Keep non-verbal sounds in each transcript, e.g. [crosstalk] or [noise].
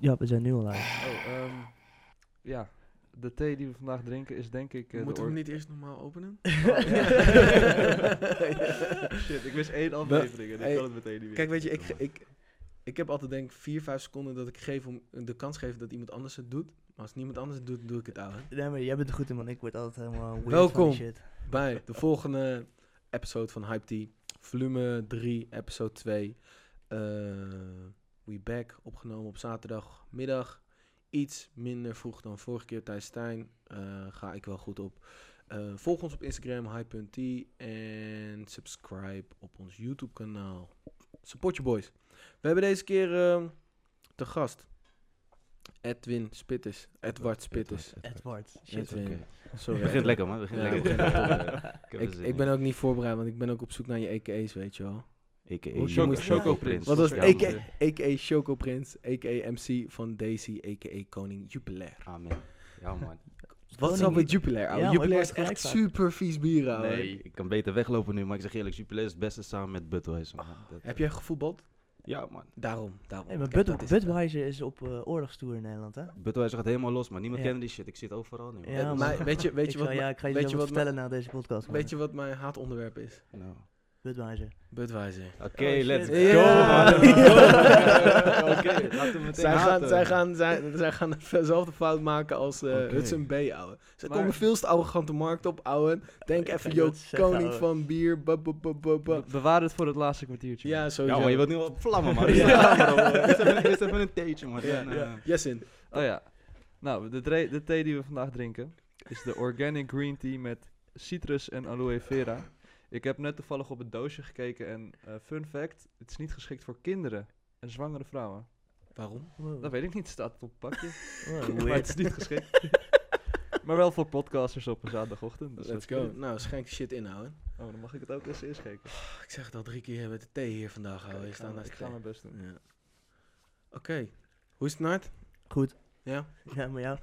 Ja, we zijn nu al live. Oh, ehm, ja. De thee die we vandaag drinken is denk ik... eh, de Moeten we or- hem niet eerst normaal openen? ja. [laughs] Shit, ik wist één aflevering en ik Hey, kan het meteen niet meer. [laughs] Kijk, weet je, ik, ge- ik, ik heb altijd denk ik 4, 5 seconden dat ik geef om de kans geef dat iemand anders het doet. Maar als niemand anders het doet, doe ik het ouwe. Nee, maar jij bent er goed in, man. Ik word altijd helemaal weird van Welkom. die shit. Bij de volgende episode van Hype Tea. Volume 3, episode 2. Eh, we back, opgenomen op zaterdagmiddag. Iets minder vroeg dan vorige keer tijdens Stijn. Eh, ga ik wel goed op. Eh, volg ons op Instagram, hype.t. En subscribe op ons YouTube kanaal. Support je boys. We hebben deze keer ehm, te gast. Edwin Spitters. Edward Spitters. Edward. Shit. Edwin. Oké. Sorry. Het begint lekker, man. Het begint Ja, [laughs] eh, lekker. het begint lekker. Ik, heb [laughs] er Ik, zin ik in. ben ook niet voorbereid, want ik ben ook op zoek naar je EK's, weet je wel. a.k.a. Hoe Choco- moet- Choco Choco Prins. Prins. Wat was Ja, EK, man. EKA Choco Prins, EKA MC van Daisy, EKA Koning Jupiler. Amen. [laughs] Ja, man. Wat is Koning al met Jupiler, Ja, ouwe? maar ik Jupiler wou is het echt gelijk super vies bier, ouwe. Nee, ik kan beter weglopen nu, maar ik zeg eerlijk, Jupiler is het beste samen met Budweiser. man. Dat- Heb jij gevoetbald? Ja, man. Daarom, daarom. Hey, maar Kijk, Bud- dat is het. Budweiser is op eh, oorlogstoer in Nederland, hè? Budweiser gaat helemaal los, maar niemand Ja. kent die shit. Ik zit overal nu. man. Ja, Dat is- Eh, Maar weet je, [laughs] weet ik je ga, wat, ja, mijn- ik ga je weet zelf je wat wat mijn- vertellen na deze podcast. man. weet je wat mijn haatonderwerp is? Nou. Budweiser. Budweiser. Oké, Oh, shit. let's go, Ja. man. Let's go. [laughs] Oké, laten we meteen Zij gaan, haten. zij, gaan, zij, zij gaan [laughs] dezelfde fout maken als eh Oké. Hudson B, ouwe. Ze Maar- komen veel te arrogante markt op, ouwe. Denk Ik even, kan yo, dat zeggen, koning ouwe. van bier, ba, ba, ba, ba, ba. Be- bewaar het voor het laatste kwartiertje. Ja, Ja, sowieso. maar je wilt nu wel [laughs] vlammen, man. Ja. Eerst even- eerst even een theetje, man. Ja, Dan, eh, ja. Jessin. Oh ja. Nou, de, dre- de thee die we vandaag drinken is de Organic Green Tea met citrus en aloe vera. Ik heb net toevallig op het doosje gekeken en eh, fun fact, het is niet geschikt voor kinderen en zwangere vrouwen. Waarom? Wow. Dat weet ik niet, staat het op het pakje. Wow, maar Oh, [laughs] weird. het is niet [laughs] geschikt. maar wel voor podcasters op een zaterdagochtend. Dus Let's dat- go. Nou, schenk die shit inhouden. Oh, dan mag ik het ook eens inschenken. Ik zeg het al drie keer met de thee hier vandaag. Kijk, houden. je ik, staat ga, naast ik de ga thee. mijn best doen. Ja. Oké. Hoe is het, Nart? Goed. Ja? [laughs] Ja, maar jou?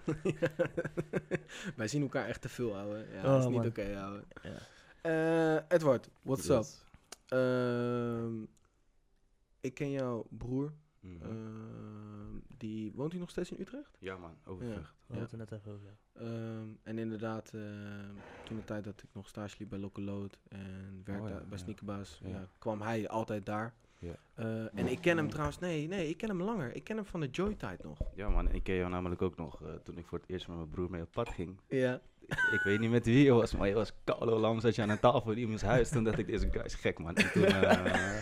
Wij zien elkaar echt te veel, ouwe. Ja, Oh, dat is niet man. oké, ouwe. Ja. Eh, Edward, what's yes. up? Ehm, ik ken jouw broer. Mhm. Ehm, die woont hij nog steeds in Utrecht? Ja, man. Ja. Overvlucht. We hadden het er net even over. Ehm, en inderdaad, ehm, toen de tijd dat ik nog stage liep bij Lokaloot en werkte Oh ja, bij ja. Sneakerbaas, ja. Ja. kwam hij altijd daar. Ja. Eh, en ik ken hem trouwens, nee, nee, ik ken hem langer. Ik ken hem van de Joy-tijd nog. Ja man, ik ken jou namelijk ook nog eh, toen ik voor het eerst met mijn broer mee op pad ging. Ja. Ik weet niet met wie je was, maar je was kalo lam, zat je aan een tafel in iemands huis. Toen dacht ik, deze guy is gek man. En toen, eh,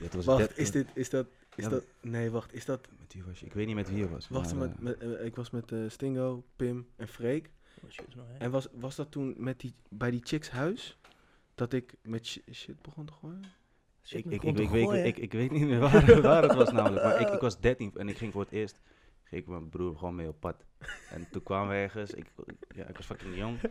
dat was Wacht, dat- is dit, is dat, is Ja, dat, nee, wacht, is dat, Met wie was je? Ik weet niet met wie je was. wacht, maar, met, eh, met, eh, ik was met eh, Stingo, Pim en Freek. Oh, shit, man, hè? En was, was dat toen met die, bij die chicks huis, dat ik met shi- shit begon te gooien? Shit, ik, man, ik, gewoon ik, te ik, weet- gooien, hè? ik, ik weet niet meer waar, [laughs] waar het was namelijk. Maar ik, ik was 13 en ik ging voor het eerst. Ging ik met mijn broer gewoon mee op pad. En toen kwamen we ergens. Ik, ja, ik was fucking jong. Ik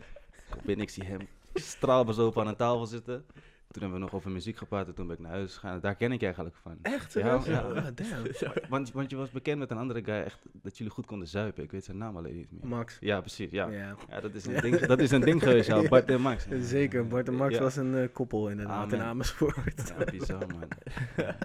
kom binnen, ik zie hem straalbezopen aan een tafel zitten. Toen hebben we nog over muziek gepraat en toen ben ik naar huis gegaan. Daar ken ik je eigenlijk van. Echt? Ja, serieus? ja. Ah, damn. Want, want je was bekend met een andere guy echt dat jullie goed konden zuipen. Ik weet zijn naam alleen niet meer. [laughs] Max. Ja, precies. Ja. ja. Ja, dat is Ja. een ding, dat is een ding geweest, ja. [laughs] Ja. Bart en Max. Zeker, Bart en Max Ja. was een eh, koppel inderdaad in Amen. [laughs] Amersfoort. Ja, bizar, man. Oké.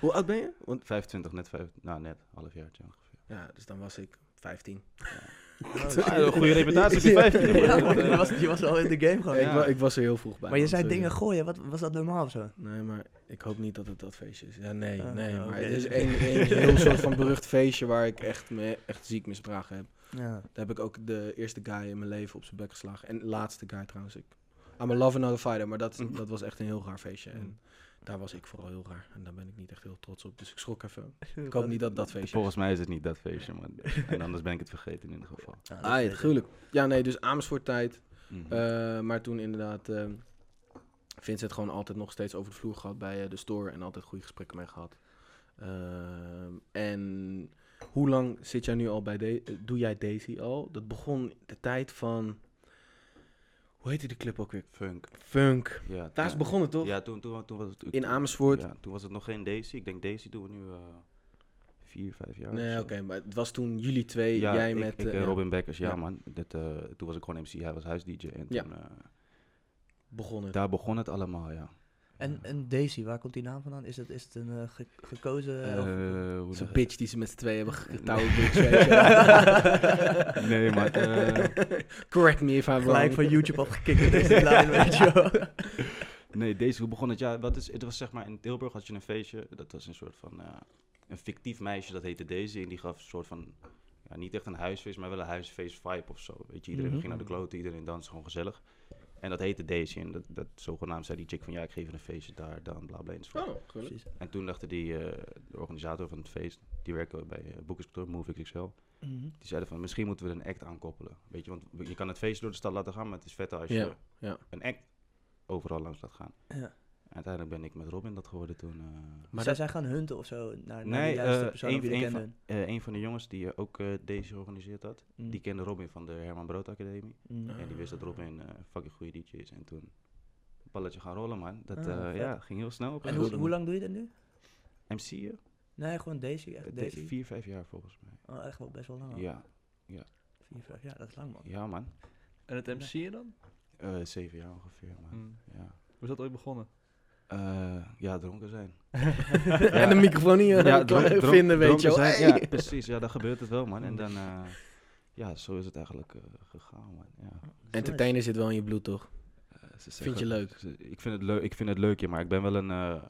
Hoe oud ben je? Want, 25, net vijf, nou net, half jaar ongeveer. ja, dus dan was ik 15. [laughs] Ah, een goede reputatie op je 15 man. Oh, [laughs] Ja, Dat, man, eh, je was, je was al in de game gewoon. Ik, Ja. wa- ik was er heel vroeg bij. Oh, Maar je man, zei sorry. dingen gooien, wat, was dat normaal of zo? Nee, maar ik hoop niet dat het dat feestje is. Ja, nee, Ah, nee. ja, maar oké. het is een, een heel soort van berucht feestje waar ik echt, me, echt ziek misdragen heb. Ja. Daar heb ik ook de eerste guy in mijn leven op zijn bek geslagen. En de laatste guy trouwens. Ik, I'm a love another fighter, maar dat, dat was echt een heel raar feestje. En daar was ik vooral heel raar. En daar ben ik niet echt heel trots op. Dus ik schrok even. Ik hoop niet dat dat feestje is. Volgens mij is het niet dat feestje, man. En anders ben ik het vergeten in ieder geval. Ah, dat Ah, weet ik. gruwelijk. Ja, nee, dus Amersfoort tijd. Mhm. Eh, maar toen inderdaad eh, Vincent gewoon altijd nog steeds over de vloer gehad bij eh, de store en altijd goede gesprekken mee gehad. Ehm, en hoe lang zit jij nu al bij de eh, doe jij Daisy al? Dat begon de tijd van hoe heette die club ook weer? Funk. Funk. Ja, Daar is toen- begonnen toch? Ja, toen, toen, toen was het... In Amersfoort. Ja, toen was het nog geen Daisy. Ik denk Daisy doen we nu eh vier, vijf jaar. of nee, zo. oké, maar het was toen jullie twee, Ja, jij ik, met ik, eh, eh, ja, Robin Beckers, ja, Ja. man. Dat, eh, toen was ik gewoon MC, hij was huis-dj. En Ja. toen, eh, begonnen. daar begon het allemaal, ja. En, en Daisy, waar komt die naam vandaan? Is het, is het een eh, ge- gekozen... Eh, of- [laughs] Zo'n hoe zeg- bitch die ze met z'n tweeën hebben [laughs] getouwd. Nee. bitch, weet je wel. Nee, maar, eh, [laughs] Correct me if I'm wrong. Gelijk van YouTube afgekikt in [laughs] deze lijn, weet je wel. [laughs] Nee, deze, hoe begon het? Ja, wat is, het was zeg maar in Tilburg had je een feestje. Dat was een soort van, eh, een fictief meisje, dat heette Daisy. En die gaf een soort van, ja, niet echt een huisfeest, maar wel een huisfeest vibe of zo. Weet je, iedereen Mhm. ging naar de kloten, iedereen danste gewoon gezellig. En dat heette Daisy. En dat, dat zogenaamd zei die chick van, ja, ik geef een feestje daar, dan, bla, bla, enzovoort. Oh, gelukkig. Precies. En toen dachten die, eh, de organisator van het feest, die werkte bij uh, boekingskantoor Move XXL. Mhm. Die zeiden van, misschien moeten we er een act aan koppelen. Weet je, want we- je kan het feest door de stad laten gaan, maar het is vetter als je Ja, ja. een act overal langs laat gaan. Ja. En uiteindelijk ben ik met Robin dat geworden toen. eh, Maar zij Maar dat- zijn gaan hunten of zo, naar, naar Nee, die juiste eh, persoon een- die jullie een van- kenden. eh, een van de jongens die eh, ook eh, deze georganiseerd had, Mm, die kende Robin van de Herman Brood Academie. mm. En die wist dat Robin eh, een fucking goede DJ is. En toen een balletje gaan rollen, man. Dat Ah, eh, vet. ja, ging heel snel. Op En een hoe, goede hoe manier. lang doe je dat nu? MC, eh, Nee, gewoon Daisy, echt het Daisy. deed vier, vijf jaar volgens mij. Oh, echt wel best wel lang. al. Ja, Vier, vijf jaar, dat is lang man. [laughs] ja man. En het MC'en dan? Eh, zeven jaar ongeveer, Hm. man. Hmm. Ja. Hoe is dat ooit begonnen? Eh, ja, dronken [laughs] zijn. En de microfoon niet eh, ja, klaar dronk- dronk- vinden, weet je dronken wel. zijn, Hey. Ja, precies. Ja, dan gebeurt het wel, man. En dan, eh, ja, zo is het eigenlijk eh, gegaan, man. Ja. [laughs] Entertainer zit wel in je bloed, toch? Eh, ze Vind zeggen- je leuk? ze- ik, vind het leuk ik vind het leuk, ja, maar ik ben wel een eh,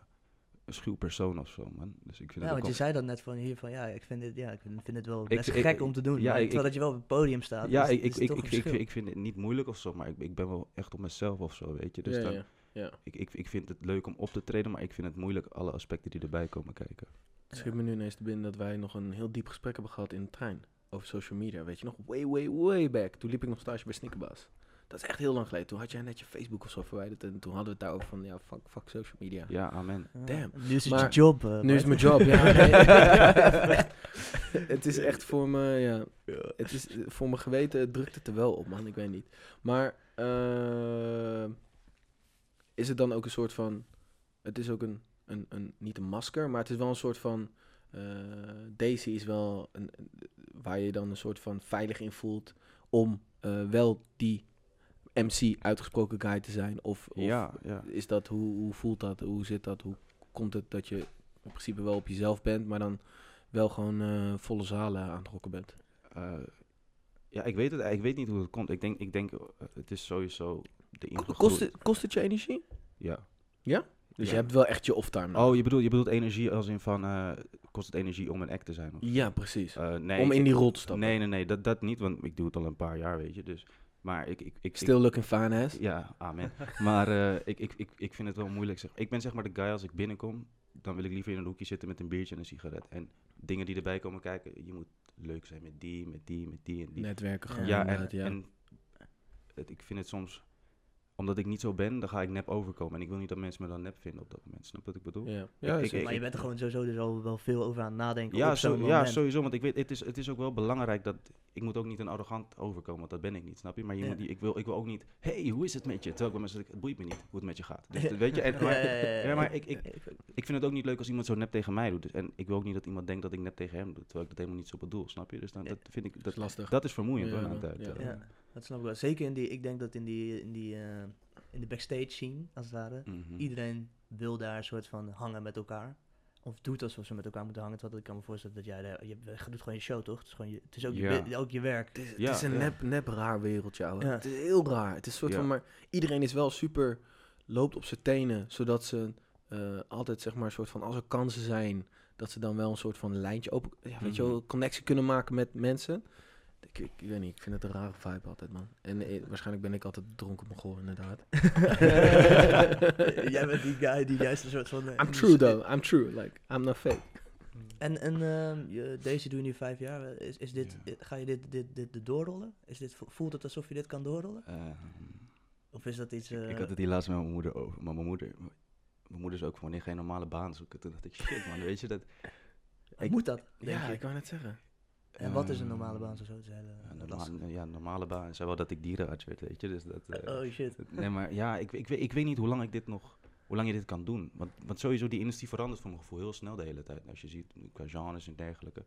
een schuw persoon of zo, man. Dus ik vind Ja, want het ook je wel- zei dan net van hier van ja, ik vind dit, ja, ik vind vind het wel Ik- best ik- gek om te doen. ja, maar ik- terwijl ik- dat je wel op het podium staat. ja, is- dus ik, ik, is ik, toch ik, een ik, verschil. ik vind het niet moeilijk of zo, maar ik, ik ben wel echt op mezelf of zo, weet je. Dus Ja, dan, ja, ja. Ik, ik, ik vind het leuk om op te treden, maar ik vind het moeilijk alle aspecten die erbij komen kijken. Het schiet me nu ineens te binnen dat wij nog een heel diep gesprek hebben gehad in de trein. Over social media, weet je nog? Way, way, way back. Toen liep ik nog stage bij Snickerbaas. Dat is echt heel lang geleden. Toen had jij net je Facebook of zo verwijderd. En toen hadden we het daarover van, ja, fuck, fuck social media. Ja, amen. Ja. Damn. Nu is het je Maar- job. eh, Nu is Bart. mijn job, ja. [laughs] [laughs] nee. [laughs] het is echt voor me, ja. Het is eh, voor mijn geweten, het drukt het er wel op, man. Ik weet niet. Maar eh, is het dan ook een soort van... Het is ook een, een, een... Niet een masker, maar het is wel een soort van... eh, Daisy is wel een, een- waar je dan een soort van veilig in voelt... om eh, wel die MC uitgesproken guy te zijn. Of, of Ja, ja. is dat, hoe, hoe voelt dat? Hoe zit dat? Hoe komt het dat je in principe wel op jezelf bent, maar dan wel gewoon eh, volle zalen aan het rocken bent? Eh, ja, ik weet het. Ik weet niet hoe het komt. Ik denk, ik denk eh, het is sowieso de ingegroeid. Kost het, kost het je energie? Ja. Dus je Ja. hebt wel echt je off-time. nodig. Oh, je bedoelt, je bedoelt energie als in van, eh, kost het energie om een act te zijn? Of? Ja, precies. Eh, nee, Om ik- in die rol te stappen. Nee, nee, nee, dat, dat niet, want ik doe het al een paar jaar, weet je. Dus, maar ik... ik, ik Still looking fine ass. Ik, ja, amen. [laughs] maar eh, ik, ik, ik, ik vind het wel moeilijk. Zeg. Ik ben zeg maar de guy, als ik binnenkom, dan wil ik liever in een hoekje zitten met een biertje en een sigaret. En dingen die erbij komen kijken, je moet leuk zijn met die, met die, met die en die. Netwerken Ja, gewoon. ja, en, inderdaad, ja. en het, ik vind het soms... Omdat ik niet zo ben, dan ga ik nep overkomen. En ik wil niet dat mensen me dan nep vinden op dat moment. Snap je wat ik bedoel? ja. ik- ik- zeker. Maar je bent er gewoon sowieso dus al wel veel over aan het nadenken. Ja, op zo'n zo, ja, moment. sowieso. Want ik weet, het is, het is ook wel belangrijk dat. Ik moet ook niet een arrogant overkomen, want dat ben ik niet, snap je? Maar je Ja. moet, niet- ik, wil, ik wil ook niet. hey, hoe is het met je? Terwijl ik bij mensen zeg, het boeit me niet hoe het met je gaat. Dus, dat weet [laughs] je, en, maar, ja, maar ik, ik, ik vind het ook niet leuk als iemand zo nep tegen mij doet. Dus, en ik wil ook niet dat iemand denkt dat ik nep tegen hem doe, terwijl ik dat helemaal niet zo bedoel, snap je? Dus dan, dat vind ik. Dat is Dat, lastig. dat is vermoeiend Ja, hoor, aan ja, het eind, ja. eh. Ja, dat snap ik wel. Zeker in die, ik denk dat in die, in die, eh, in de backstage scene, als het ware, Mhm. iedereen wil daar een soort van hangen met elkaar. Of doet alsof ze met elkaar moeten hangen. Terwijl ik kan me voorstellen dat jij, daar- je doet gewoon je show toch? Het is, gewoon je, het is ook, je, Ja. bi- ook je [laughs] werk. [laughs] Het is, Ja, het is een ja. nep, nep raar wereldje, ouwe. Ja. Het is heel raar. Het is een soort Ja. van, maar iedereen is wel super, loopt op zijn tenen, zodat ze eh, altijd, zeg maar, een soort van, als er kansen zijn, dat ze dan wel een soort van lijntje open, ja, weet je wel, Mhm. connectie kunnen maken met mensen. Ik, ik, ik weet niet, ik vind het een rare vibe altijd, man. En eh, waarschijnlijk ben ik altijd dronken op goor, inderdaad. jij bent die guy die juist een soort van... eh, I'm [laughs] true, though. I'm true. Like, I'm not fake. Hmm. En, en ehm, je- deze doe je nu vijf jaar. eh, Is, is dit, Ja. eh, Ga je dit, dit, dit, dit doorrollen? Is dit, vo- voelt het alsof je dit kan doorrollen? Eh, Of is dat iets... ik- ik eh, had het hier laatst met mijn moeder over. Maar mijn moeder. Mijn moeder is ook van wanneer ga je een normale baan zoeken? Toen dacht ik, shit man, weet je dat. ik- moet dat? denk Ja, je? ik wou net zeggen. En wat is een normale Ehm, baan? Zo, zo is hele, Ja, dat normaal, lastig. ja, normale baan. Zij wel dat ik dierenarts werd, weet je. Dus dat, eh, Oh shit. dat- nee, maar ja, ik, ik, weet- ik weet niet hoe lang ik dit nog... Hoe lang je dit kan doen. Want, want sowieso, die industrie verandert voor mijn gevoel heel snel de hele tijd. Als je ziet, qua genres en dergelijke.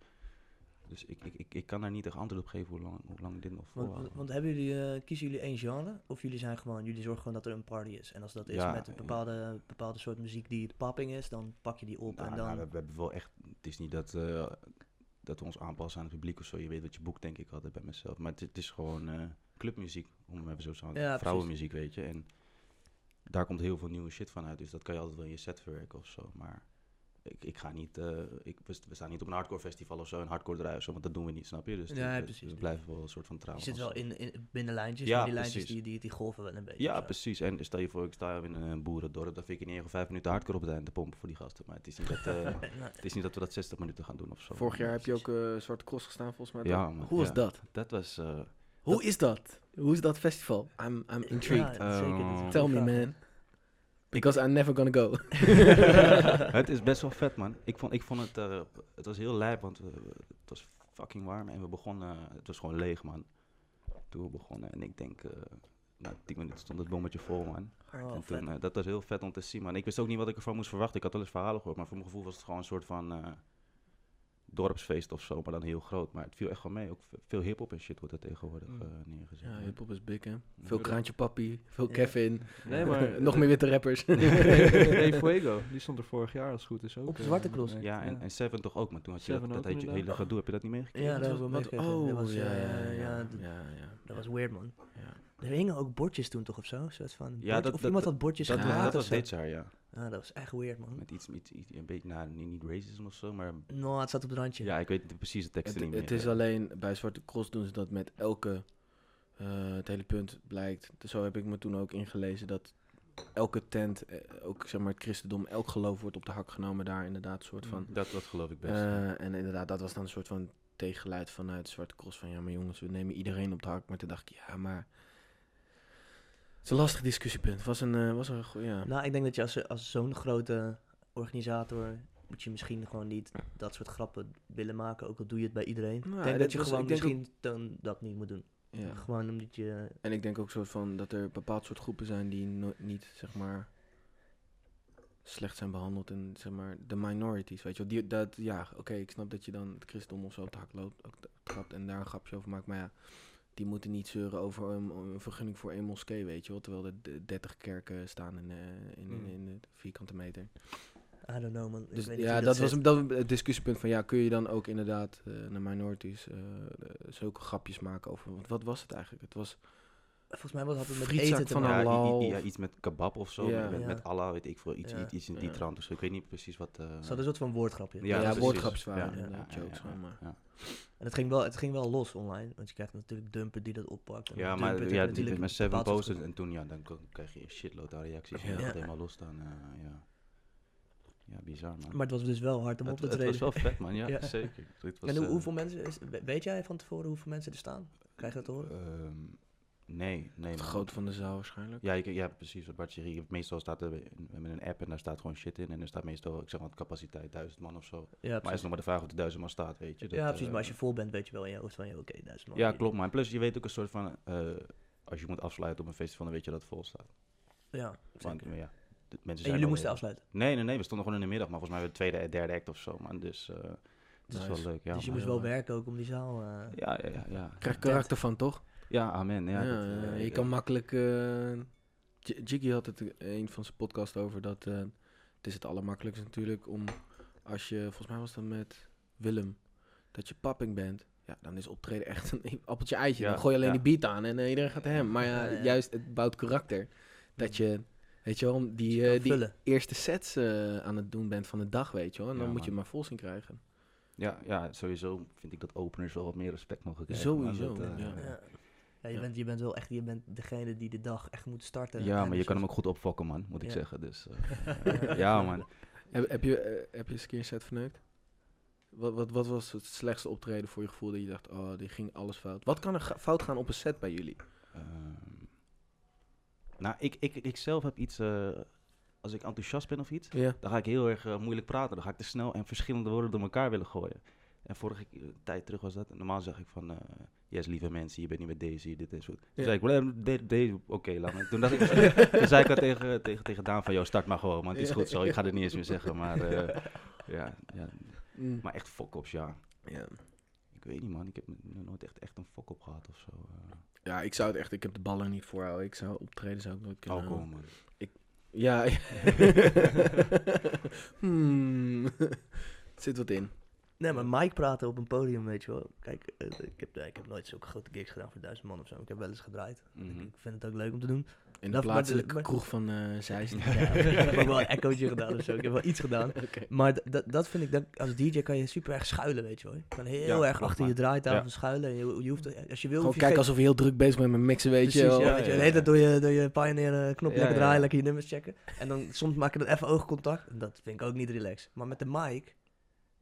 Dus ik, ik, ik, ik kan daar niet echt antwoord op geven hoe lang, hoe lang dit nog Want, volhoudt. want hebben jullie, eh, kiezen jullie één genre? Of jullie zijn gewoon, jullie zorgen gewoon dat er een party is. En als dat is Ja, met een ja. bepaalde, bepaalde soort muziek die het popping is, dan pak je die op Nou, en nou, dan... we, we hebben wel echt. Het is niet dat, eh, dat we ons aanpassen aan het publiek of zo. Je weet wat je boekt, denk ik altijd bij mezelf. Maar het, het is gewoon eh, clubmuziek, om het even zo te zeggen. Ja, precies. Vrouwenmuziek, weet je. En daar komt heel veel nieuwe shit van uit. Dus dat kan je altijd wel in je set verwerken of zo. Maar ik, ik ga niet. eh, ik, we, we staan niet op een hardcore festival of zo. Een hardcore draai of zo. Want dat doen we niet, snap je? Dus Ja, dat- ja, dat- precies. we blijven wel een soort van trouw. je zit aan wel ons. in, in, binnen lijntjes, Ja, maar die lijntjes precies. die, die, die golven wel een beetje. Ja, zo. precies. En stel je voor, ik sta in een boerendorp. Dan vind ik in ieder geval vijf minuten hardcore op het einde te pompen voor die gasten. Maar het is niet dat, eh, Eh, [laughs] nou, het is niet dat we dat 60 minuten gaan doen of zo. Vorig jaar heb je ook precies. eh Zwarte Cross gestaan, volgens mij. Ja, toch? man, Hoe was ja. dat? Dat was. eh, [laughs] Hoe is dat? Hoe is dat festival? I'm, I'm intrigued. Ja, zeker, dat is een Eh, Tell goede me, vraag. man. Because I'm never gonna go. het is best wel vet, man. Ik vond, ik vond het. eh, het was heel lijp, want we- we- het was fucking warm en we begonnen. Het was gewoon leeg, man. Toen we begonnen. En ik denk. eh, na 10 minuten stond het bommetje vol, man. Oh, en vet. toen, eh, dat was heel vet om te zien, man. Ik wist ook niet wat ik ervan moest verwachten. Ik had wel eens verhalen gehoord, maar voor mijn gevoel was het gewoon een soort van. eh, dorpsfeest of zo, maar dan heel groot. Maar het viel echt wel mee. Ook ve- veel hip-hop en shit wordt er tegenwoordig Mm. eh, neergezet. Ja, man. hip-hop is big, hè? Veel Natuurlijk. kraantje papi, veel Ja. Kevin. Nee, maar... [laughs] [laughs] Nog meer witte rappers. [laughs] Dave Fuego, die stond er vorig jaar als het goed is ook. Op eh, Zwarte Cross. nee, Ja, en, en Seven toch ook, maar toen had je Seven dat, dat ook had je hele inderdaad. gedoe. Heb je dat niet meegekregen? Ja, Wat- dat hebben we wat- meegekregen. Dat was, Oh, ja, eh, ja, ja, ja, ja. dat- ja, ja. Dat was weird, man. Ja. Er hingen ook bordjes toen toch of zo? Een soort van bordje- dat- of dat- iemand had bordjes dat, was- gehaald dat of was zo. dit jaar, ja. Ja, dat was echt weird, man. Met iets, iets, iets een beetje, nou, niet, niet racism of zo, maar... Nou, het zat op het randje. Ja, ik weet de precieze teksten niet Het, meer. het is alleen bij Zwarte Cross doen ze dat met elke. eh, het hele punt blijkt. Dus zo heb ik me toen ook ingelezen dat elke tent, eh, ook zeg maar het christendom, elk geloof wordt op de hak genomen daar inderdaad een soort van. Dat, dat geloof ik best. Eh, en inderdaad, dat was dan een soort van tegengeluid vanuit Zwarte Cross van ja, maar jongens, we nemen iedereen op de hak. Maar toen dacht ik, ja, maar het is een lastig discussiepunt. Het was een, eh, was een goe- ja. Nou, ik denk dat je als, als zo'n grote organisator moet je misschien gewoon niet dat soort grappen willen maken, ook al doe je het bij iedereen. Nou, ik denk dat dat je was- gewoon ik denk misschien dan dat niet moet doen. ja. Gewoon omdat je... En ik denk ook soort van dat er bepaald soort groepen zijn die no- niet, zeg maar, slecht zijn behandeld. En zeg maar, de minorities, weet je wel. Die, dat, ja, oké, ik snap dat je dan het christendom of zo op de hak loopt, ook de- trapt en daar een grapje over maakt. Maar ja, die moeten niet zeuren over een, een vergunning voor één moskee, weet je wel. Terwijl er d- 30 kerken staan in, eh, in, in, Mm. in de vierkante meter. I don't know, man. Ik Dus weet niet ja, hoe dat was zit. een, dat, het discussiepunt van ja, kun je dan ook inderdaad eh, naar minorities eh, zulke grapjes maken over. Want wat was het eigenlijk? Het was Volgens mij was had het met frietzak eten te van maken. ja, i- i- halal i- ja, of- iets met kebab of zo, Ja. met, Ja. met Allah, weet ik veel, iets, Ja. iets, iets in die Ja. trant of zo. Ik weet niet precies wat... eh, Ze hadden een soort van woordgrapje. Ja, precies. woordgrapjes waren Ja. inderdaad, jokes gewoon, maar- ja. En het ging, wel, het ging wel los online, want je krijgt natuurlijk dumper die dat oppakt. en Ja, dumper maar die ja, die- natuurlijk met Seven bepaald soort- Posts en toen, ja, dan k- krijg je een shitload aan reacties. Ja. En dat Ja. helemaal losstaan, eh, ja. Ja, bizar, man. Maar het was dus wel hard om op het, te het was treden. wel vet, man. Ja, Ja. zeker. Het was, En hoe- eh, hoeveel mensen, is- we- weet jij van tevoren hoeveel mensen er staan? Krijg je dat te horen? Ehm, nee, nee. het man. groot van de zaal waarschijnlijk. Ja, ik, ja, precies wat Bart zegt. Je- Meestal staat er een- met een app en daar staat gewoon shit in. En er staat meestal, ik zeg maar, capaciteit duizend man of zo. Ja, Maar het is precies. nog maar de vraag of de duizend man staat, weet je. Dat, ja, precies. eh, Maar als je vol bent, weet je wel in je hoofd van, ja, oké, duizend man. Ja, hier. klopt. Maar plus, je weet ook een soort van... eh, als je moet afsluiten op een festival, dan weet je dat het vol staat. Ja, Want, zeker. ja, de mensen En zijn jullie al moesten leeg. afsluiten. Nee, nee, nee. We stonden gewoon in de middag. Maar volgens mij de tweede, derde act of zo, man. Dus eh dat is Nice. wel leuk, ja. dus je man. moest heel wel erg. werken ook om die zaal... eh, Ja, ja, ja. Ja, Krijg karakter van, toch? ja amen. Ja, Ja, dat, eh, eh, je ik- kan makkelijk... eh, J- Jiggy had het eh, in een van zijn podcasts over dat... eh, het is het allermakkelijkst natuurlijk om... Als je, volgens mij was dat met Willem, dat je papping bent. Ja, dan is optreden echt een [laughs] appeltje eitje. Ja, dan gooi je alleen ja. die beat aan en eh, iedereen gaat hem. Maar ja, Ja, ja. juist, het bouwt karakter. Dat je, weet je wel, dus die, je kan eh, die vullen. eerste sets eh, aan het doen bent van de dag, weet je wel. En Ja, dan moet je hem man. maar vol zien krijgen. Ja, ja, sowieso vind ik dat openers wel wat meer respect mogen krijgen. Sowieso, man. Dat, eh, ja. Ja. Ja, je, Ja. Bent, je bent wel echt je bent degene die de dag echt moet starten. Ja, En maar je dus kan hem ook goed opfokken, man, moet ik Ja. zeggen. Dus, [laughs] eh, eh, ja, man. Heb, heb, je, eh, heb je eens een keer een set verneukt? Wat, wat, wat was het slechtste optreden voor je gevoel dat je dacht, oh, die ging alles fout? Wat kan er ga- fout gaan op een set bij jullie? Ehm, nou, ik, ik, ik zelf heb iets... eh, als ik enthousiast ben of iets, Ja. dan ga ik heel erg eh, moeilijk praten. Dan ga ik te snel en verschillende woorden door elkaar willen gooien. En vorige ke- tijd terug was dat. Normaal zeg ik van... eh, yes, lieve mensen, je bent niet met deze, hier, dit en zo. Toen Ja. zei ik, "Well, de- deze, oké, laat maar. Toen, dacht [laughs] ik, [laughs] toen zei ik al tegen, tegen, tegen Daan van, joh, start maar gewoon, man. Het is Ja. goed zo, ik ga het niet eens meer zeggen. Maar eh, ja, ja, Mm. maar echt fuck-ups, ja. ja. Ik weet niet, man. Ik heb n- nooit echt, echt een fok op gehad of zo. eh Ja, ik zou het echt... Ik heb de ballen niet voor. Ik zou optreden, zou ik nooit kunnen. alcohol, man. Ja. [laughs] hmm. Zit wat in. Nee, maar Mike praten op een podium, weet je wel. Kijk, eh, ik, heb, eh, ik heb nooit zulke grote gigs gedaan voor duizend man of zo. Ik heb wel eens gedraaid. Mhm. Ik vind het ook leuk om te doen. In de Dat- maar de- plaatselijke maar- kroeg van [laughs] eh Zeist. Ja, ik heb ook wel een echootje gedaan of zo. Ik heb wel iets gedaan. Oké. Maar d- dat- dat vind ik, dat, als DJ kan je super erg schuilen, weet je wel. Je kan heel Ja, erg klopt, achter je man. draaitafel Ja. schuilen. Je, je hoeft, als je wil, Gewoon hoef je kijken geen- alsof je heel druk bezig bent met mijn mixen, weet je Precies, wel. ja, Ja, weet je, ja, de hele ja. tijd door je, door je Pioneer eh, knop Ja, lekker ja, draaien, ja. lekker je nummers checken. En dan soms maak je dan even oogcontact. En Dat vind ik ook niet relaxed. Maar met de mic,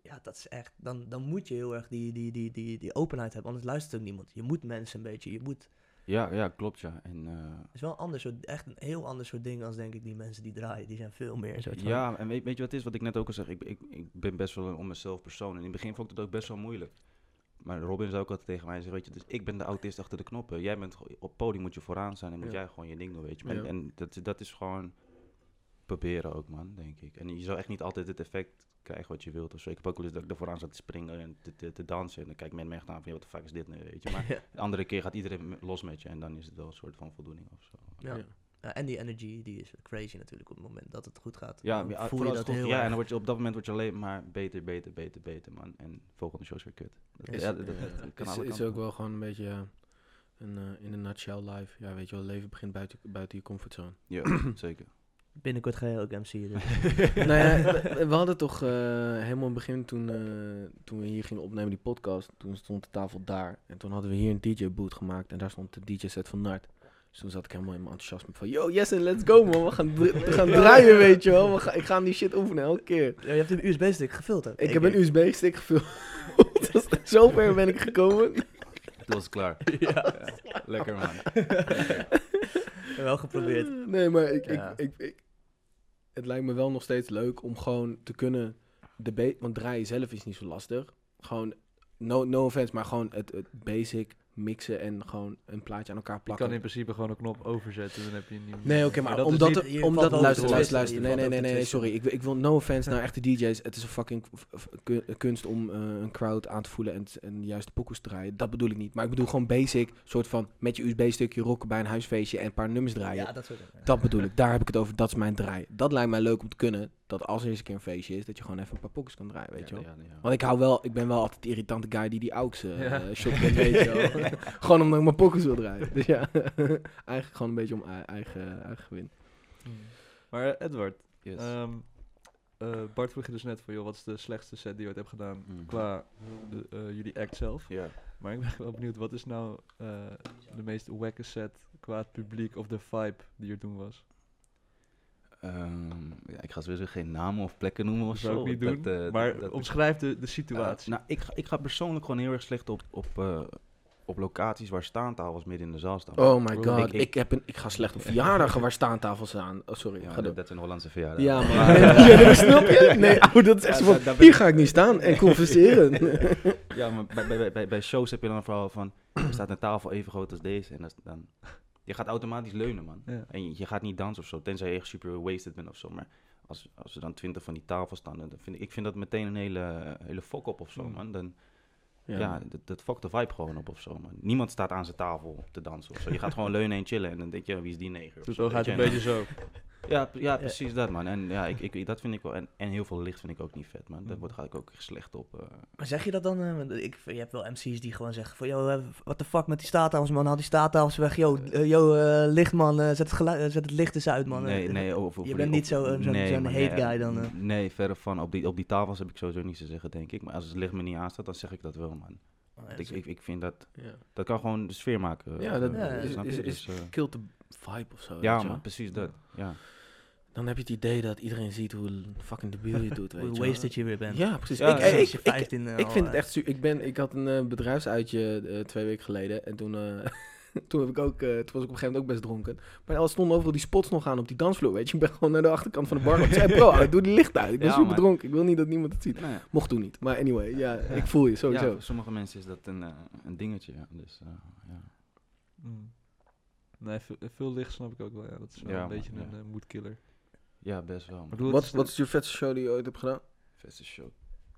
ja, dat is echt, dan, dan moet je heel erg die, die, die, die, die openheid hebben. Anders luistert ook niemand. Je moet mensen een beetje, je moet. Ja, ja, klopt, ja. En, eh, Het is wel een ander soort, echt een heel ander soort ding als denk ik die mensen die draaien. Die zijn veel meer een soort van- [laughs] ja, en weet, weet je wat het is? Wat ik net ook al zeg, ik, ik, ik ben best wel een om mezelf persoon. En in het begin vond ik dat ook best wel moeilijk. Maar Robin zei ook altijd tegen mij, hij zegt, weet je, dus ik ben de autist achter de knoppen. Jij bent, gewoon- op het podium moet je vooraan zijn en moet Ja. jij gewoon je ding doen, weet je. En, Ja. en dat, dat is gewoon proberen ook, man, denk ik. En je zou echt niet altijd het effect krijgen wat je wilt of zo. Ik heb ook wel eens dat ik er vooraan zat te springen en te, te, te dansen. En dan kijkt men me echt aan van, "Ja, wat de fuck is dit nu, weet je. [laughs] Maar Ja. de andere keer gaat iedereen me- los met je en dan is het wel een soort van voldoening of zo. Ja. Ja, en die energy, die is crazy natuurlijk op het moment dat het goed gaat. Ja, Dan ja, voel vooral je als dat het goed- heel ja erg. en dan word je, op dat moment word je alleen maar beter, beter, beter, beter, man. En volgende show is weer kut. Dat, Is, ja, eh, dat, dat- dat kan is, alle is kanten ook op. wel gewoon een beetje eh, een, eh, in de nutshell life. Ja, weet je wel, leven begint buiten, buiten je comfortzone. Ja, [clears throat] zeker. Binnenkort ga je ook MC'en. Dus. [laughs] nou ja, we, we hadden toch eh, helemaal in het begin toen, eh, toen we hier gingen opnemen die podcast, toen stond de tafel daar. En toen hadden we hier een DJ-boot gemaakt en daar stond de DJ-set van Nart. Dus toen zat ik helemaal in mijn enthousiasme van, yo, yes en let's go man, we gaan, dra- we [laughs] gaan draaien, weet je wel. We gaan, ik ga hem die shit oefenen elke keer. Ja, je hebt een USB-stick gevuld. Hè? Ik heb een USB-stick gevuld. [laughs] Dus Zo ver ben ik [laughs] gekomen. Toen was het klaar. Ja, Lekker, man. [laughs] Wel geprobeerd. Eh, Nee, maar ik, ik, Ja. ik, ik- het lijkt me wel nog steeds leuk om gewoon te kunnen. De ba- want draaien zelf is niet zo lastig. Gewoon, no, no offense, maar gewoon het, het basic mixen en gewoon een plaatje aan elkaar Je kan in plakken. principe gewoon een knop overzetten, dan heb je een nieuwe... Nee, oké, maar, Maar dat is omdat... niet- het- je valt omdat over luister, te twisten, luister, luister. je Nee, valt nee, nee, over te twisten. nee, nee, sorry. Ik, wil- ik wil no offense naar echte DJ's. Het is een fucking f- f- kun- kunst om eh, een crowd aan te voelen en, t- en juist de pokoes te draaien. Dat bedoel ik niet. Maar ik bedoel gewoon basic, soort van met je USB-stukje rocken bij een huisfeestje en een paar nummers draaien. Ja, dat soort dingen. Dat bedoel ik, daar heb ik het over. Dat is mijn draai. Dat lijkt mij leuk om te kunnen. Dat als er eens een keer een feestje is, dat je gewoon even een paar pokkers kan draaien, [laughs] weet je ja, wel. ja, ja. Want ik hou wel, ik ben wel altijd de irritante guy die die aux eh Ja. eh, shot bent, weet je [laughs] wel. gewoon omdat ik mijn pokkers wil draaien. Dus ja, [laughs] eigenlijk gewoon een beetje om ei- eigen, eigen gewin. Mm. Maar eh, Edward, Yes. ehm, eh, Bart vroeg je dus net van, joh, wat is de slechtste set die je ooit hebt gedaan Mhm. qua de, eh, jullie act zelf? Ja. Maar ik ben wel benieuwd, wat is nou eh, de meest wacke set qua het publiek of de vibe die er toen was? Ehm, ja, ik ga sowieso geen namen of plekken noemen of Dat zou zo. ik niet want doen, dat, eh, maar dat- dat- omschrijf de, de situatie. Eh, nou, ik, ga- ik ga persoonlijk gewoon heel erg slecht op, op, eh, op locaties waar staantafels midden in de zaal staan. Oh my god, god, ik- ik, heb een, ik ga slecht op verjaardagen waar staantafels aan. Oh, sorry, Ja, ga door. dat, dat zijn Hollandse verjaardagen. [laughs] Ja, maar... Maar, eh, [laughs] Ja, dat snap je? Nee, oh, dat is echt zo Ja, van, daar- daar ben hier ik- ga ik niet staan en converseren. [laughs] Ja, maar bij, bij- bij, bij, bij shows heb je dan een verhaal van... Er staat een tafel even groot als deze. En dat is dan, je gaat automatisch leunen, man. Ja. En je, je gaat niet dansen of zo. Tenzij je echt super wasted bent of zo. Maar als, als er dan twintig van die tafels staan... Dan vind ik, ik vind dat meteen een hele, hele fok op of zo, Mm. man. Dan, ja, dat, dat fokt de vibe gewoon op of zo, man. Niemand staat aan zijn tafel te dansen of zo. Je gaat gewoon leunen en chillen. En dan denk je, wie is die neger? of Dus zo, zo gaat het weet je. een beetje zo. Ja, pre- ja, precies dat, man. En ja, ik, ik, dat vind ik wel... En, en heel veel licht vind ik ook niet vet, man. Daar Mm. word- ga ik ook echt slecht op. eh. Maar zeg je dat dan? eh, want ik, je hebt wel MC's die gewoon zeggen van... Yo, wat de fuck met die staattafels, man. Haal die staattafels weg. Yo, eh, yo eh, licht, man. eh, zet, het geluid, eh, zet het licht eens uit, man. Nee, Eh, nee. Of, of je die- bent of- niet zo- zo'n- zo'n maar hate guy dan, eh. Nee, verre van. Op die, op die tafels heb ik sowieso niets te zeggen, denk ik. Maar als het licht me niet aanstaat, dan zeg ik dat wel, man. Want Oh, ja, ik, zo- ik, ik vind dat... Ja. Dat kan gewoon de sfeer maken. Ja, dat Ja, eh, is- snap is- je? is- [laughs] Dus, eh, Kilt de vibe of zo. weet ja, je wel. man. Precies dat. Ja. Dan heb je het idee dat iedereen ziet hoe l- fucking debiel je het doet, weet Hoe je wel. wasted je weer bent. Ja, precies. Ja, ik, ja, ja. ik, Sinds je ik- 15 ik al, vind het eh, echt su- ik, ben, ik had een eh, bedrijfsuitje eh, twee weken geleden en toen, eh, [laughs] toen, heb ik ook, eh, toen was ik op een gegeven moment ook best dronken. Maar al stonden overal die spots nog aan op die dansvloer, weet je. Ik ben gewoon naar de achterkant van de bar. Ik zei, [laughs] bro, doe die licht uit. Ik ben Ja, super man. dronken. Ik wil niet dat niemand het ziet. Nou ja. Mocht toen niet. Maar anyway, ja, ik voel je Ja, sowieso. voor sommige mensen is dat een, eh, een dingetje. Ja. Dus, eh, ja. Mm. Nee, veel, veel licht snap ik ook wel. Ja, dat is wel Ja, een maar- beetje ja. een eh, moodkiller. ja, best wel. Maar man. doe het Wat, is- wat is je vetste show die je ooit hebt gedaan? Vette show.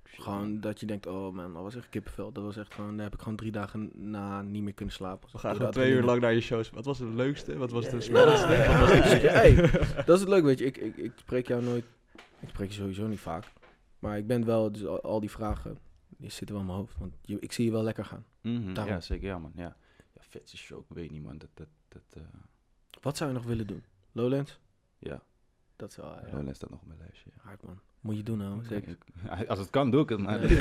Gewoon dat je denkt, oh man, dat was echt kippenvel. Dat was echt gewoon, daar heb ik gewoon drie dagen na niet meer kunnen slapen. We gaan Door gewoon de twee uur lang adrenaline. naar je shows. Wat was het leukste? Wat was het Ja, Nou, spannendste? ja. Wat was het Ja. [laughs] leukste? Hey, Dat is het leuk, weet je. Ik, ik, ik spreek jou nooit. Ik spreek je sowieso niet vaak. Maar ik ben wel, dus al, al die vragen die zitten wel in mijn hoofd. Want je- ik zie je wel lekker gaan. Mhm, Daarom. Ja, zeker. Ja, man. Ja, ja vetste show. Ik weet niet, man. Dat, dat, dat, eh, Wat zou je nog willen doen? Lowlands? ja, Dat is wel eh, Lowlands staat nog op mijn lijstje. ja. hard, man. Moet je doen, Oh, nou. Zeker. Ik- Als het kan, doe ik het, [laughs] maar... [laughs]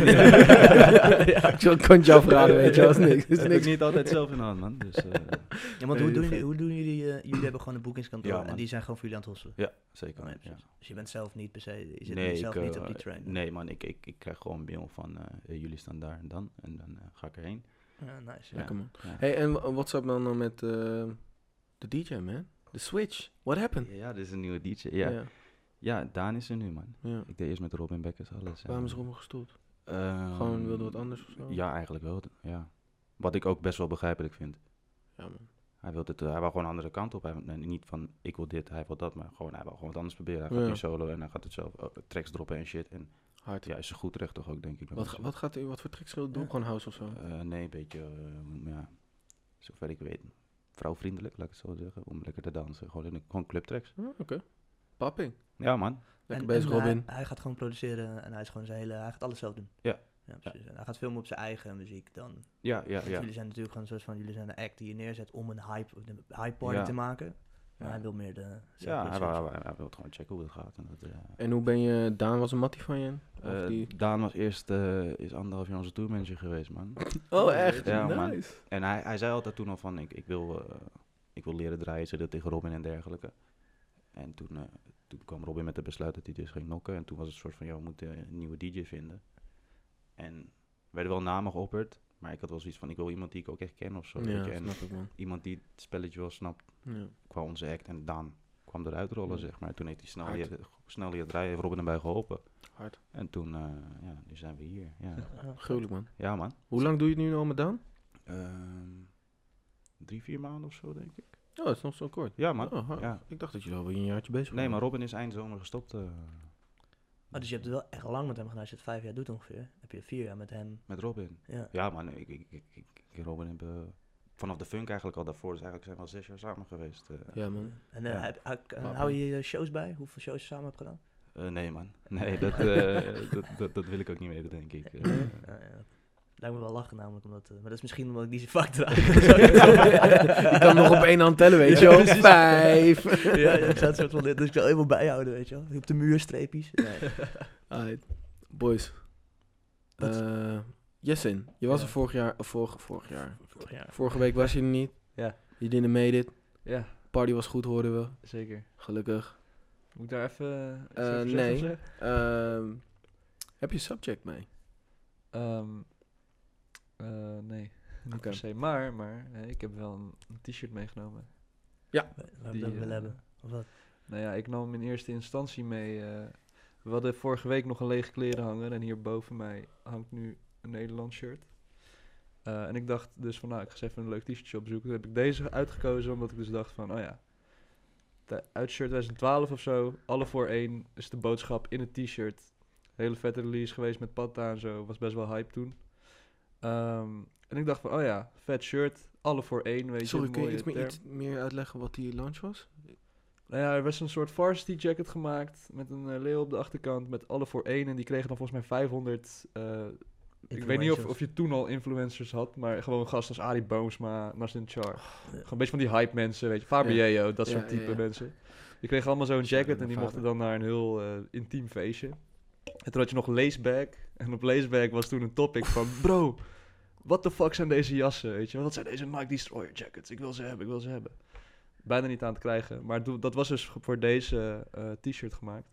ja, ik zou- kon het jou vragen, weet je. Dat is niks. Dat is heb ik niks. niet altijd zelf in de hand, man. Dus, [laughs] eh, Ja, want hoe doen, Eh, vet. jullie- hoe doen jullie... eh, jullie hebben gewoon een boekingskantoor Ja, en man. die zijn gewoon voor jullie aan het hosselen. ja, zeker. Nee, ja. precies. Dus je bent zelf niet per se... Je zit niet zelf ik, niet eh, op die train. Nee, man. Ik, ik, ik krijg gewoon een mail van... eh, jullie staan daar en dan. En dan eh, ga ik erheen. Ja, Ah, nice. Lekker, man. Ja. Hey, en wa- what's up dan dan met eh, de DJ, man? De Switch. What happened? Ja, dit is een nieuwe DJ. Ja, ja. ja. Daan is er nu, man. ja. Ik deed eerst met Robin Beckers alles. en- Waarom is Rommel gestopt? Ehm, Gewoon wilde wat anders of zo? Ja, eigenlijk wel. Ja. Wat ik ook best wel begrijpelijk vind. Ja, man. Hij wilde het, eh, hij wou gewoon een andere kant op. Hij, nee, niet van ik wil dit, hij wil dat, maar gewoon hij wil gewoon wat anders proberen. Hij gaat Ja. nu solo en hij gaat het zelf eh, tracks droppen en shit. En Hard. ja, is er goed terecht toch ook, denk ik. bij Wat, ons. ga- wat, gaat, u- wat voor tricks wil je doen? Ja. Gewoon house of zo? Eh, nee, een beetje, eh, ja, zover ik weet, vrouwvriendelijk, laat ik het zo zeggen, om lekker te dansen. Gewoon, in, een- gewoon clubtracks. Oh, Oké. Papping. Ja, man. Lekker En- bezig, en hij- Robin. Hij, gaat gewoon produceren en hij is gewoon zijn hele... Hij gaat alles zelf doen. Ja. Ja, precies. En hij gaat veel meer op zijn eigen muziek dan... Ja, ja, Want ja. Jullie zijn natuurlijk gewoon een soort van... Jullie zijn een act die je neerzet om een hype, een hype party Ja. te maken. Maar Ja. hij wil meer de... Ja, hij, zelfproductie. wou- hij, wou- hij wil gewoon checken hoe het gaat. En dat, eh, En hoe ben je... Daan was een mattie van je? Of eh, die... Daan was eerst eh, is anderhalf jaar onze tourmanager geweest, man. [laughs] Oh, echt? Ja, man. nice. En hij, hij zei altijd toen al van, ik, ik, wil, eh, ik wil leren draaien, zei dat tegen Robin en dergelijke. En toen, eh, toen kwam Robin met het besluit dat hij dus ging nokken. En toen was het een soort van, ja, we moeten een nieuwe DJ vinden. En er werden wel namen geopperd, maar ik had wel zoiets van, ik wil iemand die ik eh, ook echt ken of zo. weet je. Ja, En snap ik, man. iemand die het spelletje wel snapt Ja. qua onze act. En Daan kwam eruit rollen, Mm. zeg maar. Toen heeft hij snel Hard. leren, snel leren draaien, heeft Robin erbij geholpen. Hard. En toen, eh, ja, nu zijn we hier. Ja, Ja. Gruwelijk, man. ja man. Hoe lang doe je het nu al met Daan? Ehm, drie, vier maanden of zo, denk ik. Oh, dat is nog zo kort. Ja, man. Oh, hard. Ja. Ik dacht dat je al een jaartje bezig was. Nee, maar Robin is eind zomer gestopt. eh, Oh, dus je hebt het wel echt lang met hem gedaan. Als je het vijf jaar doet ongeveer, heb je vier jaar met hem. Met Robin. Ja. Ja, man. Ik, ik, ik, ik, ik en Robin hebben... Vanaf de funk eigenlijk al daarvoor. Dus eigenlijk zijn we al zes jaar samen geweest. eh. Ja, [laughs] man. En eh, Ja. heb- heb- eh, Wauw. hou je je shows bij? Hoeveel shows je samen hebt gedaan? Eh, nee, man. Nee, [laughs] dat, eh, dat, dat, dat wil ik ook niet weten, denk ik. Eh, Ja, ja. Lijkt me wel lachen namelijk, omdat, eh, maar dat is misschien omdat ik die zo vaak draai. je kan nog op één hand tellen, weet je Ja, wel. precies. Vijf. ja, ja, ik zou het soort van, dus ik wil helemaal bijhouden, weet je wel. Op de muurstreepjes. Nee. Alright. Boys. Dat- Eh, Jessin, je was Ja. er vorig jaar... eh, Vorig, vorig jaar. Vorig jaar. Vorige week was je er niet. Ja. Je didn't made it. Ja, Party was goed, hoorden we. zeker. Gelukkig. Moet ik daar even... iets Eh, over zeggen nee. of zo? Ehm, heb je subject mee? Ehm, eh, nee, niet per Oké. se. Maar, maar eh, ik heb wel een, een t-shirt meegenomen. Waar we die, dat eh, willen hebben. Of wat? Nou ja, ik nam hem in eerste instantie mee. eh, we hadden vorige week nog een leeg kleren hangen. En hier boven mij hangt nu een Nederlands shirt. Eh, en ik dacht dus van, nou, ik ga eens even een leuk t-shirtje opzoeken. Toen heb ik deze uitgekozen, omdat ik dus dacht van, oh ja... de Uitshirt 2012 of zo, alle voor één, is de boodschap in het t-shirt. Hele vette release geweest met Patta en zo, was best wel hype toen. Ehm, en ik dacht van, oh ja, vet shirt, alle voor één, weet Sorry, je. kun je mooie iets, meer- term. iets meer uitleggen wat die launch was? Nou ja, er was een soort varsity jacket gemaakt met een eh, leeuw op de achterkant met alle voor één. En die kregen dan volgens mij 500... eh, ik weet niet of, Influencers. of je toen al influencers had, maar gewoon gasten als Arie Boomsma, Marcin Char. Gewoon een beetje van die hype mensen, weet je. Fabio, dat Oh, Ja, soort ja, type ja. mensen. Die kregen allemaal zo'n Shout-out jacket en naar die vader. mochten dan naar een heel eh, intiem feestje. En toen had je nog Laceback. En op Laceback was toen een topic [laughs] van... Bro, what the fuck zijn deze jassen, weet je? Wat zijn deze Nike Destroyer jackets? Ik wil ze hebben, ik wil ze hebben. Bijna niet aan het krijgen. Maar doe- dat was dus voor deze eh, t-shirt gemaakt.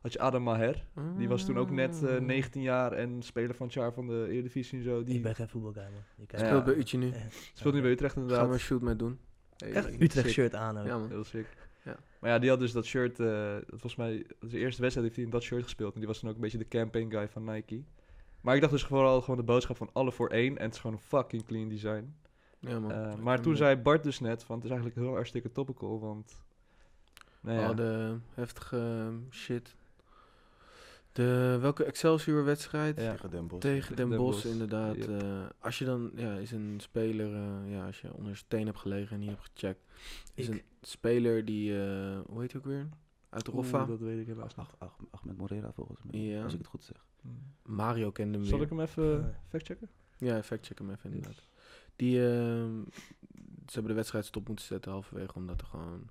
Had je Adam Maher. Die was toen ook net Oh. eh, Mm. 19 jaar en speler van het jaar van de Eredivisie en zo. Ik Die ben geen voetbalguy, man. Je kijkt- Ja. Speelt bij Utje nu. speelt nu bij Utrecht Gaan we een inderdaad. shoot mee doen. Echt een Utrecht Sick. shirt aan ook. Ja, man. Heel sick. Ja. Maar ja, die had dus dat shirt, eh, dat volgens mij, zijn eerste wedstrijd heeft hij in dat shirt gespeeld. En die was dan ook een beetje de campaign guy van Nike. Maar ik dacht dus vooral gewoon de boodschap van alle voor één. En het is gewoon een fucking clean design. Ja, man. Eh, Ik maar ken toen hem zei Bart dus net, van het is eigenlijk heel hartstikke topical, want... Nou wel. ja, Al de heftige eh, shit. ehm, De, welke Excelsior-wedstrijd? Ja. Tegen Den Bosch. Tegen Den Den Bosch, Bosch, inderdaad. yep. Eh, als je dan, ja, is een speler, eh, ja, als je onder steen hebt gelegen en niet hebt gecheckt, is Ik. een speler die, eh, hoe heet hij ook weer? Uit Roffa. Oeh, Dat weet ik helaas nog. Ach, ach, Ahmed Morera volgens mij, Ja. als ik het goed zeg. Mario kende hem Hmm. Zal weer. ik hem even eh, Ja. factchecken? Ja, factcheck hem even inderdaad. Die, ehm, ze hebben de wedstrijd stop moeten zetten halverwege omdat er gewoon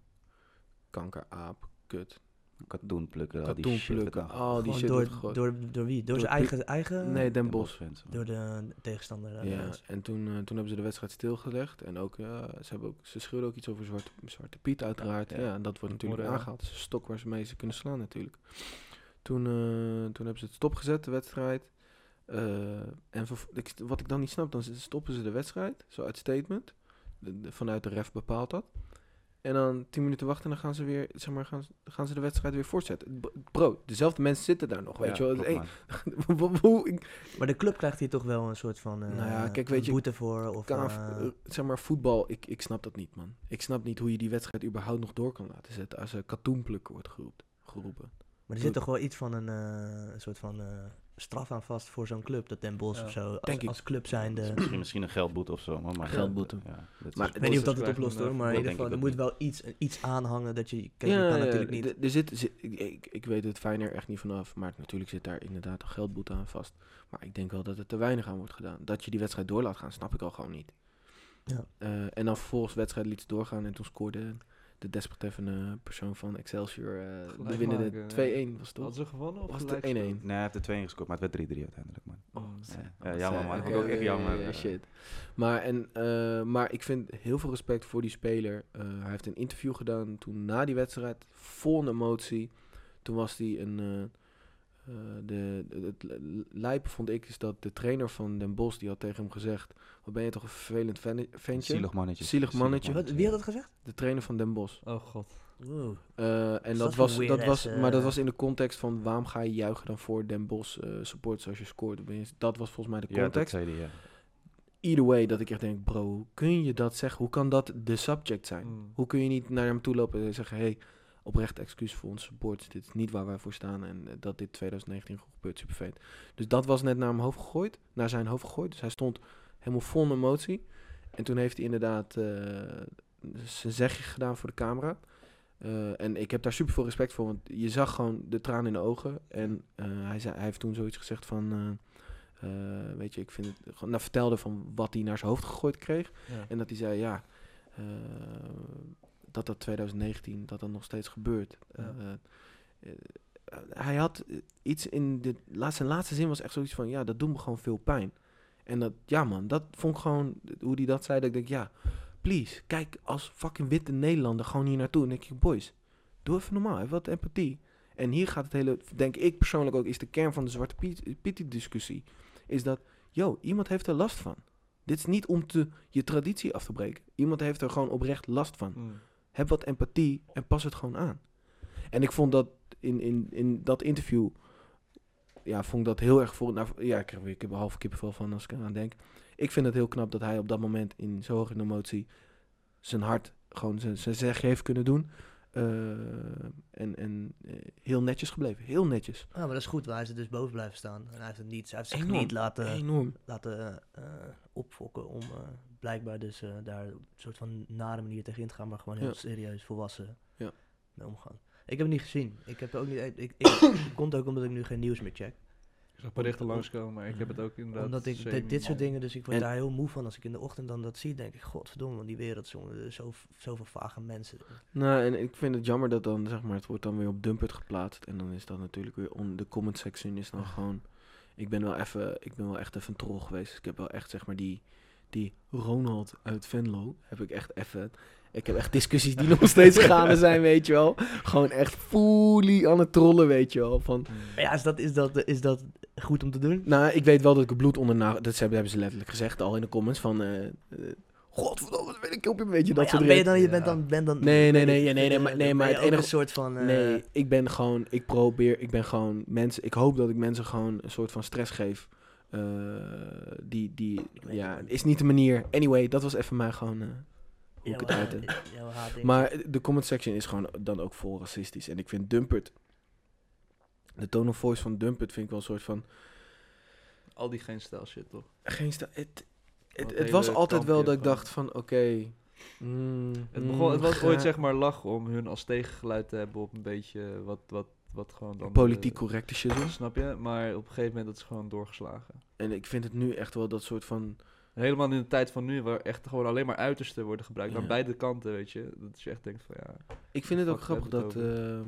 kankeraap, kut, Katoen plukken, al die katoen shit. eh, werd plukken, Ah, aangegooid. al die shit wordt door, door, gegooid. door, wie? Door, Door zijn Piet- eigen... eigen Nee, Den Den Bosch. Bosch fans. Door de tegenstander. eh, Ja, mensen. en toen, eh, toen hebben ze de wedstrijd stilgelegd. En ook, ja, ze, hebben ook, ze schreeuwden ook iets over Zwarte, Zwarte Piet uiteraard. Ja, Ja, en dat wordt natuurlijk Morel. aangehaald. Het is een stok waar ze mee ze kunnen slaan natuurlijk. Toen, eh, toen hebben ze het stopgezet, de wedstrijd. Eh, en verv- ik, wat ik dan niet snap, dan z- stoppen ze de wedstrijd. Zo uit statement. De- de- vanuit de ref bepaalt dat. En dan tien minuten wachten en dan gaan ze weer, zeg maar, gaan, ze- gaan ze de wedstrijd weer voortzetten. B- Bro, dezelfde mensen zitten daar nog, weet Ja, je wel. e- klopt, Hey, [laughs] man. hoe, ik, Maar de club krijgt hier toch wel een soort van eh, Nou ja, kijk, weet je, boete voor. Of, Kaaf, eh, eh, zeg maar, voetbal, ik, ik snap dat niet, man. Ik snap niet hoe je die wedstrijd überhaupt nog door kan laten zetten als er katoenplukker wordt geroept, geroepen. maar er zit toch wel iets van een eh, een soort van eh, straf aan vast voor zo'n club. Dat Den Bosch Ja, of zo, denk als, ik. als club zijnde. Het is Misschien, misschien een geldboete of zo. Maar, maar Geldboete. Ja, dat Maar is- Ik weet niet of dat het krijgt oplost een, eh, hoor, maar in ieder denk geval, ik er ook moet wel iets, iets aanhangen dat je... Kijk, je kan natuurlijk niet... d- Er zit, zit- ik- ik, ik weet het fijner echt niet vanaf, maar natuurlijk zit daar inderdaad een geldboete aan vast. Maar ik denk wel dat er te weinig aan wordt gedaan. Dat je die wedstrijd door laat gaan, snap ik al gewoon niet. Ja. Eh, en dan vervolgens de wedstrijd liet ze doorgaan en toen scoorde de desbetreffende persoon van Excelsior eh, de Gelijk maken, winnende ja. 2-1 was het toch? Hadden ze gewonnen of Was het gelijk 1-1? gespeeld? Nee, hij heeft de 2 gescoord, maar het werd 3-3 uiteindelijk, man. Mm. Ja, Ja, ja, jammer, man. oké, Vond ik ook echt oké, jammer. ja, ja, eh. shit. Maar, en, eh, maar ik vind heel veel respect voor die speler. Eh, hij heeft een interview gedaan toen na die wedstrijd. Vol een emotie. Toen was hij een... eh, eh, de, de- het li- lijpe vond ik is dat de trainer van Den Bosch... die had tegen hem gezegd... wat ben je toch een vervelend ven- ventje. Zielig mannetje. Zielig mannetje. Wat, wie had dat gezegd? De trainer van Den Bosch. Oh god. Oeh. Eh, en Is dat dat voor was, dat weird-ass, was, maar dat eh? was in de context van... waarom ga je juichen dan voor Den Bosch eh supporters als je scoort? Dat was volgens mij de Ja, dat context zei hij, ja. either way dat ik echt denk, bro, hoe kun je dat zeggen? Hoe kan dat de subject zijn? Mm. Hoe kun je niet naar hem toe lopen en zeggen, hey, oprecht excuus voor onze supporters. Dit is niet waar wij voor staan en eh, dat dit 2019 gebeurt, super vet. Dus dat was net naar hem hoofd gegooid, naar zijn hoofd gegooid. Dus hij stond helemaal vol emotie. En toen heeft hij inderdaad eh, zijn zegje gedaan voor de camera. Eh, en ik heb daar super veel respect voor, want je zag gewoon de tranen in de ogen. En eh, hij, zei, hij heeft toen zoiets gezegd van, eh, eh, weet je, ik vind het... Gewoon, nou, vertelde van wat hij naar zijn hoofd gegooid kreeg. Ja. En dat hij zei, ja, eh, dat dat 2019, dat dat nog steeds gebeurt. Ja. Eh, eh, hij had eh, iets in de laatste, zijn laatste zin was echt zoiets van, ja, dat doet me gewoon veel pijn. En dat, ja man, dat vond ik gewoon, hoe hij dat zei, dat ik denk, ja, please, kijk als fucking witte Nederlander gewoon hier naartoe. En denk ik, boys, doe even normaal, heb wat empathie. En hier gaat het hele, denk ik persoonlijk ook, is de kern van de Zwarte Piet, Piet discussie. Is dat, yo, iemand heeft er last van. Dit is niet om te, je traditie af te breken. Iemand heeft er gewoon oprecht last van. Mm. Heb wat empathie en pas het gewoon aan. En ik vond dat in, in, in dat interview. Ja, vond ik dat heel erg voor. Nou, ja, ik, krijg weer- ik heb er half kippenvel van als ik eraan denk. Ik vind het heel knap dat hij op dat moment in zo'n hoge emotie. zijn hart gewoon zijn, zijn zeg heeft kunnen doen. Eh, en en eh, heel netjes gebleven. Heel netjes. Ja, maar dat is goed, want hij is er dus boven blijven staan. En hij heeft, het niet, hij heeft zich Enorm. niet laten, Enorm. laten eh, opfokken om eh, blijkbaar dus eh, daar een soort van nare manier tegen in te gaan, maar gewoon heel Ja. serieus volwassen Ja. mee omgaan. Ik heb het niet gezien. Ik heb er ook niet. Ik, ik, ik- [coughs] komt ook omdat ik nu geen nieuws meer check. Ik zag berichten langskomen, maar ik heb het ook inderdaad... Omdat ik semi- dit, dit soort dingen, dus ik word En- daar heel moe van als ik in de ochtend dan dat zie, denk ik, godverdomme, want die wereld, jongen, er is zo, zoveel vage mensen. Nou, en ik vind het jammer dat dan, zeg maar, het wordt dan weer op Dumpert geplaatst. En dan is dat natuurlijk weer, on, de comment section is dan gewoon... Ik ben wel even, ik ben wel echt even een troll geweest. Ik heb wel echt, zeg maar, die, die Ronald uit Venlo, heb ik echt even... Ik heb echt discussies die nog [laughs] steeds gaande zijn, weet je wel. Gewoon echt fully aan het trollen, weet je wel. Van, Maar ja, is dat, is, dat, is dat goed om te doen? nou, ik weet wel dat ik er bloed onder... na- Dat ze- hebben ze letterlijk gezegd al in de comments van... eh eh, Godverdomme, wat ben ik op je, weet je, dat Maar ja, soort ben je dingen. dan, je Ja. bent dan, bent dan... Nee, nee, nee, ik- ja, nee, nee, maar- eh, nee, ben maar je het ook enige- een soort van... eh, Nee, ik ben gewoon, ik probeer, ik ben gewoon mensen, ik hoop dat ik mensen gewoon een soort van stress geef. eh, die, die, weet ja, het niet. is niet de manier. Anyway, dat was even mij gewoon eh, hoe jouw ik het uitte. haat- jouw haat- Maar de comment section is gewoon dan ook vol racistisch. En ik vind Dumpert De tone of voice van Dumpet vind ik wel een soort van... Al die geen stijl shit, toch? Geen sta- het, het, Wat het was hele altijd wel kampje dat ik van- dacht van, oké... mm, Het, begon, het mm, was ooit ga- zeg maar lach om hun als tegengeluid te hebben op een beetje wat, wat, wat gewoon dan... de- Politiek correcte shit is. Snap je? Maar op een gegeven moment dat is gewoon doorgeslagen. En ik vind het nu echt wel dat soort van... Helemaal in de tijd van nu, waar echt gewoon alleen maar uitersten worden gebruikt. Ja. Aan beide kanten, weet je. Dat je echt denkt van ja... Ik vind het ook Fuck, we grappig hebben het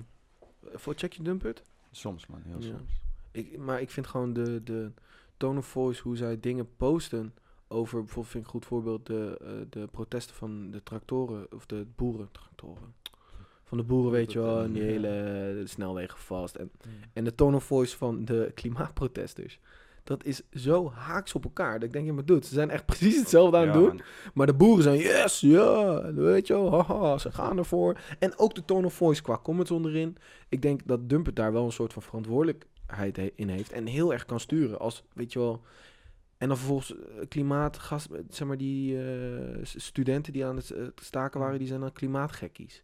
dat... eh, voor check je Dumpet? Soms, man, heel Ja. soms. Ik, maar ik vind gewoon de, de tone of voice, hoe zij dingen posten over, bijvoorbeeld vind ik een goed voorbeeld, de, eh, de protesten van de tractoren, of de boeren, tractoren. Van de boeren, weet je wel, en die Ja. hele eh, snelwegen vast. En, en de tone of voice van de klimaatprotesters. Dat is zo haaks op elkaar. Dat ik denk, ja, maar doet, ze zijn echt precies hetzelfde aan het Ja, doen. man. Maar de boeren zijn, yes, ja, weet je wel, haha, ze gaan ervoor. En ook de tone of voice qua comments onderin. Ik denk dat Dumpet daar wel een soort van verantwoordelijkheid he- in heeft. En heel erg kan sturen als, weet je wel... En dan vervolgens eh, klimaat, gas, zeg maar die eh, s- studenten die aan het eh, staken waren, die zijn dan klimaatgekkies.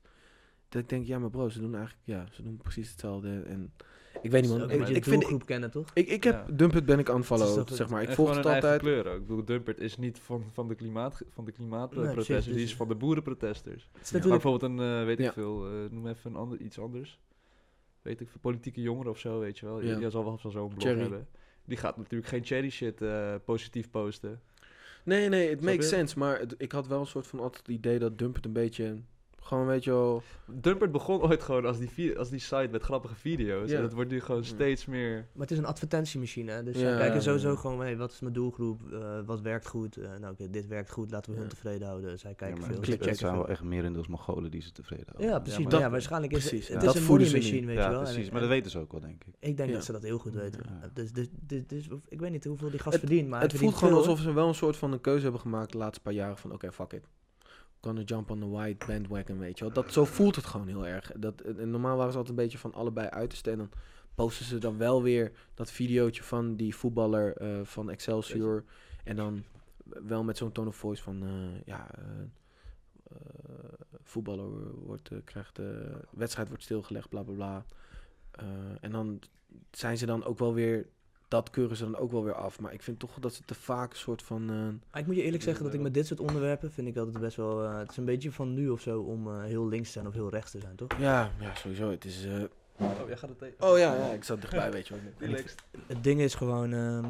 Dat ik denk, ja maar bro, ze doen eigenlijk, ja, ze doen precies hetzelfde. En ik weet niet man, ook ik, maar je ik vind, ik, doelgroep kennen, toch? ik heb, Ja. Dumpet ben ik Het is unfollowed, toch- zeg maar. Ik En volg gewoon het hun eigen altijd. kleur ook. Ik bedoel, Dumpert is niet van, van de klimaat, van de Nee, klimaatprotesters, precies, die dus- is van de boerenprotesters. Het is Ja. Maar natuurlijk... bijvoorbeeld een, eh, weet ik Ja. veel, eh, noem even een ander, iets anders. Weet ik veel, politieke jongeren of zo, weet je wel. Ja. Die zal wel van zo'n blog Cherry. hebben. Die gaat natuurlijk geen cherry shit eh, positief posten. Nee, nee, het Snap makes je? sense. Maar het- ik had wel een soort van altijd het idee dat Dump het een beetje... Gewoon een beetje wel... Dumpert begon ooit gewoon als die, vi- als die site met grappige video's. Ja. En dat wordt nu gewoon Ja. steeds meer... Maar het is een advertentiemachine, hè? dus Ja, zij kijken sowieso ja. gewoon, hey, wat is mijn doelgroep, Eh, wat werkt goed, Eh, nou oké, dit werkt goed, laten we Ja. hun tevreden houden. Zij Ja, kijken maar veel. het- zij Het kijken zijn wel veel. echt meer in de Mongolen die ze tevreden houden. Ja, precies. maar maar dat- ja, waarschijnlijk is precies, ja. het Dat is een voelen money ze machine, weet Ja, je wel. En- precies. en- Maar dat weten ze ook wel, denk ik. Ik denk Ja. dat ze dat heel goed weten. Ja. Dus, dus, dus, dus, ik weet niet hoeveel die gast verdient, maar het hij voelt verdient gewoon veel, alsof ze wel een soort van een keuze hebben gemaakt de laatste paar jaren. Van oké, fuck it. Kan een jump on the white bandwagon, weet je wel. Dat, zo voelt het gewoon heel erg. Dat, en normaal waren ze altijd een beetje van allebei uitersten. En dan posten ze dan wel weer dat videootje van die voetballer eh, van Excelsior. En dan wel met zo'n tone of voice van... eh, ja, eh, eh, voetballer wordt, eh, krijgt... eh, wedstrijd wordt stilgelegd, bla bla bla. Eh, en dan zijn ze dan ook wel weer... Dat keuren ze dan ook wel weer af. Maar ik vind toch dat ze te vaak een soort van... eh, Maar ik moet je eerlijk Ja, zeggen dat ik wel. met dit soort onderwerpen vind ik altijd best wel... eh, het is een beetje van nu of zo om eh, heel links te zijn of heel rechts te zijn, toch? ja, ja, sowieso. Het is... eh, Oh, jij gaat het tegen. oh ja, ja, ik zat [laughs] dichtbij, weet je wel. Relaxed. Het ding is gewoon... ehm,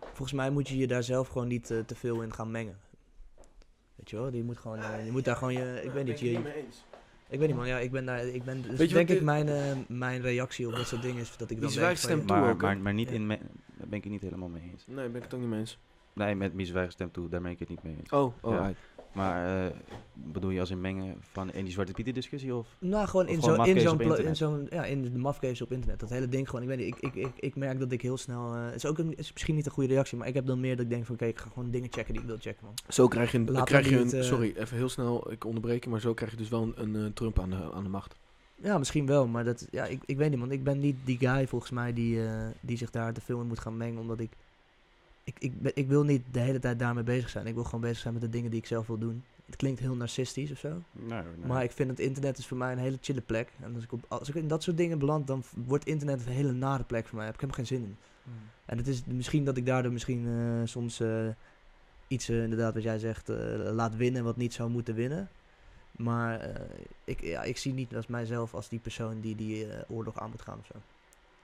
volgens mij moet je je daar zelf gewoon niet eh, te veel in gaan mengen. Weet je wel? Je moet, gewoon, eh, je moet daar gewoon je... Ik weet niet, je, Ik weet niet man, ja, ik ben daar... Ik ben, dus Weet je denk wat ik de- mijn, eh, mijn reactie op dat soort dingen is dat ik Die dan denk van... zwijgstemt- ja, toe Maar, ook, hè? maar, maar niet Ja. in me- daar ben ik het niet helemaal mee eens. Nee, ben ik het ook niet mee eens. Nee, met mijn zwijgstem toe, daar ben ik het niet mee eens. Oh, oh, Ja. uit. Maar eh, bedoel je als in mengen van in die Zwarte Pieter discussie of? Nou, gewoon Of in gewoon zo'n in mafkees zo'n op pla- in internet. zo'n ja, in de mafcase op internet. Dat hele ding gewoon, ik weet niet, ik, ik, ik, ik merk dat ik heel snel, eh, is ook een, is misschien niet een goede reactie, maar ik heb dan meer dat ik denk van, oké, ik ga gewoon dingen checken die ik wil checken, man. Zo krijg je een... Laat krijg hem je een niet, eh, Sorry, even heel snel, ik onderbreek je, maar zo krijg je dus wel een, een eh, Trump aan de, aan de macht. Ja, misschien wel, maar dat, ja, ik, ik weet niet, man. Ik ben niet die guy volgens mij die, eh, die zich daar te veel in moet gaan mengen, omdat ik, ik, ik, ben- ik wil niet de hele tijd daarmee bezig zijn. Ik wil gewoon bezig zijn met de dingen die ik zelf wil doen. Het klinkt heel narcistisch of zo. Nee, Maar ik vind het internet is voor mij een hele chille plek. En als ik, op, als ik in dat soort dingen beland, dan v- wordt internet een hele nare plek voor mij. Daar heb ik helemaal geen zin in. Mm. En het is misschien dat ik daardoor misschien eh, soms eh, iets, eh, inderdaad wat jij zegt, eh, laat winnen wat niet zou moeten winnen. Maar eh, ik, ja, ik zie niet als mijzelf als die persoon die die eh, oorlog aan moet gaan of zo.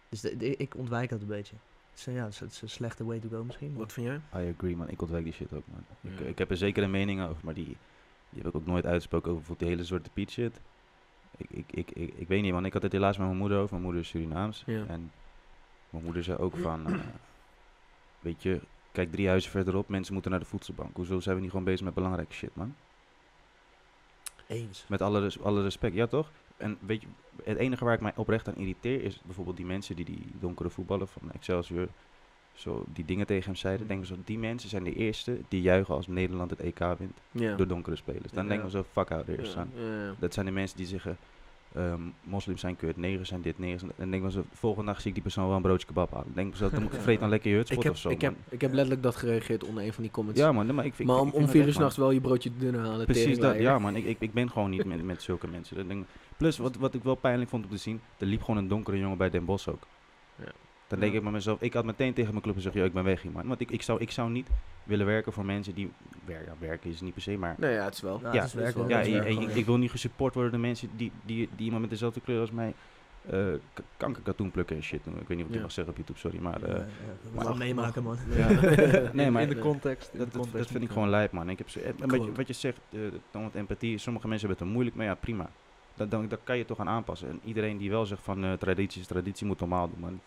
Dus de- de- ik ontwijk dat een beetje. Het is, een- ja, het is- het is een slechte way to go misschien. maar- Wat vind jij? I agree man, ik ontwijk die shit ook man. Ik, Ja. ik heb er zeker een mening over, maar die, die heb ik ook nooit uitgesproken over bijvoorbeeld die hele Zwarte Piet shit. Ik, ik, ik, ik, ik weet niet man, ik had het helaas met mijn moeder over, mijn moeder is Surinaams. Ja. En mijn moeder zei ook van, eh, weet je, kijk drie huizen verderop, mensen moeten naar de voedselbank. Hoezo zijn we niet gewoon bezig met belangrijke shit man? Eens. Met alle, res- alle respect, ja toch? En weet je, het enige waar ik mij oprecht aan irriteer is bijvoorbeeld die mensen die die donkere voetballer van Excelsior zo die dingen tegen hem zeiden. Mm. Denken zo, die mensen zijn de eerste die juichen als Nederland het EK wint Ja. door donkere spelers. Dan Ja. denken we zo, fuck out, er is ja. aan. ja. Dat zijn de mensen die zeggen, ehm, moslims zijn kut, negers zijn dit, negers zijn dat. En denken we zo, volgende dag zie ik die persoon wel een broodje kebab aan. Dan denken we zo, dan vreet dan lekker je Ik hutspot heb, of zo. ik, heb, man. ik heb letterlijk dat gereageerd onder een van die comments. ja man, nee, maar ik vind maar ik- om, ik om vind dat echt, vier uur man. s'nachts wel je broodje dunner halen. Precies dat, teringleier. ja man. Ik, ik, ik ben gewoon niet met, met zulke mensen. Dat ding- Plus, wat, wat ik wel pijnlijk vond om te zien, er liep gewoon een donkere jongen bij Den Bosch ook. Dan denk ik bij mezelf, ik had meteen tegen mijn club gezegd, "Yo, ik ben weg hier, man. Want ik, ik, zou, ik zou niet willen werken voor mensen die... wer- ja, werken is niet per se, maar... Nee, ja, het is wel. Nou, Ja, het is werken, dat hoor. ja, Het is is en- waar, en werken, ik, hoor. ik wil niet gesupport worden door mensen die, die, die, die iemand met dezelfde kleur als mij eh, k- kankerkatoen plukken en shit doen. Ik weet niet wat je Ja. mag zeggen op YouTube, sorry. Maar eh, Ja, ja, dat moet je wel mag- meemaken, man. Nee, [laughs] in, maar- in de context. In dat, de dat, context dat vind ik moet, gewoon lijp, man. Ik heb, zo- eh, maar wat, je, Klopt. wat je zegt, eh, dan wat empathie. Sommige mensen hebben het er moeilijk mee, ja prima. Dat, dan, dat kan je toch aan aanpassen. En iedereen die wel zegt van eh, traditie is traditie, moet normaal doen, man.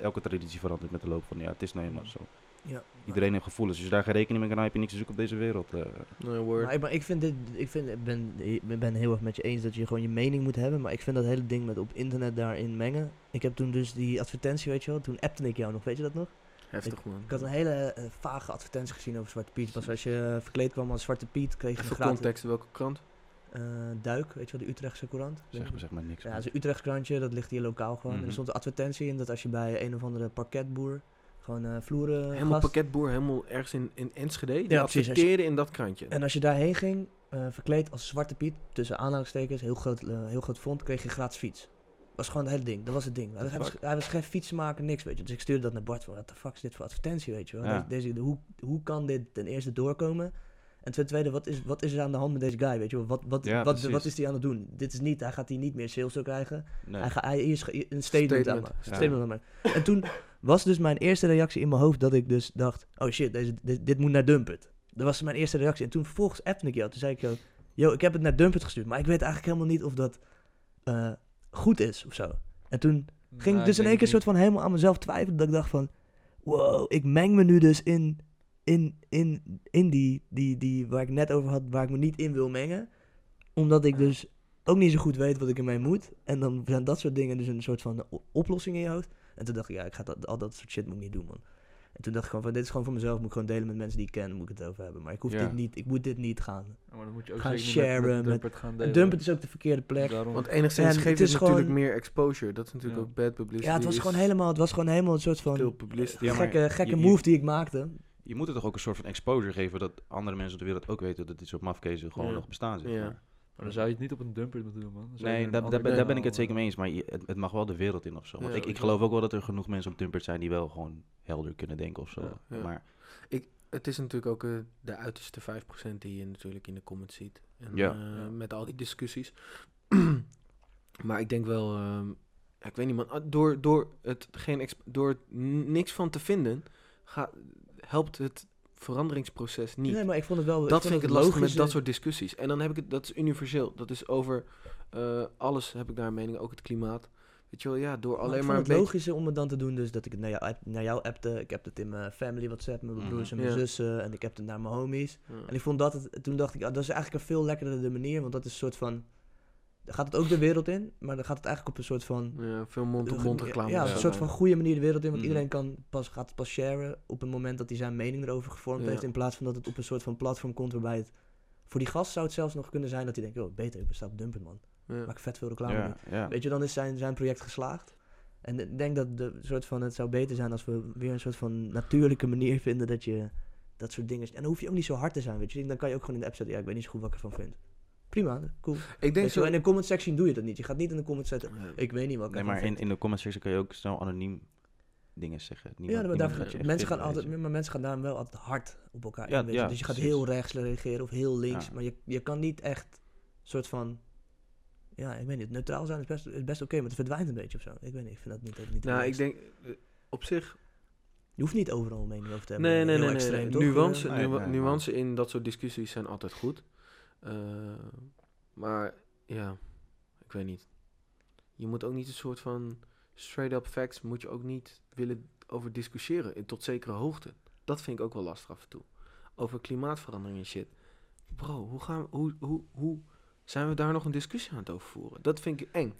Elke traditie verandert met de loop van, ja, het is nou eenmaal zo. Ja, maar- Iedereen heeft gevoelens. Als je daar geen rekening mee kan houden, heb je niks te zoeken op deze wereld. eh. Nee, word. Maar ik, maar ik vind dit, ik vind, ik ben, ik ben heel erg met je eens dat je gewoon je mening moet hebben, maar ik vind dat hele ding met op internet daarin mengen. Ik heb toen dus die advertentie, weet je wel, toen appte ik jou nog, weet je dat nog? Heftig, man. Ik had een hele eh, vage advertentie gezien over Zwarte Piet. Was als je eh, verkleed kwam als Zwarte Piet, kreeg je een Even gratis context, welke krant? eh, duik, weet je wel, de Utrechtse courant. zeg, maar, zeg maar niks. Ja, man. het is een Utrechts krantje, dat ligt hier lokaal gewoon. En Mhm. er stond een advertentie in dat als je bij een of andere parketboer gewoon eh, vloeren Helemaal gast- pakketboer, helemaal ergens in, in Enschede. Die precies, ja, als je- in dat krantje. En als je daarheen ging, eh, verkleed als Zwarte Piet, tussen aanhalingstekens, heel groot, eh, heel groot font, kreeg je gratis fiets. Was gewoon het hele ding, dat was het ding. Hij was, hij was geen fietsenmaker, niks, weet je. Dus ik stuurde dat naar Bart van, wat de fuck is dit voor advertentie, weet je wel. Ja. Deze, deze- hoe, hoe kan dit ten eerste doorkomen? En ten tweede, wat is, wat is er aan de hand met deze guy, weet je wel? Wat, wat, Ja, wat, precies. wat is hij aan het doen? Dit is niet, hij gaat hier niet meer sales door krijgen. Nee. Hij, ga, hij is ge- een statement, aan Statement. maken. Statement aan maken. En toen was dus mijn eerste reactie in mijn hoofd dat ik dus dacht... Oh shit, deze, dit, dit moet naar Dumpert. Dat was mijn eerste reactie. En toen vervolgens appte ik jou. Toen zei ik jou... Yo, ik heb het naar Dumpert gestuurd. Maar ik weet eigenlijk helemaal niet of dat eh, goed is of zo. En toen eh, ging nou, ik dus in één denk keer het soort van helemaal aan mezelf twijfelen. Dat ik dacht van... Wow, ik meng me nu dus in... In, in, in die, die, die waar ik net over had, waar ik me niet in wil mengen. Omdat ik dus ook niet zo goed weet wat ik ermee moet. En dan zijn dat soort dingen dus een soort van o- oplossing in je hoofd. En toen dacht ik, ja, ik ga dat, al dat soort shit moet ik niet doen, man. En toen dacht ik gewoon van, dit is gewoon voor mezelf. Moet ik gewoon delen met mensen die ik ken. Moet ik het over hebben. Maar ik hoef Ja. dit niet, ik moet dit niet gaan. niet. Oh, Maar dan moet je ook gaan zeker niet met- sharen met met- Dumpert gaan En delen. Dumpert is ook de verkeerde plek. Daarom- Want enigszins En geeft het het, is natuurlijk gewoon- meer exposure. Dat is natuurlijk Ja. ook bad publicity. Ja, het was dus is gewoon helemaal, het was gewoon helemaal een soort veel van publicity. Ja, maar gekke, gekke je- je- move die ik maakte. Je moet er toch ook een soort van exposure geven dat andere mensen op de wereld ook weten dat dit soort mafkezen gewoon Ja. nog bestaan. Zeg Ja. maar. Maar dan zou je het niet op een Dumpert moeten doen, man. Dan zou je Nee, een daar, daar, ander ben- daar ben ik kanaal, het zeker eh, mee eens, maar je- het, het mag wel de wereld in of zo. Want Ja, ik, ik oké. geloof ook wel dat er genoeg mensen op Dumpert zijn die wel gewoon helder kunnen denken of zo. Ja, ja. Maar Het is natuurlijk ook eh, de uiterste 5% die je natuurlijk in de comments ziet. En, Ja. eh, Ja. Met al die discussies. [clears throat] maar ik denk wel... ehm, ja, ik weet niet, man. Ah, Door, door, het, geen exp- door het n- niks van te vinden... Ga, helpt het veranderingsproces niet. Nee, maar ik vond het wel... dat vond vind ik het lastig met logische- dat soort discussies. En dan heb ik het, dat is universeel. Dat is over eh, alles heb ik daar een mening, ook het klimaat. Weet je wel, ja, door Maar alleen ik maar vond een het beetje... logische om het dan te doen, dus dat ik het naar jou, app- naar jou appte. Ik heb het in mijn family WhatsApp, met mijn Mhm. broers en mijn Ja. zussen. En ik heb het naar mijn homies. Ja. En ik vond dat, het, toen dacht ik, ah, dat is eigenlijk een veel lekkerder manier, want dat is een soort van, dan gaat het ook de wereld in, maar dan gaat het eigenlijk op een soort van... Ja, veel mond-op-mond reclame. Ja, of een zo. soort van goede manier de wereld in, want Mhm. iedereen kan pas, gaat het pas sharen op het moment dat hij zijn mening erover gevormd Ja. heeft, in plaats van dat het op een soort van platform komt waarbij het... Voor die gast zou het zelfs nog kunnen zijn dat hij denkt, oh, beter, ik besta op Dumpen, man. Ja. Maak vet veel reclame mee. ja, ja. Weet je, dan is zijn, zijn project geslaagd. En ik denk dat de soort van, het zou beter zijn als we weer een soort van natuurlijke manier vinden dat je dat soort dingen... En dan hoef je ook niet zo hard te zijn, weet je. Dan kan je ook gewoon in de app zetten, ja, ik weet niet zo goed wat ik ervan vind. Prima, cool. Ik denk Weet je zo... wel, in de comment section doe je dat niet. Je gaat niet in de comment zetten, Ja. ik weet niet wat ik nee, ervan maar in, vind. in de comment section kan je ook snel anoniem dingen zeggen. ja, Niemand- maar, niemand daar, gaat eh, je echt mensen gaan vinden, altijd, weet je. maar mensen gaan daarom wel altijd hard op elkaar Ja, in, weet je. ja, Dus je gaat precies. heel rechts reageren of heel links. Ja. Maar je, je kan niet echt soort van... Ja, ik weet niet. Neutraal zijn is best, is best oké, maar het verdwijnt een beetje of zo. Ik weet niet, ik vind dat niet... niet Nou, relaxed. ik denk... eh, Op zich... Je hoeft niet overal een mening over te hebben. Nee, nee, Heel nee. nee, extreem, nee. toch? Nuance, Nee, nu- nee, nee. nuance in dat soort discussies zijn altijd goed. Eh, maar ja, ik weet niet. Je moet ook niet een soort van straight-up facts... moet je ook niet willen over discussiëren. in- Tot zekere hoogte. Dat vind ik ook wel lastig af en toe. Over klimaatverandering en shit. Bro, hoe, gaan we, hoe, hoe, hoe zijn we daar nog een discussie aan het over voeren? Dat vind ik eng.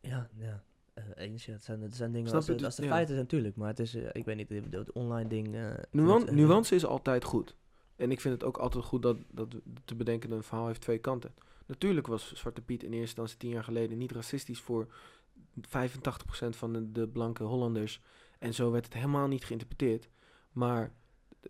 Eh, ja, ja. Eh, eens, ja. Het zijn, het zijn dingen Snap als, je? het- Dus- als de ja. feiten zijn natuurlijk. Maar het is, eh, ik weet niet, het, het online ding... eh, Nuan- met, eh, nuance is altijd goed. En ik vind het ook altijd goed dat, dat te bedenken dat een verhaal heeft twee kanten. Natuurlijk was Zwarte Piet in eerste instantie tien jaar geleden niet racistisch voor 85% van de, de blanke Hollanders. En zo werd het helemaal niet geïnterpreteerd. Maar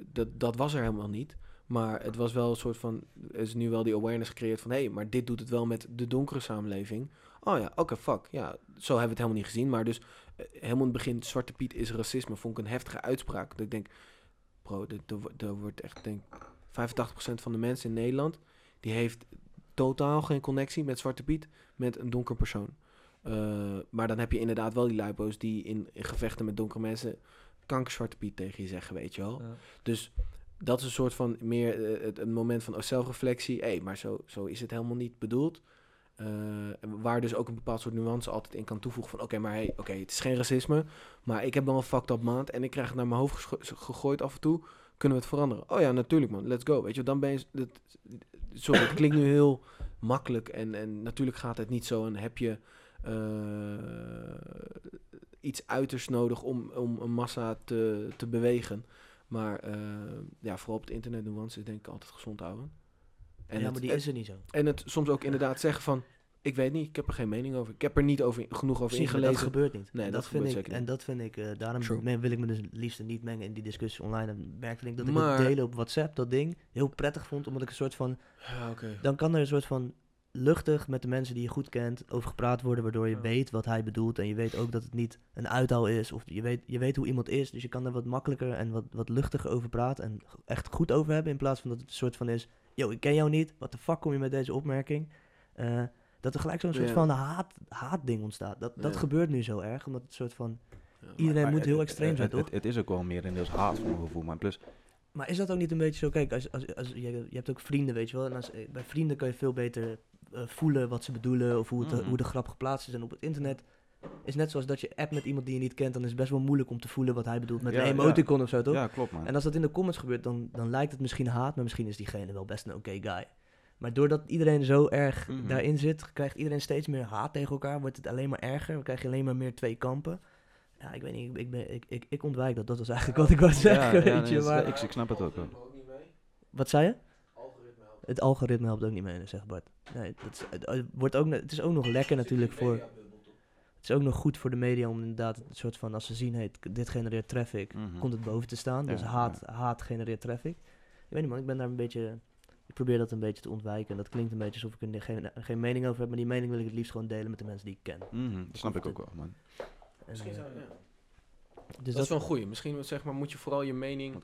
dat, dat was er helemaal niet. Maar het was wel een soort van. Er is nu wel die awareness gecreëerd van hé, hey, maar dit doet het wel met de donkere samenleving. Oh ja, oké, fuck. Ja, zo hebben we het helemaal niet gezien. Maar dus eh, helemaal in het begin, Zwarte Piet is racisme, vond ik een heftige uitspraak. Dat ik denk, bro, er- er wo- er wordt echt, denk ik, 85% van de mensen in Nederland, die heeft totaal geen connectie met Zwarte Piet, met een donker persoon. Eh, maar dan heb je inderdaad wel die luipo's die in, in gevechten met donkere mensen kanker Zwarte Piet tegen je zeggen, weet je wel. Ja. Dus dat is een soort van meer eh, het, een moment van oh, zelfreflectie. Hé, maar zo, zo is het helemaal niet bedoeld. Eh, waar dus ook een bepaald soort nuance altijd in kan toevoegen van... oké, maar hey, oké, het is geen racisme... maar ik heb wel een fucked up maand... en ik krijg het naar mijn hoofd gescho- gegooid af en toe... kunnen we het veranderen? Oh ja, natuurlijk man, let's go. Weet je, dan ben je... Dat, sorry, het klinkt nu heel makkelijk... En, en natuurlijk gaat het niet zo en heb je... eh, iets uiterst nodig om, om een massa te, te bewegen. Maar eh, ja, vooral op het internet nuance is denk ik altijd gezond houden. En ja, het- maar die het- is er niet zo. en het soms ook inderdaad zeggen van... Ik weet niet, ik heb er geen mening over. Ik heb er niet over, genoeg over Precies, maar ingelezen. Dat gebeurt niet. Nee, En dat dat, vind gebeurt ik, zeker en dat vind ik, eh, daarom True. me- wil ik me dus het liefst niet mengen in die discussie online. En merkte ik dat ik Maar- het delen op WhatsApp, dat ding, heel prettig vond. Omdat ik een soort van, Ja, Ah, oké. dan kan er een soort van luchtig met de mensen die je goed kent over gepraat worden. Waardoor je Ja. weet wat hij bedoelt. En je weet ook dat het niet een uithaal is. Of je weet, je weet hoe iemand is. Dus je kan er wat makkelijker en wat, wat luchtiger over praten. En g- echt goed over hebben. In plaats van dat het een soort van is, yo, ik ken jou niet. Wat de fuck kom je met deze opmerking? Eh, dat er gelijk zo'n soort Ja. van haat, haatding ontstaat. Dat, dat Ja. gebeurt nu zo erg, omdat het soort van... Ja, maar- Iedereen Maar moet het- heel het- extreem zijn, het- het- toch? Het is ook wel meer in deels haat voor mijn gevoel. Maar plus, Maar is dat ook niet een beetje zo? Kijk, als, als, als, je, je hebt ook vrienden, weet je wel. En als, eh, bij vrienden kan je veel beter eh, voelen wat ze bedoelen of hoe, het, Mhm. hoe de grap geplaatst is. En op het internet is net zoals dat je app met iemand die je niet kent, dan is het best wel moeilijk om te voelen wat hij bedoelt met Ja, een ja. emoticon of zo, toch? ja, klopt man. En als dat in de comments gebeurt, dan, dan lijkt het misschien haat, maar misschien is diegene wel best een oké guy. Maar doordat iedereen zo erg Mhm. daarin zit, krijgt iedereen steeds meer haat tegen elkaar. Wordt het alleen maar erger, dan krijg je alleen maar meer twee kampen. Ja, ik weet niet, ik, ik, ben, ik, ik, ik ontwijk dat. Dat was eigenlijk wat ik wou ja, zeggen, [laughs] weet ja, nee, je. dat is- maar... ik, ik snap het ook wel. Wat zei je? Het algoritme helpt ook niet mee, zegt Bart. Nee, dat is, het, eh, wordt ook, ne- het is ook nog lekker natuurlijk voor... Het is ook nog goed voor de media om inderdaad een soort van... Als ze zien, hey, het- dit genereert traffic, Mm. Mhm. komt het boven te staan. Dus Ja, haat, haat genereert traffic. Ik weet niet man, ik ben daar een beetje... Ik probeer dat een beetje te ontwijken. En dat klinkt een beetje alsof ik er geen, geen mening over heb. Maar die mening wil ik het liefst gewoon delen met de mensen die ik ken. Mhm, dat snap ik ook wel man. [laughs] En, Misschien eh, zou- ja. dus dat is dat, wel een goeie. Misschien zeg maar, moet je vooral je mening,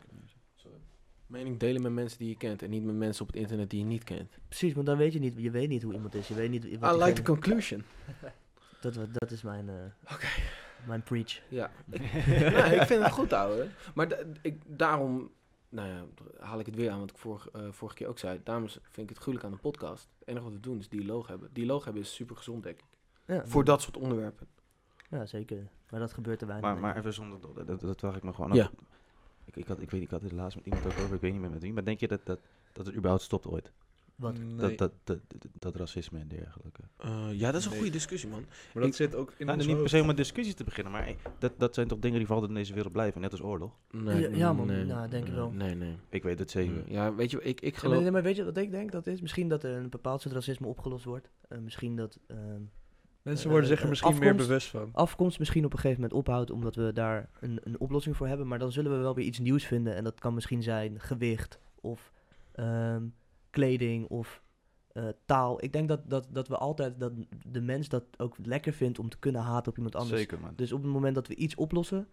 mening delen met mensen die je kent... en niet met mensen op het internet die je niet kent. precies, want dan weet je niet... Je weet niet hoe iemand is. Je weet niet... I Wat like the diegene- conclusion. dat, wa- dat is mijn... eh, Mijn preach. [laughs] Ja, ja ik vind het goed, ouwe. Maar da- ik, daarom nou ja, haal ik het weer aan wat ik vorige, eh, vorige keer ook zei. Daarom is- vind ik het gruwelijk aan de podcast. Het enige wat we doen is dialoog hebben. Dialoog hebben is super gezond, denk ik. Ja, Voor dat soort onderwerpen. Ja, zeker. Maar dat gebeurt er weinig. Maar, mee. maar even zonder, dat, dat, dat vraag ik me gewoon Ah, Ja. af. Ik, ik, had, ik, weet, ik had het laatst met iemand ook over, ik weet niet meer met wie, maar denk je dat, dat, dat het überhaupt stopt ooit? Wat? Nee. Dat, dat, dat, dat, dat racisme en dergelijke. Eh, ja, dat is een Nee. goede discussie, man. Maar dat Ik- zit ook in Nou, ons niet per hoofd. se om een discussie te beginnen, maar hey, dat, dat zijn toch dingen die voor altijd in deze wereld blijven, net als oorlog. Nee, Ja, ja, man. nee, Nou, denk ik wel. Nee, nee. Ik weet het zeker. Ja, weet je, ik, ik Ja, maar, geloof... nee, maar weet je wat ik denk? Dat is misschien dat er een bepaald soort racisme opgelost wordt. Eh, misschien dat ehm, Mensen eh, worden zich eh, er misschien meer afkomst. bewust van. afkomst misschien op een gegeven moment ophoudt, omdat we daar een, een oplossing voor hebben. Maar dan zullen we wel weer iets nieuws vinden. En dat kan misschien zijn gewicht of ehm, kleding of eh, taal. Ik denk dat, dat, dat we altijd, dat de mens dat ook lekker vindt om te kunnen haten op iemand anders. Zeker man. Dus op het moment dat we iets oplossen,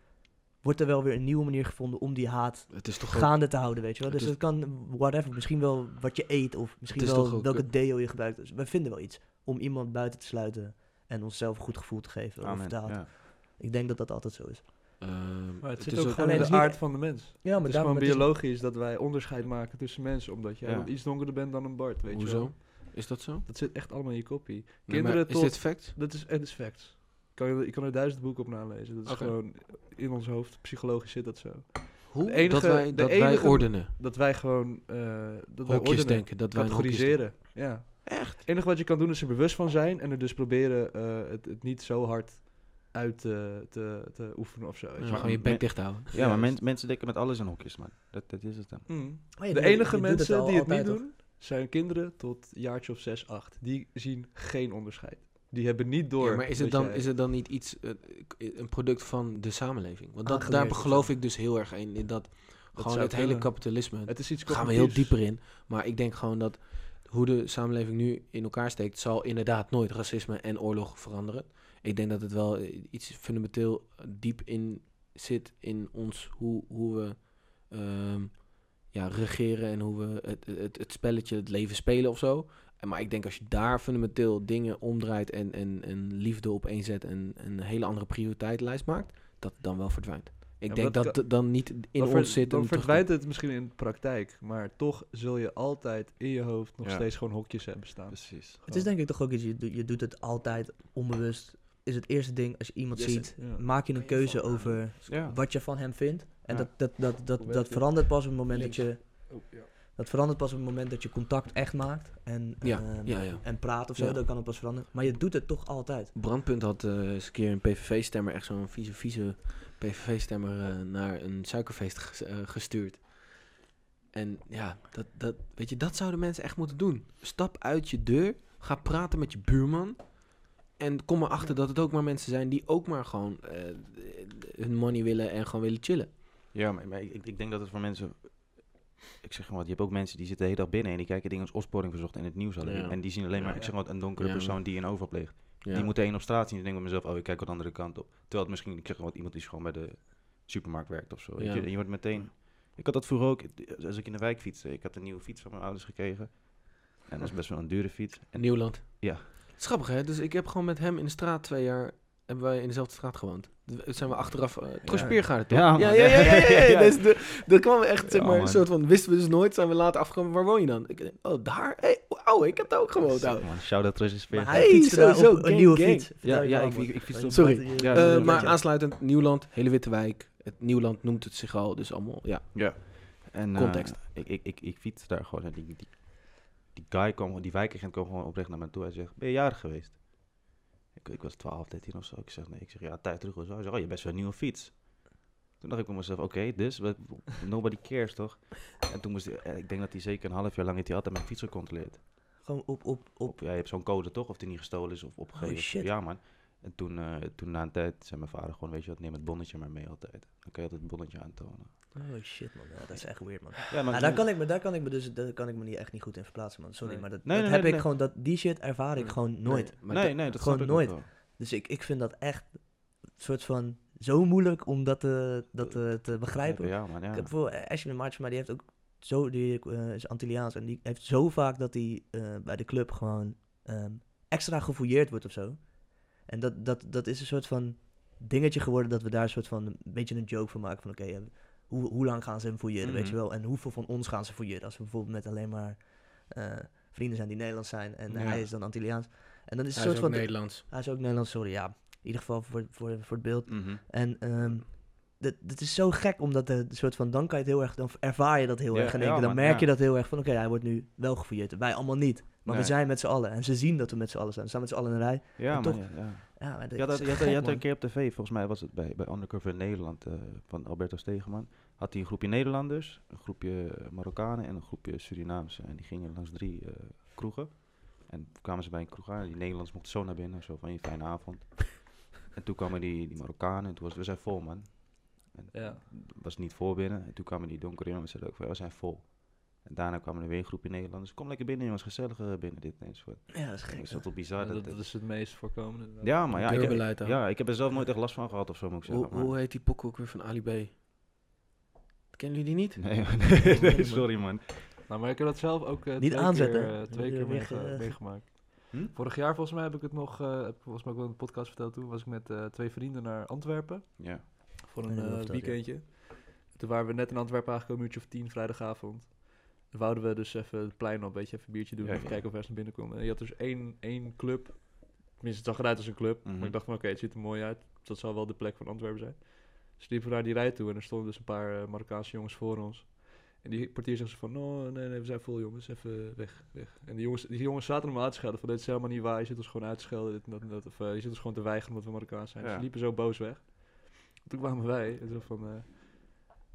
wordt er wel weer een nieuwe manier gevonden om die haat Het is toch ook- gaande te houden, weet je wel. Het Dus is- dat kan, whatever, misschien wel wat je eet of misschien Het is toch wel ook- eh, welke deo je gebruikt. Dus we vinden wel iets om iemand buiten te sluiten en onszelf een goed gevoel te geven. Of Amen. de haat. Ja. Ik denk dat dat altijd zo is. Ehm, Maar het zit is ook gewoon Alleen in is de niet- aard van de mens. Ja, Het maar is gewoon daarom biologisch dat wij onderscheid maken tussen mensen, omdat jij Ja. wat iets donkerder bent dan een Bart, weet je wel. Hoezo? Is dat zo? Dat zit echt allemaal in je kopie. Nee, maar Kinderen is tot- dit fact? Dat is, het is facts. Ik kan, je kan er duizend boeken op nalezen. Dat is Oké. gewoon in ons hoofd, psychologisch zit dat zo. Hoe? enige- dat wij, de dat wij enige- ordenen. Dat wij gewoon... eh dat wij Hokjes ordenen, denken. Dat wij in hokjes denken. categoriseren. Ja. Echt? Het enige wat je kan doen is er bewust van zijn en er dus proberen eh, het, het niet zo hard uit te, te, te oefenen of zo. weet Ja, je wel. Gewoon je bek dicht houden. Ja, maar Juist. mens- mensen denken met alles in hokjes man. Dat, dat is het dan. Mm. Maar Oh je De doet het- enige je doet het mensen al die het niet altijd, toch? doen, zijn kinderen tot een jaartje of 6, 8. Die zien geen onderscheid. Die hebben niet door. Ja, maar is het, dat dan, jij- is het dan niet iets, eh, k- een product van de samenleving? Want dat, daar Aangeleerd of geloof zo. ik dus heel erg in. in dat, gewoon zou het hele kunnen. kapitalisme. Het is iets Daar gaan we heel cognitiefs. dieper in. Maar ik denk gewoon dat hoe de samenleving nu in elkaar steekt, zal inderdaad nooit racisme en oorlog veranderen. Ik denk dat het wel eh, iets fundamenteel diep in zit in ons, hoe, hoe we ehm, ja, regeren en hoe we het, het, het spelletje, het leven spelen of zo. En Maar ik denk als je daar fundamenteel dingen omdraait en, en, en liefde op één zet en, en een hele andere prioriteitenlijst maakt, dat het dan wel verdwijnt. Ik maar denk dat dat het dan niet in dan ons ver- zit. Dan om terug te- verdwijnt het misschien in de praktijk, maar toch zul je altijd in je hoofd nog Ja. steeds gewoon hokjes hebben staan. Dus- Precies. Het is denk ik toch ook iets, je, doet- je doet het altijd onbewust. Is het eerste ding als je iemand Yes, ziet, ja. maak je Kan een je keuze van aan. over Ja. wat je van hem vindt. En Ja. dat, dat, dat, dat, Hoe dat, werkt dit? verandert pas op het moment dat Links. Oh, je. Dat verandert pas op het moment dat je contact echt maakt en, Ja, ehm, ja, ja. en praat of zo, Ja. dan kan het pas veranderen. Maar je doet het toch altijd. Brandpunt had eh, eens een keer een PVV-stemmer, echt zo'n vieze, vieze PVV-stemmer, eh, naar een suikerfeest ges- eh, gestuurd. En ja, dat, dat, weet je, dat zouden mensen echt moeten doen. Stap uit je deur, ga praten met je buurman. En kom erachter dat het ook maar mensen zijn die ook maar gewoon eh, hun money willen en gewoon willen chillen. Ja, maar, maar ik, ik denk dat het voor mensen... Ik zeg maar wat, je hebt ook mensen die zitten de hele dag binnen en die kijken dingen als opsporing verzocht in het nieuws alleen. Ja. En die zien alleen Ja, maar, ik ja. zeg maar wat, een donkere Ja, persoon die een overal pleegt. Ja. Die moeten één op straat zien en denken bij mezelf, oh ik kijk wat de andere kant op. Terwijl het misschien, ik zeg maar wat, iemand is gewoon bij de supermarkt werkt of zo. weet Ja. je. En je wordt meteen... Ik had dat vroeger ook, eh, als ik in de wijk fietste. Ik had een nieuwe fiets van mijn ouders gekregen. En dat is best wel een dure fiets. En Nieuwland. Ja. Het is grappig, hè? Dus ik heb gewoon met hem in de straat twee jaar... hebben wij in dezelfde straat gewoond. Dus zijn we achteraf... eh Tros Ja. Peergaarden, toch? Ja, man. ja, ja, ja, ja, [laughs] ja, Ja. Dus de, dat kwam echt, zeg Ja, maar, een man. soort van... Wisten we dus nooit, zijn we later afgekomen. Waar woon je dan? Ik, denk, oh, daar? Hé, hey, ouwe, ik heb daar ook gewoond, Nou, ouwe. Sick, man. Shout-out Rusty Spears. Maar hij Hey, fietste daar sowieso, op een gang, nieuwe gang. fiets. Vertel Ja, je ja, me ik- allemaal. ik fiets Want op- je- Sorry. je- Ja, je- Eh, dat is maar ja. aansluitend, Nieuwland, hele witte wijk. Het Nieuwland noemt het zich al, dus allemaal, ja. En, eh, Context. ik, ik, ik, ik fiets daar gewoon en die, die, die guy kwam, die wijkagent kwam gewoon oprecht naar me toe. Hij zegt, ben je jarig geweest? Ik, ik was 12, 13 of zo. Ik zeg, nee. Ik zeg, ja, tijd terug of zo. Hij zegt, oh, je hebt best wel een nieuwe fiets. Toen dacht ik bij mezelf, oké, dus, wat- nobody cares, toch? En toen moest hij, eh, ik denk dat hij zeker een half jaar lang heeft hij altijd mijn fiets gecontroleerd. Gewoon op, op, op. Op, ja, je hebt zo'n code, toch? Of die niet gestolen is of opgegeven. shit. Ja, man. En toen, eh, toen na een tijd zei mijn vader gewoon, weet je wat, neem het bonnetje maar mee altijd. Dan kan je altijd het bonnetje aantonen. Oh shit man, Ja, dat is echt weird man. Ja, maar Nou, daar kan ik me, daar kan ik me dus, daar kan ik me niet echt niet goed in verplaatsen man. Sorry, Nee. maar dat, Nee, dat nee, heb nee, ik nee. gewoon, dat, die shit ervaar ik Nee. gewoon nooit. Nee, maar nee, dat- nee, dat gewoon snap ik ook nooit. wel. Dus ik, ik vind dat echt soort van zo moeilijk om dat te, dat, eh, te begrijpen. Ja, man, ja. Ik heb bijvoorbeeld Ashton een maatje van mij, die heeft ook zo, die eh, is Antilliaans en die heeft zo vaak dat hij eh, bij de club gewoon ehm, extra gefouilleerd wordt of zo. En dat, dat, dat is een soort van dingetje geworden dat we daar een soort van een beetje een joke van maken van oké, eh, hoe, hoe lang gaan ze hem fouilleren, weet je Mhm. wel? En hoeveel van ons gaan ze fouilleren als we bijvoorbeeld met alleen maar eh, vrienden zijn die Nederlands zijn en Ja. hij is dan Antilliaans. En dan is het Hij een is soort van... ook Nederlands. Hij is ook Nederlands, sorry, ja. In ieder geval voor, voor, voor het beeld. Mhm. En ehm dat, dat is zo gek, omdat de, de soort van, dan kan je het heel erg, dan ervaar je dat heel Ja, erg. En ja, één keer dan man, merk ja. je dat heel erg van, oké, hij wordt nu wel gefouilleerd. en Wij allemaal niet, maar we Nee. zijn met z'n allen. En ze zien dat we met z'n allen zijn. We staan met z'n allen in een rij. Ja, toch- man, ja, ja. Ja, maar dat Je had, is dat- je had, gek, je had man. een keer op tv, volgens mij was het bij, bij Undercover in Nederland eh, van Alberto Stegeman. Had hij een groepje Nederlanders, een groepje Marokkanen en een groepje Surinaamse. En die gingen langs drie eh, kroegen. En toen kwamen ze bij een kroeg aan. en Die Nederlands mochten zo naar binnen, zo van je fijne avond. en toen kwamen die, die Marokkanen en toen was het, we zijn vol man. En Ja. was niet vol binnen. En toen kwamen die donkere jongens en zeiden ook van, we zijn vol. En daarna kwamen er weer een groepje Nederlanders. Kom lekker binnen jongens, gezellig eh, binnen dit enzovoort. Ja, dat is Ik gek. is dat wel bizar. Ja, dat, dat, het- dat is het meest voorkomende. ja, maar ja, ik, heb- Deurbeleid, hè. ja, ik heb er zelf nooit echt last van gehad of zo moet ik Hoe, zeggen. maar- hoe heet die pokoe ook weer van Ali B? Kennen jullie die niet? Nee, [laughs] man. Nee, man. sorry man. Nou, maar ik heb dat zelf ook eh, Niet twee aanzetten, keer, hè? eh, Dan twee word keer je weer meege- ge- meegemaakt. Hm? Vorig jaar volgens mij heb ik het nog, eh, heb ik volgens mij ook wel in de podcast verteld toen, was ik met eh, twee vrienden naar Antwerpen. Ja. Voor Ja, een dat eh, hoeft ook, ja. weekendje. Toen waren we net in Antwerpen aangekomen, een uurtje of tien, vrijdagavond. Dan wouden we dus even het plein op, weet je, even een biertje doen. Ja, even ja. kijken of we ergens naar binnen konden. En je had dus één, één club. Tenminste, het zag eruit als een club. Mhm. Maar ik dacht van, oké, het ziet er mooi uit. Dat zal wel de plek van Antwerpen zijn. Dus liepen we naar die rij toe en er stonden dus een paar eh, Marokkaanse jongens voor ons. En die portier zegt ze van, oh nee, nee, we zijn vol jongens, even weg, weg. En die jongens, die jongens zaten hem aan te schelden van, dit is helemaal niet waar, je zit ons gewoon uit te schelden, dit en dat en dat. Of eh, je zit ons gewoon te weigeren omdat we Marokkaans zijn. Dus Ja. ze liepen zo boos weg. [laughs] Toen kwamen wij en zo van, eh,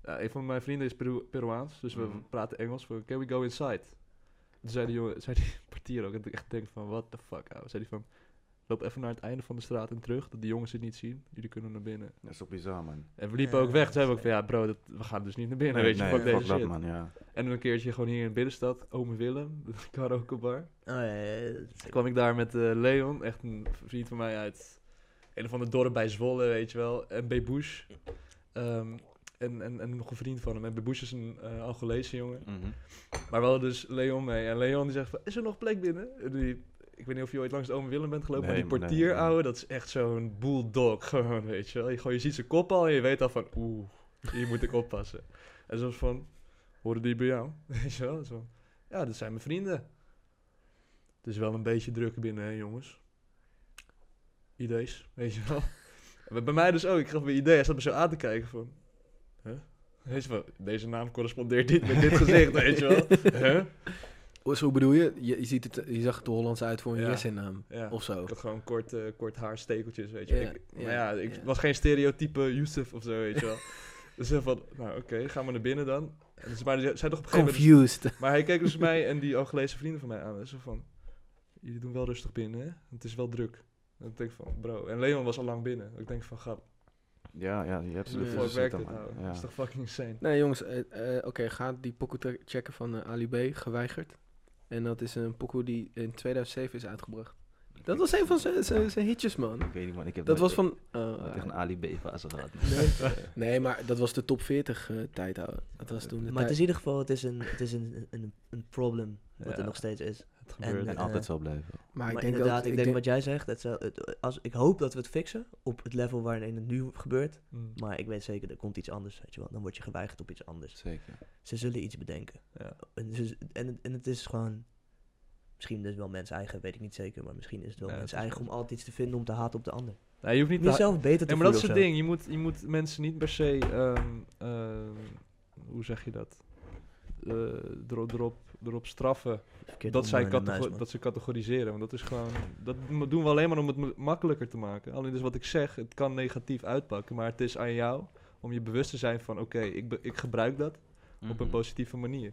ja, een van mijn vrienden is Peru- Peruaans, dus Mhm. we praten Engels. Van, can we go inside? Toen zei die jongen, zei die [laughs] portier ook, en toen echt denk ik van, what the fuck, ouwe. Zei die van, loop even naar het einde van de straat en terug, dat die jongens het niet zien. Jullie kunnen naar binnen. Dat is toch bizar man. En we liepen ook Ja, weg. Toen dat hebben we ook is van, ja bro, dat, we gaan dus niet naar binnen, Nee, weet je, nee, fuck deze dat shit. man, ja. En En een keertje gewoon hier in de binnenstad, Ome Willem, [laughs] de karaoke bar. Oh, ja, ja, ja, dat is- Toen kwam ik daar met eh, Leon, echt een vriend van mij uit een of ander dorp bij Zwolle, weet je wel. En Bebouche. Ehm, en, en, en nog een vriend van hem. En Bebouche is een eh Angolese jongen. Mhm. Maar we hadden dus Leon mee. En Leon die zegt van, is er nog plek binnen? En die, ik weet niet of je ooit langs de Oom Willem bent gelopen, Nee, maar die nee, portier, nee. ouwe, dat is echt zo'n bulldog gewoon, weet je wel. Je, gewoon, je ziet zijn kop al en je weet al van, oeh, hier moet ik oppassen. [laughs] En zoals van, horen die bij jou? [laughs] Weet je wel, zo. Ja, dat zijn mijn vrienden. Het is wel een beetje druk binnen, hè, jongens. Idees, weet je wel. [laughs] En bij mij dus ook, ik gaf me idee, hij zat me zo aan te kijken van, hè? Weet je wel, deze naam correspondeert dit [laughs] met dit gezicht, weet je wel. Hè? Oh, Zo bedoel je? Je, je ziet het, je zag het de Hollands uit voor een Ja. Jesse-naam. Ja. Of zo. Ik had gewoon kort, eh, kort haar, stekeltjes, weet je. Ja, ik, ja, maar ja, ik ja. was geen stereotype Yusuf of zo, weet je wel. dus hij van, nou oké, gaan we naar binnen dan. En dus, maar ze zijn toch op een gegeven moment... Confused. Maar hij keek dus mij en die Angolese vrienden van mij aan. En zo van, jullie doen wel rustig binnen, hè? Het is wel druk. En ik denk van, bro. En Leon was al lang binnen. Ik denk van, grap, Ja, ja, je hebt ze Ja. ervoor voor Fuck, werkt zitten, dit man. nou? Ja. Dat is toch fucking insane. Nee jongens, eh, eh, oké, ga die pokoe te- checken van eh, Ali B, geweigerd. En dat is een pokoe die in 2007 is uitgebracht. Dat was een van zijn- zijn zijn hitjes, man. Ik weet niet, man. Ik heb Dat was nooit- van... ik oh, heb tegen een Ali B-fase gehad. man. nee, maar dat was de top 40 eh, tijd, ouwe. Dat was toen de Maar het is tijd. in ieder geval het is een, het is een, een, een problem wat Ja. er nog steeds is. Ah, Het gebeurt. En- En eh, altijd zal blijven. Maar maar ik denk dat... inderdaad, ik, denk denk- wat jij zegt. Het, zou- het- als, ik hoop dat we het fixen op het level waarin het nu gebeurt. Mm, Maar ik weet zeker, er komt iets anders, weet je wel. Dan word je geweigerd op iets anders. Zeker. Ze zullen iets bedenken. ja. En, ze- en, het- en het is gewoon... Misschien dus wel mens eigen, weet ik niet zeker. Maar misschien is het wel Ja, mens het is eigen om wel- altijd iets te vinden om te haten op de ander. Nee, Nou, je hoeft niet Om te- jezelf beter te Nee, maar dat is voelen het of zo. ding. Je moet, je moet mensen niet per se. ehm, ehm, hoe zeg je dat? Eh, erop, erop, erop straffen. Verkeerd dat, zij omgaan in de muis, categori- man. dat ze categoriseren. Want dat is gewoon. Dat mo- doen we alleen maar om het mo- makkelijker te maken. Alleen dus wat ik zeg, het kan negatief uitpakken. Maar het is aan jou om je bewust te zijn van: oké, ik, be- ik gebruik dat op een Mhm. positieve manier.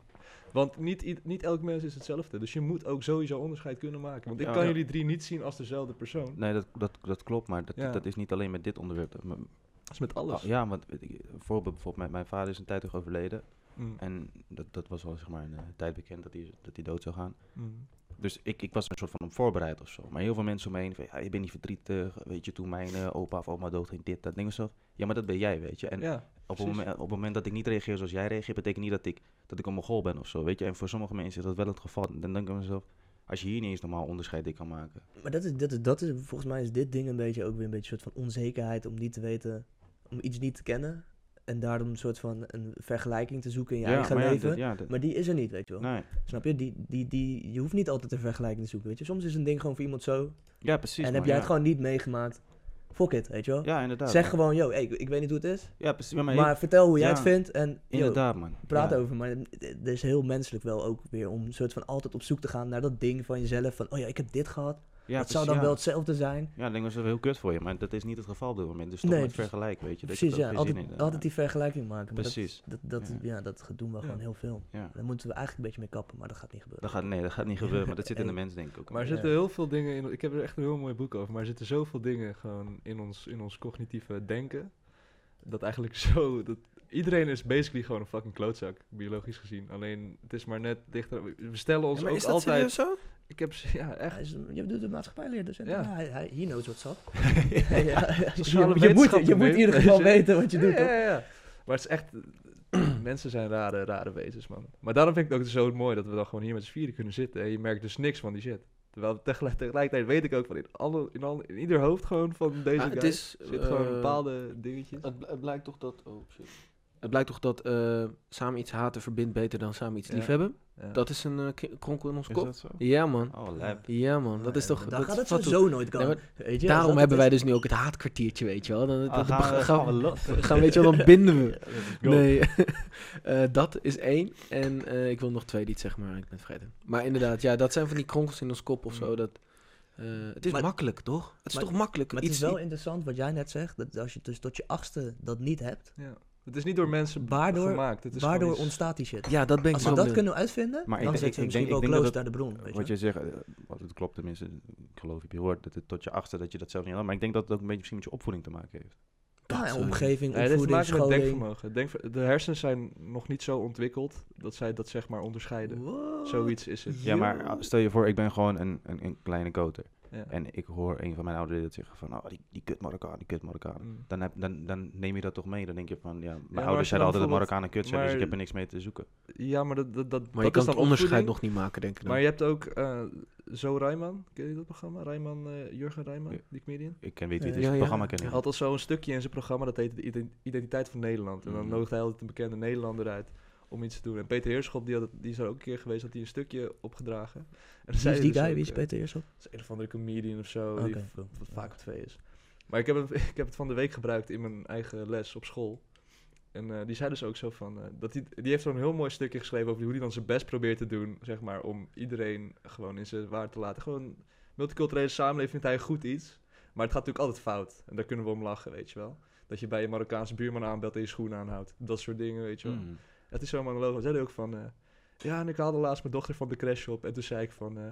Want niet, ied- niet elk mens is hetzelfde. Dus je moet ook sowieso onderscheid kunnen maken. Want ik Ja. kan Ja. jullie drie niet zien als dezelfde persoon. Nee, dat, dat, dat klopt, maar dat, Ja. dat is niet alleen met dit onderwerp. Dat- m- Dat is met alles. ah, ja, want ik- een voorbeeld bijvoorbeeld, mijn, mijn vader is een tijd terug overleden. Mm, En dat, dat was al zeg maar een eh, tijd bekend dat hij, dat hij dood zou gaan. mm. Dus ik, ik was een soort van onvoorbereid of zo. Maar heel veel mensen om me heen, van, ja, je bent niet verdrietig. Weet je, toen mijn eh, opa of oma dood ging, dit, dat. Denk ik zo, ja, maar dat ben jij, weet je. En ja, op, het precies. moment, op het moment dat ik niet reageer zoals jij reageert, betekent niet dat ik, dat ik een mogol ben of zo, weet je. En voor sommige mensen is dat wel het geval. Dan denk ik aan mezelf, als je hier niet eens normaal onderscheid in kan maken. Maar dat is, dat, is, dat is, volgens mij is dit ding een beetje ook weer een beetje een soort van onzekerheid om niet te weten, om iets niet te kennen. En daarom een soort van een vergelijking te zoeken in je eigen maar ja, leven. dat- ja, dat- Maar die is er niet, weet je wel. nee. Snap je? Die, die, die, je hoeft niet altijd een vergelijking te zoeken, weet je. Soms is een ding gewoon voor iemand zo. Ja, precies. en heb man, jij ja. het gewoon niet meegemaakt. Fuck it, weet je wel. Ja, inderdaad. zeg man. gewoon, yo, hey, ik, ik weet niet hoe het is. Ja, precies. Maar, Maar, heel- vertel hoe jij ja, het vindt en yo, inderdaad, man. praat Ja. over. Maar het het is heel menselijk wel ook weer om een soort van altijd op zoek te gaan naar dat ding van jezelf. Van, oh ja, ik heb dit gehad. Ja, dat zou dan precies, wel ja. hetzelfde zijn. Ja, ik denk dat is wel heel kut voor je, maar dat is niet het geval op dit moment. Dus toch Nee, met dus- vergelijk, weet je. dat je Precies, er ook ja. weer Altijd, zin in hebt. altijd die vergelijking maken. Maar Precies. Dat, dat, dat, ja. dat doen we Ja. gewoon heel veel. Ja. Daar moeten we eigenlijk een beetje mee kappen, maar dat gaat niet gebeuren. Dat gaat, nee, dat gaat niet gebeuren, maar dat zit in de Hey. mens, denk ik ook. Maar er Ja. zitten heel veel dingen in. Ik heb er echt een heel mooi boek over. Maar er zitten zoveel dingen gewoon in ons, in ons cognitieve denken. Dat eigenlijk [laughs] zo. Dat, iedereen is basically gewoon een fucking klootzak. Biologisch gezien. Alleen het is maar net dichter. We stellen ons Ja, maar ook is dat altijd. serieus zo? Ik heb. ze- Ja, echt. Hij is, een- je doet de maatschappijleer, dus Ja. ja. hij, hij, he knows what's [laughs] up. ja, ja. Je, Sociale je moet, je wetenschappen, moet in ieder weet geval je. weten wat je Ja, doet, toch? ja, ja. Maar het is echt. [clears throat] Mensen zijn rare, rare wezens, man. Maar daarom vind ik het ook zo mooi dat we dan gewoon hier met z'n vieren kunnen zitten. En je merkt dus niks van die shit. Terwijl tegelijk, tegelijkertijd weet ik ook van in, alle, in, alle, in ieder hoofd gewoon van deze Ah, het guy is... zit gewoon eh, bepaalde dingetjes. Het, bl- het blijkt toch dat... Oh, shit. Het blijkt toch dat eh, samen iets haten verbindt beter dan samen iets Ja. liefhebben. Ja. Dat is een eh, k- kronkel in ons kop. zo? Ja, man. Oh, lijp. Ja, man, dat is toch... Daar dat Eh, gaat is het wat we- sowieso nooit Nee, komen. Weet je, Daarom hebben wij dus nu ook het haatkwartiertje, weet je wel. Dan, Ah, dan- gaan we- gaan gaan we los. gaan, weet je [laughs] wel, dan binden we. go. Nee, [laughs] Eh, dat is één. En eh, ik wil nog twee niet zeg maar ik ben het vergeten. Maar inderdaad, ja, dat zijn van die kronkels in ons kop of zo. Mm. Dat, eh, het is Maar- makkelijk, toch? Het is maar- toch makkelijk? Maar het is Iets- wel interessant wat jij net zegt, dat als je dus tot je achtste dat niet hebt, Het is niet door mensen Waardoor- gemaakt. Het is waardoor gewoon iets- ontstaat die shit. Ja, dat ben ik Als zo we dat benieuwd. kunnen uitvinden, Maar ik dan denk- zitten we ik denk- misschien wel ik denk dat close het- naar de bron, weet je. Wat je zegt, eh, wat het klopt tenminste, ik geloof je hoort, dat het tot je achter dat je dat zelf niet had. Maar ik denk dat het ook een beetje misschien met je opvoeding te maken heeft. Nou ja, sowieso. omgeving, Nee, dit heeft te opvoeding, maken met scholing. denkvermogen. Denkver- de hersenen zijn nog niet zo ontwikkeld dat zij dat zeg maar onderscheiden. What? Zoiets is het. Ja, maar uh, stel je voor, ik ben gewoon een, een, een kleine koter. Ja. En ik hoor een van mijn ouderen dat zeggen van, oh, die, die kut Marokkaan, die kut Marokkaan. Mm. Dan, heb, dan, dan neem je dat toch mee. Dan denk je van, ja, mijn maar als je ouders zeiden dan altijd dat bijvoorbeeld- Marokkanen kut zijn, dus maar- ik heb er niks mee te zoeken. Ja, maar dat, dat, dat, Maar dat je is kan dan het onderscheid opvoeding. nog niet maken, denk ik dan. Maar je hebt ook eh, Zo Rijman, ken je dat programma? Rijman, eh, Jurgen Rijman, Ja. die comedian. Ik ken, weet Eh, wie het ja, is, het ja. programma ken ik. Hij had al zo'n stukje in zijn programma, dat heette de Iden- Identiteit van Nederland. En dan Mhm. nodigde hij altijd een bekende Nederlander uit om iets te doen. En Peter Heerschop, die, had, het- die is er ook een keer geweest, had hij een stukje opgedragen. En dan Wie zei is hij die dus guy? ook, Wie is eh, Peter Eersel? Dat is een of andere comedian of zo, die Oké. v- wat vaak op twee is. Maar ik heb, het, [laughs] ik heb het van de week gebruikt in mijn eigen les op school. En eh, die zei dus ook zo van, eh, dat die, die heeft zo'n heel mooi stukje geschreven over hoe hij dan zijn best probeert te doen, zeg maar, om iedereen gewoon in zijn waar te laten. Gewoon, multiculturele samenleving vindt hij goed iets, maar het gaat natuurlijk altijd fout. En daar kunnen we om lachen, weet je wel. Dat je bij je Marokkaanse buurman aanbelt en je schoenen aanhoudt. Dat soort dingen, weet je wel. Mm. Het is zo'n monoloog. Hij zei hij ook van... eh, ja, en ik haalde laatst mijn dochter van de crash op. En toen zei ik van... eh,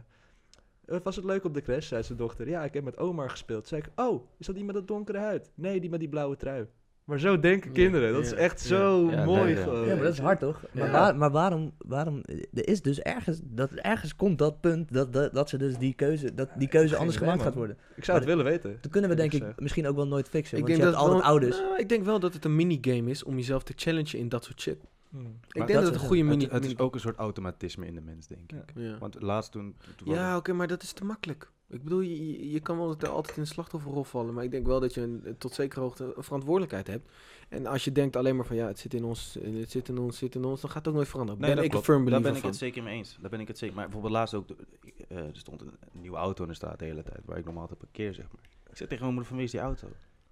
"Eh, was het leuk op de crash? Zei zijn dochter. Ja, ik heb met Omar gespeeld. Zei ik... Oh, is dat die met dat donkere huid? Nee, die met die blauwe trui. Maar zo denken Ja, kinderen. Dat ja, is echt ja. zo Ja, mooi nee, ja. gewoon. Ja, maar dat is hard toch? Maar, Ja. waar- maar waarom, waarom, er is dus ergens, dat, ergens komt dat punt dat, dat, dat ze dus die keuze, dat die keuze geen anders idee, gemaakt gaat man. worden. Ik zou het willen weten. Dat kunnen we Eerlijk denk ik gezegd. misschien ook wel nooit fixen, Ik want denk je dat hebt altijd het wel- ouders. Nou, ik denk wel dat het een minigame is om jezelf te challengen in dat soort shit. Hmm. Ik Maar denk dat dat het een is- goede mini Het, het is mini- ook een soort automatisme in de mens, denk ik. Ja, Want laatst toen... toen ja waren- oké, maar dat is te makkelijk. Ik bedoel, je, je- je kan wel altijd- altijd in de slachtofferrol vallen, maar ik denk wel dat je een, eh, tot zekere hoogte een verantwoordelijkheid hebt. En als je denkt alleen maar van ja, het zit in ons, eh, het zit in ons, het zit in ons, dan gaat het ook nooit veranderen. Nee, ben dat ik klopt. een firm Daar believer ben ik van. het zeker mee eens. Daar ben ik het zeker. Maar bijvoorbeeld laatst ook, de- ik, eh, er stond een, een nieuwe auto in de straat de hele tijd, waar ik normaal altijd parkeer, zeg maar. Ik zei tegen mijn moeder van wie is die auto?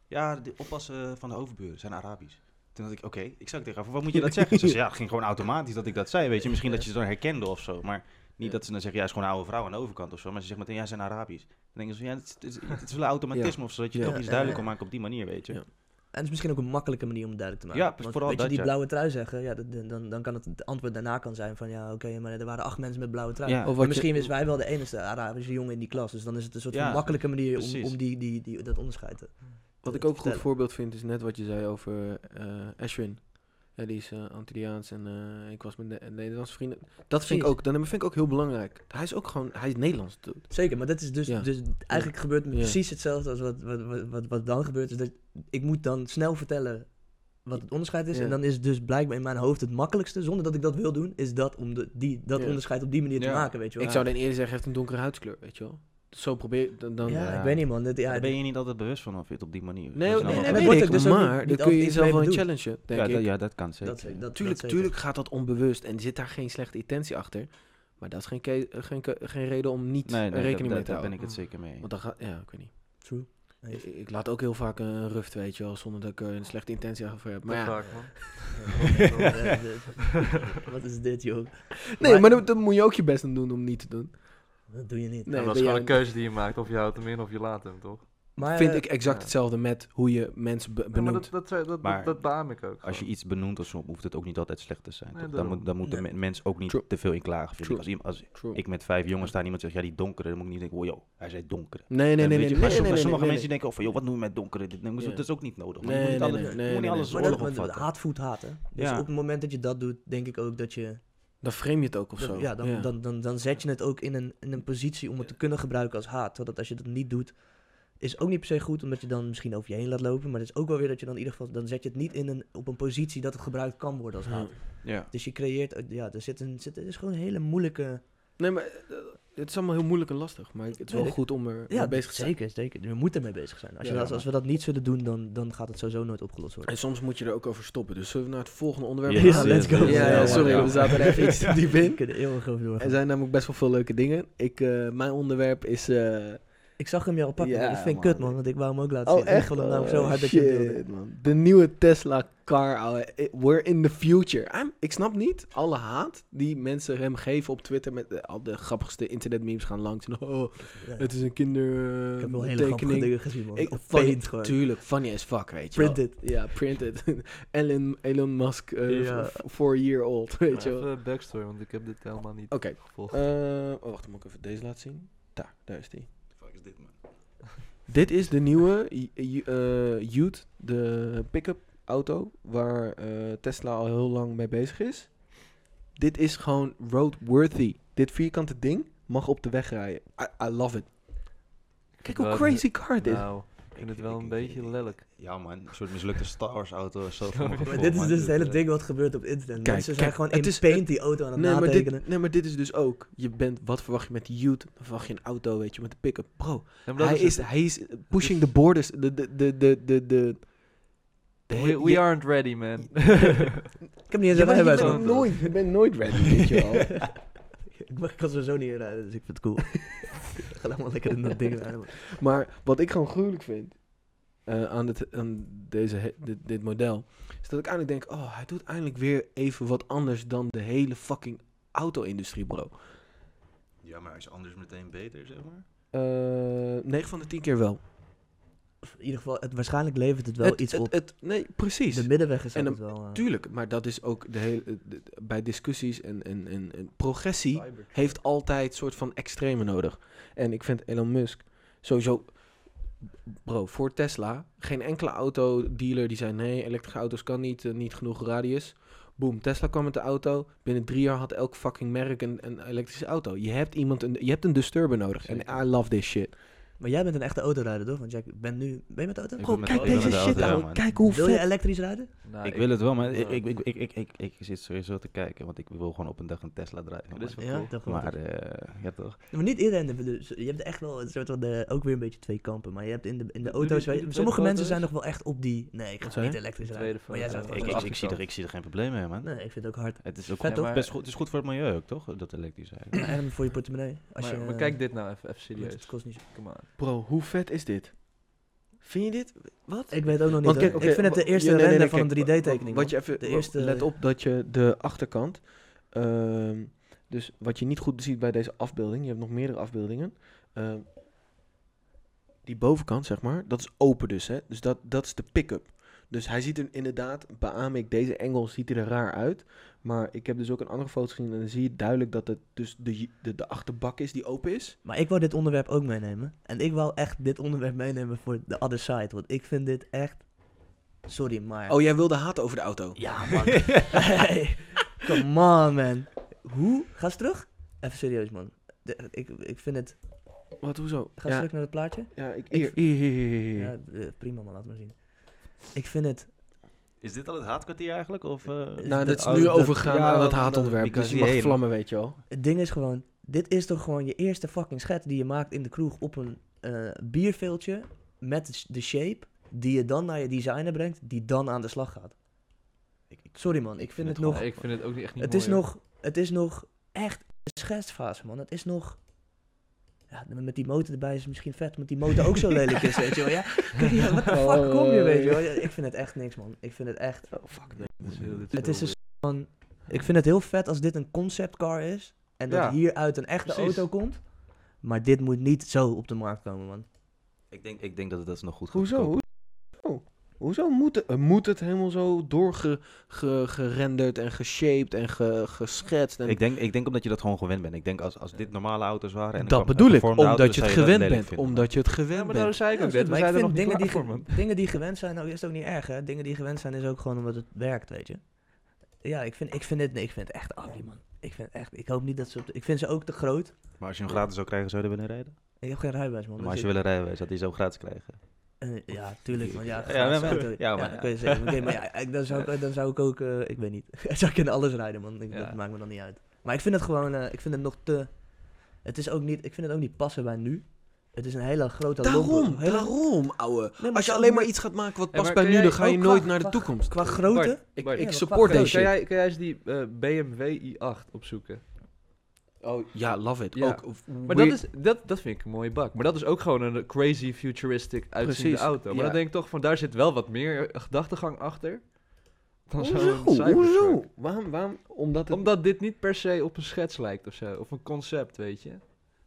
Ja, de oppassen eh, van de overburen zijn Arabisch. Toen dacht ik, oké, ik zei tegen haar, van, wat moet je dat zeggen? [laughs] Ze zei, ja, het ging gewoon automatisch dat ik dat zei, weet je. Misschien dat je ze dan herkende of zo, maar niet Ja. dat ze dan zeggen, ja, het is gewoon een oude vrouw aan de overkant of zo. Maar ze zegt meteen, ja, ze zijn Arabisch. Dan denken ze van, ja, het is, het is- het is wel een automatisme of zo, dat je Ja. toch iets duidelijk kan maken op die manier, weet je. Ja. En het is misschien ook een makkelijke manier om het duidelijk te Ja, maken. dus Want vooral weet dat, je, die ja. blauwe trui zeggen, ja, dat- dan, dan kan het, het antwoord daarna kan zijn van ja, oké, maar er waren acht mensen met blauwe trui. Ja. Maar Of wat je- misschien is wij wel de enige Arabische jongen in die klas, dus dan is het een soort Ja, van makkelijke manier om, precies. om die, die, die, dat onderscheid te Wat te- te ik ook een goed vertellen. voorbeeld vind, is net wat je zei over eh Ashwin. Ja, die is eh, Antilliaans en eh, ik was met Ne- Nederlandse vrienden. Dat vind ik, Precies. ook, dat vind ik ook heel belangrijk. Hij is ook gewoon, hij is Nederlands. dude. Zeker, maar dat is dus, Ja. dus eigenlijk gebeurt me Ja. precies hetzelfde als wat, wat, wat, wat, wat dan gebeurt. Is dat ik moet dan snel vertellen wat het onderscheid is. Ja. En dan is het dus blijkbaar in mijn hoofd het makkelijkste, zonder dat ik dat wil doen, is dat om de, die, dat Ja. onderscheid op die manier te Ja. maken, weet je wel. Ik zou dan eerder zeggen, hij heeft een donkere huidskleur, weet je wel. Zo probeer dan... dan ja, Ja. ik weet niet man. Dat, ja, Daar dat- ben je niet altijd bewust van of je het op die Nee, manier. Dat nee, je dan nee, en wel- dat weet wordt ik, ook dus ook maar niet- dan niet kun je altijd jezelf wel iedereen een bedoelt. challenge, denk ja, ik. dat- ja, dat kan zeker. dat, dat, dat tuurlijk, zeker. tuurlijk gaat dat onbewust en zit daar geen slechte intentie achter. Maar dat is geen, ke- geen, ke- geen reden om niet Nee, nee, rekening daar- mee daar- te daar ben houden. ik het zeker mee. eens. Want dan gaat... Ja, ik weet niet. True. Ik, ik laat ook heel vaak een ruft, weet je wel, zonder dat ik er een slechte intentie achter heb. Maar ja, [laughs] wat is dit joh? Nee, maar dan, dan moet je ook je best aan doen om niet te doen. Dat doe je niet. Nee, dat ben is gewoon jij- een keuze die je maakt. Of je houdt hem in of je laat hem, toch? Maar, vind eh, ik exact ja. hetzelfde met hoe je mensen be- maar benoemt. dat, dat, dat, dat, Maar dat beaam ik ook. Als je gewoon. iets benoemt of zo, hoeft het ook niet altijd slecht te zijn. Nee, toch? dan, daarom. moet, dan moet de Nee. me- mens ook niet True. te veel in klagen. Vind ik. True. Als, iemand, als True. ik met vijf jongens sta en iemand zegt, ja die donkere, dan moet ik niet denken, oh joh, hij zei donkere. Nee, nee, En nee, nee. weet nee, je, maar nee, sommige, nee, sommige nee, mensen denken, oh van joh, wat noem je met donkere? Dit, dan moet- Ja. Dat is ook niet nodig. Nee, je moet niet nee, alles, nee, nee, je moet niet nee, alles nee. maar oorlog dat, maar opvatten. haat voedt haat, hè? Dus Ja. op het moment dat je dat doet, denk ik ook dat je... Dan frame je het ook of Dat- zo. ja, dan, Dan, dan, dan zet je het ook in een, in een positie om het te kunnen gebruiken als haat. Zodat als je dat niet doet, is ook niet per se goed, omdat je dan misschien over je heen laat lopen. Maar het is ook wel weer dat je dan in ieder geval, dan zet je het niet in een, op een positie dat het gebruikt kan worden als haat. Ja. Dus je creëert, ja, er zit een, zit, er is gewoon een hele moeilijke... Nee, maar eh, het is allemaal heel moeilijk en lastig. Maar het is wel Tuurlijk. goed om er Ja, mee bezig te zijn. zeker, zeker. We moeten ermee bezig zijn. Als, je Ja, dat, maar- als we dat niet zullen doen, dan, dan gaat het sowieso nooit opgelost worden. En soms moet je er ook over stoppen. Dus zullen we naar het volgende [laughs] onderwerp Yes, gaan? Ja, let's yes, go. yes, Ja, eh, ja, yes. sorry, Ja. we zaten er even iets [laughs] te diep in. We kunnen eeuwig over doorgaan. Er zijn namelijk best wel veel leuke dingen. Ik, eh, mijn onderwerp is... eh, Ik zag hem jou al pakken, Ja, maar dat vind ik man. kut man, want ik wou hem ook laten Oh, zien. echt? Ik vond hem namelijk Oh, zo hard dat je hem deelde. shit, man. De nieuwe Tesla car, ouwe. I- We're in the future. I'm- Ah, ik snap niet alle haat die mensen hem geven op Twitter met eh, al de grappigste internetmemes gaan langs. [laughs] En, oh, Ja. het is een kinder Ik eh, heb wel hele grappige tekening. dingen gezien man. Ik Op funny, paint gewoon. tuurlijk, funny as fuck, weet je wel. Printed. Ja, printed. [laughs] Elon, Elon Musk, eh, Ja. f- four year old, [laughs] weet je wel. Even backstory, want ik heb dit helemaal niet Oké. oh, gevolgd. eh, oh, wacht, dan moet ik even deze laten zien. Daar, daar is die. Fuck is dit man? [laughs] Dit is de nieuwe J- J- eh, Ute, de pick-up auto waar eh, Tesla al heel lang mee bezig is. Dit is gewoon roadworthy. Dit vierkante ding mag op de weg rijden. I, I love it. Kijk hoe Wel, crazy car dit. Nou, ik vind het wel een beetje lelijk. Ja man, een soort mislukte Star Wars [laughs] auto of zo. voor Maar mijn Maar gevoel, dit is man. dus het hele ding wat gebeurt op internet. Kijk, Mensen zijn kijk, gewoon het in is- paint die auto aan het Nee maar, natekenen. dit, nee, maar dit is dus ook. Je bent, wat verwacht je met de Ute? Dan verwacht je een auto, weet je, met een pick-up. Bro, Ja, maar dat hij het. is, hij is pushing the borders. De, de, de, de, de, de, de We, we je- aren't ready, [laughs] man. Ik heb niet eens een Ja, maar je rijbewijs. bent man. bent nooit, je bent nooit ready, weet je wel. [laughs] Ik mag- [laughs] ik kan zo zo niet rijden, dus ik vind het cool. [laughs] Ga helemaal lekker in dat ding rijden. man. Maar wat ik gewoon gruwelijk vind eh, aan, dit, aan deze, he- dit, dit model, is dat ik eindelijk denk, oh, hij doet eindelijk weer even wat anders dan de hele fucking auto-industrie, bro. Ja, maar is anders meteen beter, zeg maar. Eh 9 van de 10 keer wel. In ieder geval, het, waarschijnlijk levert het wel Het- iets het- op. het- nee, precies. de middenweg is en altijd wel... eh, Tuurlijk, maar dat is ook de hele, eh, de- de- bij discussies en, en, en, en progressie heeft altijd soort van extreme nodig. En ik vind Elon Musk sowieso... Bro, voor Tesla, geen enkele autodealer die zei... nee, elektrische auto's kan niet, eh, niet genoeg radius. Boom, Tesla kwam met de auto. Binnen drie jaar had elk fucking merk een, een elektrische auto. Je hebt, iemand een, je hebt een disturber nodig. En I love this Oh, shit. Maar jij bent een echte autorijder, toch? Want jij bent nu... Ben je met de auto? Ik Bro, ben met kijk de auto. deze Ik ben met shit de auto, aan. man. Kijk hoe Wil je vet. elektrisch rijden? Nou, ik wil het wel, maar Ja. ik, ik, ik, ik, ik, ik, ik zit sowieso te kijken, want ik wil gewoon op een dag een Tesla Dat drijven. is wel Ja, cool. toch wel. Maar, maar eh, ja toch. Maar niet iedereen. dus Je hebt echt wel een soort van de, ook weer een beetje twee kampen. Maar je hebt in de, in de Doe auto's. die- doe weet- die bij sommige de mensen auto's? zijn nog wel echt op die. Nee, ik Wat ga zei niet je? elektrisch De rijden. tweede Maar jij zou vraag. het Ja, wel Eh, Ik, doen. ik, ik, zie afgekant. er, ik zie er geen probleem mee, man. Nee, ik vind het ook hard. [clears throat] Het is ook Vet, goed, toch? maar eh, best goed, het is goed voor het milieu ook, toch? Dat elektrisch zijn. Maar en voor je portemonnee. Als maar, je, maar eh, kijk dit nou even, even want Het serieus. kost niet zo- Come on. Bro, hoe vet is dit? Vind je dit? Wat? Ik weet ook nog niet. Want hoor. kijk, oké, ik vind het de wa- eerste ja, nee, nee, render nee, van kijk, een wa- 3D-tekening. Wat je even, De de eerste- let op dat je de achterkant, ehm, dus wat je niet goed ziet bij deze afbeelding, je hebt nog meerdere afbeeldingen. ehm, die bovenkant, zeg maar, dat is open dus, hè? Dus dat, dat is de pick-up. Dus hij ziet er inderdaad, beaam ik, deze engel ziet hij er raar uit. Maar ik heb dus ook een andere foto gezien en dan zie je duidelijk dat het dus de, de, de achterbak is die open is. Maar ik wou dit onderwerp ook meenemen. En ik wou echt dit onderwerp meenemen voor de other side. Want ik vind dit echt. Sorry, maar. Oh, jij wilde haat over de auto. Ja, man. [laughs] hey, come on, man. Hoe? Ga eens terug? Even serieus, man. De- ik, ik vind het. Wat, hoezo? Ga eens Ja, terug naar het plaatje. ja, ik, Ik- hier, hier, hier, hier, hier, hier. Ja, eh, prima man, laat maar zien. Ik vind het... Is dit al het haatkwartier eigenlijk? Of, eh? Nou, dat is Oh, nu dat- overgaan ja, aan het dat- haatontwerp. because Dus je die mag hele- vlammen, weet je wel. Het ding is gewoon... Dit is toch gewoon je eerste fucking schets die je maakt in de kroeg op een eh bierveeltje met de sh- de shape die je dan naar je designer brengt, die dan aan de slag gaat. Sorry man, ik vind het nog... Nee, ik vind het ook niet echt niet Het is mooi, hoor. nog... Het is nog echt een schetsfase man. Het is nog... Ja, met die motor erbij is het misschien vet, maar die motor ook zo lelijk [laughs] is, weet je wel. Ja, ja wat de fuck kom je, weet je wel. Ja, Ik vind het echt niks man. Ik vind het echt... Oh, fuck. Het is heel- dit Het is heel een soort van... Ik vind het heel vet als dit een conceptcar is. En dat Ja, hieruit een echte precies. auto komt. Maar dit moet niet zo op de markt komen, man. Ik denk, ik denk dat het dat nog goed gaat Hoezo? verkopen. Hoezo? Hoezo moet het, eh, moet het helemaal zo doorgerenderd en geshaped en ge- geschetst? En Ik denk, ik denk omdat je dat gewoon gewend bent. Ik denk als, als dit normale auto's waren... En dat kwam- bedoel ik, gevormde omdat auto's, je het zou dat gewend lelijk bent. vinden, man. omdat je het gewend Ja, maar daarom bent. zei ik ook Ja, net. is We goed, maar ik zijn er vind nog niet dingen klaar die, voor, ge- man. dingen die gewend zijn, nou is het ook niet erg, hè. Dingen die gewend zijn is ook gewoon omdat het werkt, weet je. Ja, ik vind, ik vind dit... Nee, ik vind het echt ugly, man. Ik vind het echt... Ik hoop niet dat ze op de- Ik vind ze ook te groot. Maar als je hem gratis zou krijgen, zou je er willen rijden? Ik heb geen rijbewijs, man. Maar als dus je wil een rijbewijs, had je zo gratis krijgen. ik- eh, ja, tuurlijk, man. Ja, Ja, gratis maar- auto. ja, maar- dat kun je zeggen. Oké, maar [laughs] ja, ik- dan zou ik, dan zou ik ook... eh, ik weet niet. [laughs] zou ik in alles rijden, man. Ik, Ja. Dat maakt me dan niet uit. Maar ik vind het gewoon... eh, ik vind het nog te... Het is ook niet... Ik vind het ook niet passen bij nu. Het is een hele grote... lompe- Daarom, hele- daarom, ouwe. Nee, maar Als je zo- alleen maar iets gaat maken wat Ja, past maar bij kun nu, jij dan ga je ook nooit qua- naar de qua- toekomst. Qua grootte... Bart, Ik, Bart, ja, ik maar support qua- Kan deze shit. jij, kan jij eens die eh, BMW i8 opzoeken? Oh, ja, love it. Ja. Ook, of- Maar weird- dat, is, dat, dat vind ik een mooie bak. Maar dat is ook gewoon een crazy futuristic uitziende Precies, auto. Maar ja. dan denk ik toch van, daar zit wel wat meer eh, gedachtegang achter. Dan zo'n Hoezo? Cybertruck. Hoezo? Waarom? waarom? Omdat het... Omdat dit niet per se op een schets lijkt of zo. Of een concept, weet je.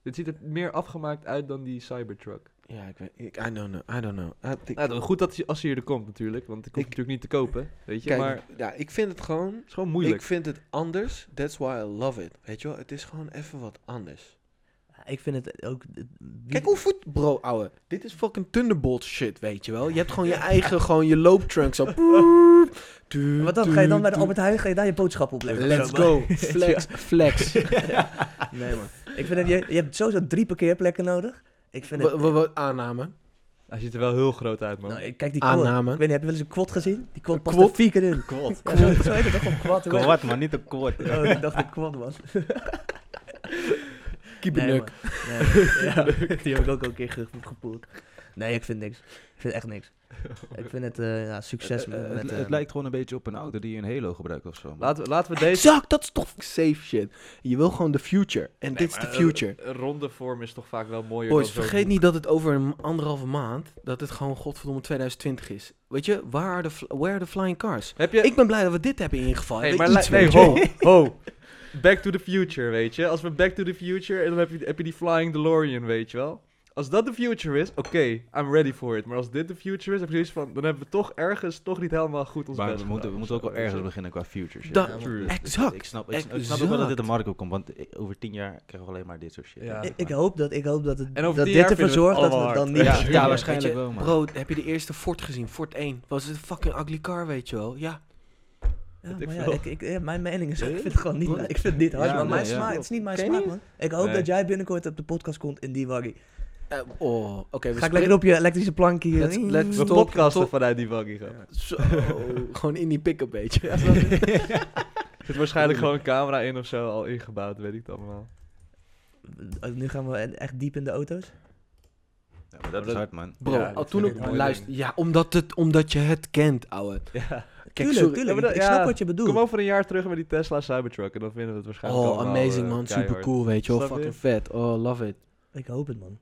Dit ziet er meer afgemaakt uit dan die Cybertruck. Ja, ik weet... Ik, I don't know, I don't know. Ah, I think- Nou, dan goed dat hij, als hij er komt natuurlijk. Want ik hoef Ik- natuurlijk niet te kopen, weet je. Kijk, maar het ja, ik vind het gewoon... is gewoon moeilijk. Ik vind het anders. That's why I love it. Weet je wel, het is gewoon even wat anders. Ja, Ja, ik vind het ook... wie- Kijk hoe voet... Bro, ouwe. Dit is fucking Thunderbolt shit, weet je wel. Je hebt gewoon [laughs] je eigen, gewoon je looptrunk zo. En Wat Wat dan? Ga je dan bij de Albert Heijn, ga je daar je boodschap opleggen? Let's go. [laughs] Flex, flex. [laughs] Nee, man. Ik vind het, je, je hebt sowieso drie parkeerplekken nodig. Ik vind het... Wat- wat- wat- Aanname. Hij ziet er wel heel groot uit, man. Nou, ik- kijk die quad. Ik Aanname. weet niet, heb je wel eens een quad gezien? Die quad past quad? er vier keer in. [laughs] Kwad. Ja, zo, [laughs] zo heet het toch gewoon quad? hoe heet Kwad, maar niet Eh, een kwad. het? Oh, ik dacht dat quad was. Kibbenuk. man. Nee, man. Ja, die heb ik ook al een keer ge- gepoeld. Nee, ik vind niks. Ik vind echt niks. Ik vind het eh, ja, succes Eh, met... het, met, het eh, lijkt gewoon een beetje op een auto die een Halo gebruikt of zo. man. Laten, we- laten we deze... Exact, dat is toch safe shit. Je wil gewoon de future. En dit is de maar, eh, future. een ronde vorm is toch vaak wel mooier Boys, dan zo'n- vergeet niet dat het over een anderhalve maand... dat het gewoon godverdomme 2020 is. Weet je, waar are the, fl- where are the flying cars? Heb je... Ik ben blij dat we dit hebben ingevallen. Hey, Dat maar iets li- nee, weet je. [laughs] ho, ho. [laughs] Back to the future, weet je. Als we Back to the Future... en dan heb je, heb je die Flying DeLorean, weet je wel. Als dat de future is, oké, I'm ready for it. Maar als dit de future is, heb je zoiets van... dan hebben we toch ergens toch niet helemaal goed ons maar best we moeten, gedaan. we moeten ook wel Weet je? ergens beginnen qua future shit. Dat- Ja, want True. dit- Exact, Ik snap, ik, snap- ik snap ook wel dat dit de exact. markt op komt, want i- over tien jaar krijgen we alleen maar dit soort shit. Ja. Ik, ik hoop dat, ik hoop dat, het, En over dat tien dit jaar ervoor vinden we het zorgt dat we allemaal het dan hard. niet... Ja, meer- ja, Ja, waarschijnlijk Weet wel, man. Bro, heb je de eerste Ford gezien? Ford 1. Was het een fucking ugly car, weet je wel? Ja. maar ik ja, veel. ik- ik- ja, Mijn mening is... Ik vind het gewoon niet... Wat? Ik vind het niet hard, Ja, maar mijn nee, ja. smaak... Het is niet mijn Ken je smaak, niet? man. Ik hoop Nee. dat jij binnenkort op de podcast komt in die waggie. Eh, oh, oké. we Ga ik springen- lekker op je elektrische plank hier. Let's- let's- We Stop, podcasten stop. vanuit die buggy gaan. Zo, oh, gewoon in die pick-up, weet je. Er [laughs] zit waarschijnlijk gewoon een camera in of zo al ingebouwd, weet ik het allemaal. Oh, Nu gaan we echt diep in de auto's. Ja, maar dat is dat- hard, man. [laughs] Bro, Ja, al dat toen vind ik ik een mooi luister... ding. Ja, omdat, het, omdat je het kent, ouwe. Ja. Kijk, tuurlijk, sorry. tuurlijk. Ja, maar ik dat- ik snap ja. wat je bedoelt. Kom over een jaar terug met die Tesla Cybertruck en dan vinden we het waarschijnlijk Oh, allemaal, amazing, eh, man. keihard. Super cool, weet je wel. Snap je? Fucking vet. Oh, love it. Ik hoop het, man.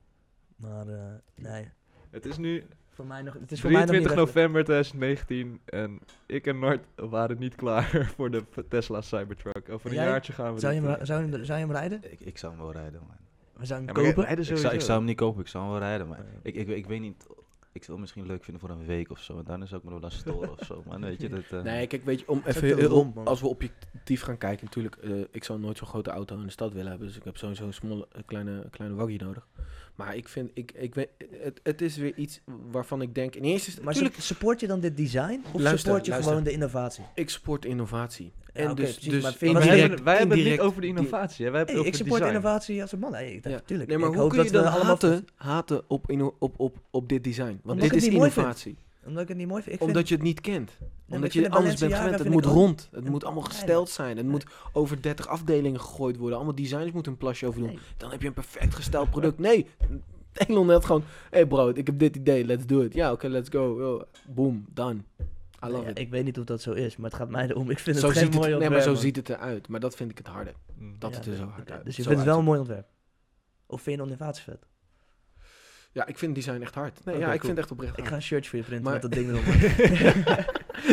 Maar eh, nee, Het is nu voor mij nog, het is voor mij nog niet 23 echt- november 2019 en ik en Nord waren niet klaar [laughs] voor de v- Tesla Cybertruck. Over een En jij? jaartje gaan we Zou je, dit eh, hem, doen. ra- zou, je hem, zou je hem rijden? Ik, ik zou hem wel rijden, man. We zouden Ja, hem maar jij- kopen? rijden Ik zou, ik sowieso. zou hem niet kopen, ik zou hem wel rijden, maar Ja. ik, ik, ik weet niet... Ik zou hem misschien leuk vinden voor een week of zo, en daarna zou ik me nog laten storen of zo, man. Weet je, dat... eh, Nee, kijk, weet je, om is even ook te heel- lomp, man. als we objectief gaan kijken, natuurlijk, eh, ik zou nooit zo'n grote auto in de stad willen hebben, dus ik heb sowieso een smalle, een kleine, een kleine waggie nodig. Maar ik vind, ik, ik weet, het, het is weer iets waarvan ik denk, in eerste Maar natuurlijk, su- support je dan dit design? Of Luister, support je luister. gewoon de innovatie? ik sport innovatie. Ja, en oké, dus, precies, dus maar vind je- Wij Direct- hebben, wij hebben het niet indirect- over de innovatie, hè, wij hebben Hey, ik het over support design. innovatie als een man. Hey, ik, Ja. Tuurlijk. Nee, maar ik hoe hoop kun dat je we dan allemaal haten, haten op, inno- op, op, op dit design? Want ik dit het is niet mooi vind. innovatie. Omdat ik het niet mooi vind. Ik vind- Omdat je het niet kent. nee, maar ik Omdat vind je het anders bent Balenciaga gewend. Het vind moet ik ook- rond. Het En- moet allemaal Nee, gesteld zijn. Het Nee. moet over 30 afdelingen gegooid worden. Allemaal designers moeten een plasje over doen. Nee. Dan heb je een perfect gesteld product. Nee, Elon had gewoon... Hé hey bro, ik heb dit idee. Let's do it. Ja, oké, let's go. Yo, Boom, done. I love Ja, it. Ik weet niet of dat zo is, maar het gaat mij erom. Ik vind Zo het geen ziet mooi het, nee, ontwerp. maar man. zo ziet het eruit. Maar dat vind ik het harde. Mm. Dat Ja, het er zo oké, hard uit. Dus je zo vindt het wel een uit- mooi ontwerp? Of vind je een innovatie vet? Ja, ik vind design echt hard. Nee, Oké, ja, cool. ik vind het echt oprecht Ik hard. ga een shirtje voor je printen Ah. Maar- met dat ding [laughs] erop.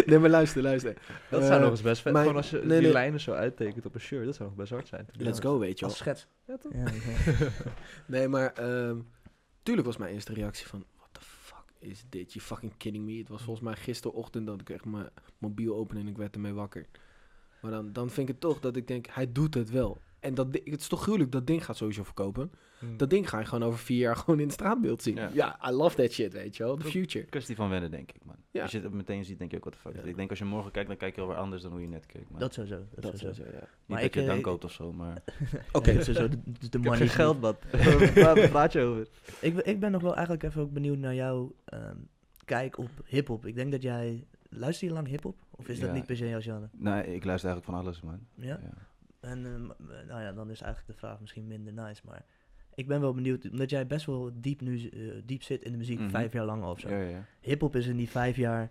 Nee, maar luister, [laughs] luister. Dat zou Eh, nog eens best vet mijn- Gewoon als je nee, die nee. lijnen zo uittekent op een shirt, dat zou nog best hard zijn. Let's go, weet je wel. Als schets. Ja, toch? Ja, ja. Nee, maar ehm, tuurlijk was mijn eerste reactie van... What the fuck is dit? You fucking kidding me? Het Hm. was volgens mij gisterochtend dat ik echt mijn mobiel opende en ik werd ermee wakker. Maar dan, dan vind ik het toch dat ik denk, hij doet het wel. En dat, di- het is toch gruwelijk, dat ding gaat sowieso verkopen. Mm. [laughs] Dat ding ga je gewoon over vier jaar [laughs] gewoon in het straatbeeld zien. Ja. Ja, I love that shit, weet je wel. The Klopt. future. kwestie van wennen, denk ik, man. Ja. Als je het meteen ziet, denk je ook, wat de fuck. is Ja. dit? Ik denk als je morgen kijkt, dan kijk je wel weer anders dan hoe je net keek. [laughs] Man. Dat sowieso. Dat, Dat sowieso. sowieso, ja. niet maar dat ik, je het dan eh, koopt of zo, maar... Oké. dat sowieso de, de- de Ik heb money. geen geld, man. Waar praat je [laughs] over? Ik, ben- ik ben nog wel eigenlijk even ook benieuwd naar jouw ehm, kijk op hip-hop. Ik denk dat jij. Luister je lang hip-hop? Of is Ja. dat niet per se jouw genre? Nee, ik luister eigenlijk van alles, man. Ja. En ehm, nou ja, dan is eigenlijk de vraag misschien minder nice. Maar ik ben wel benieuwd, omdat jij best wel diep, nu, eh, diep zit in de muziek, Mhm. vijf jaar lang al of zo. Ja, ja, ja. Hip-hop is in die vijf jaar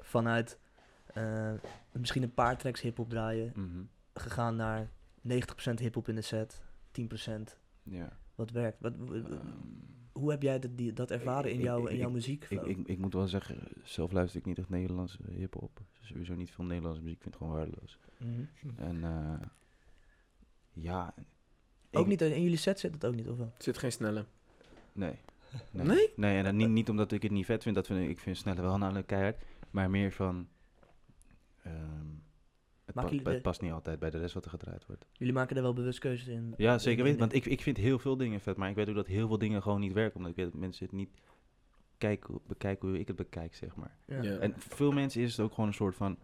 vanuit eh, misschien een paar tracks hip-hop draaien, Mhm. gegaan naar 90% hip-hop in de set, 10% Ja. wat werkt. Wat, w- w- Ah. Ehm, hoe heb jij dat, die, dat eh, ervaren in, ik- jouw ik- in jouw muziek? Ik, ik, ik moet wel zeggen, zelf luister ik niet echt Nederlandse hip-hop. Dus Sowieso niet veel Nederlandse muziek, ik vind het gewoon waardeloos. Mhm. En eh, ja. ik- Ook niet in jullie set zit dat ook niet, of wel? Er zit geen snelle. Nee. Nee? Nee? en dan niet, niet omdat ik het niet vet vind, dat vind ik, ik vind sneller wel namelijk keihard. Maar meer van. ehm, Maken het pa- jullie het de- past niet altijd bij de rest wat er gedraaid wordt. Jullie maken er wel bewust keuzes in. Ja, in dingen. zeker weten. Want ik, ik vind heel veel dingen vet, maar ik weet ook dat heel veel dingen gewoon niet werken. Omdat ik weet dat mensen het niet kijken, hoe- bekijken hoe ik het bekijk, zeg maar. Ja. Ja. En voor veel mensen is het ook gewoon een soort van...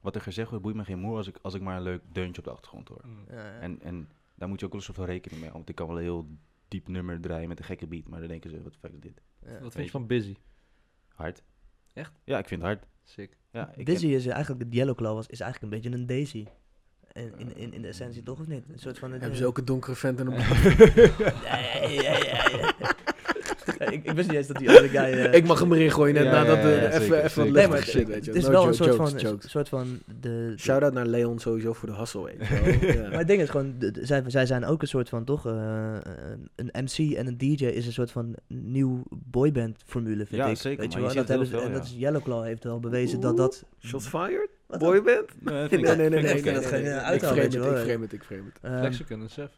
Wat er gezegd wordt, boeit me geen moer als ik, als ik maar een leuk deuntje op de achtergrond hoor. Mm. Ja, ja. En, en daar moet je ook wel een soort van rekening mee. Want ik kan wel een heel diep nummer draaien met een gekke beat. Maar dan denken ze, wat de fuck is dit? Ja. Wat Weet vind je. je van Busy? Hard. Echt? Ja, ik vind het hard. Sick. Mm. Ja, ik Busy is eigenlijk, het Yellow Claw was, is eigenlijk een beetje een Daisy. En in, in, in de essentie toch of niet? Een soort van... Ah. eh, Hebben ze ook een donkere [laughs] vent in een... Ja, ja, ja, ja, ja. [laughs] Ja, ik, ik wist niet eens dat die andere guy... eh, Ik mag hem erin gooien net Ja, nadat ja, ja, de- ja, even- zeker, even wat zeker. Nee, maar het, luchtige shit, weet je. het is No wel een jo- soort jokes, van... jokes. Een soort van de, de- Shout-out naar Leon sowieso voor de hustle, weet je [laughs] wel. Ja. Maar het ding is gewoon, de- de- zij, zij zijn ook een soort van toch, eh, een een MC en een DJ is een soort van nieuw boyband formule, vind Ja, ik. zeker, Weet je maar wel? je dat ziet het hebben ze, heel en veel, dat is ja. Yellow Claw heeft wel bewezen dat dat... Shots fired? Wat dan? Ehm, Boyband? [laughs] Nee, Nee, vind nee, nee. nee, vind ik oké. nee, Dat is geen, nee, eh, nee. Ik uithaal, frame weet je het, wel. ik frame het, ik frame het. ehm, Flexicon en Sef.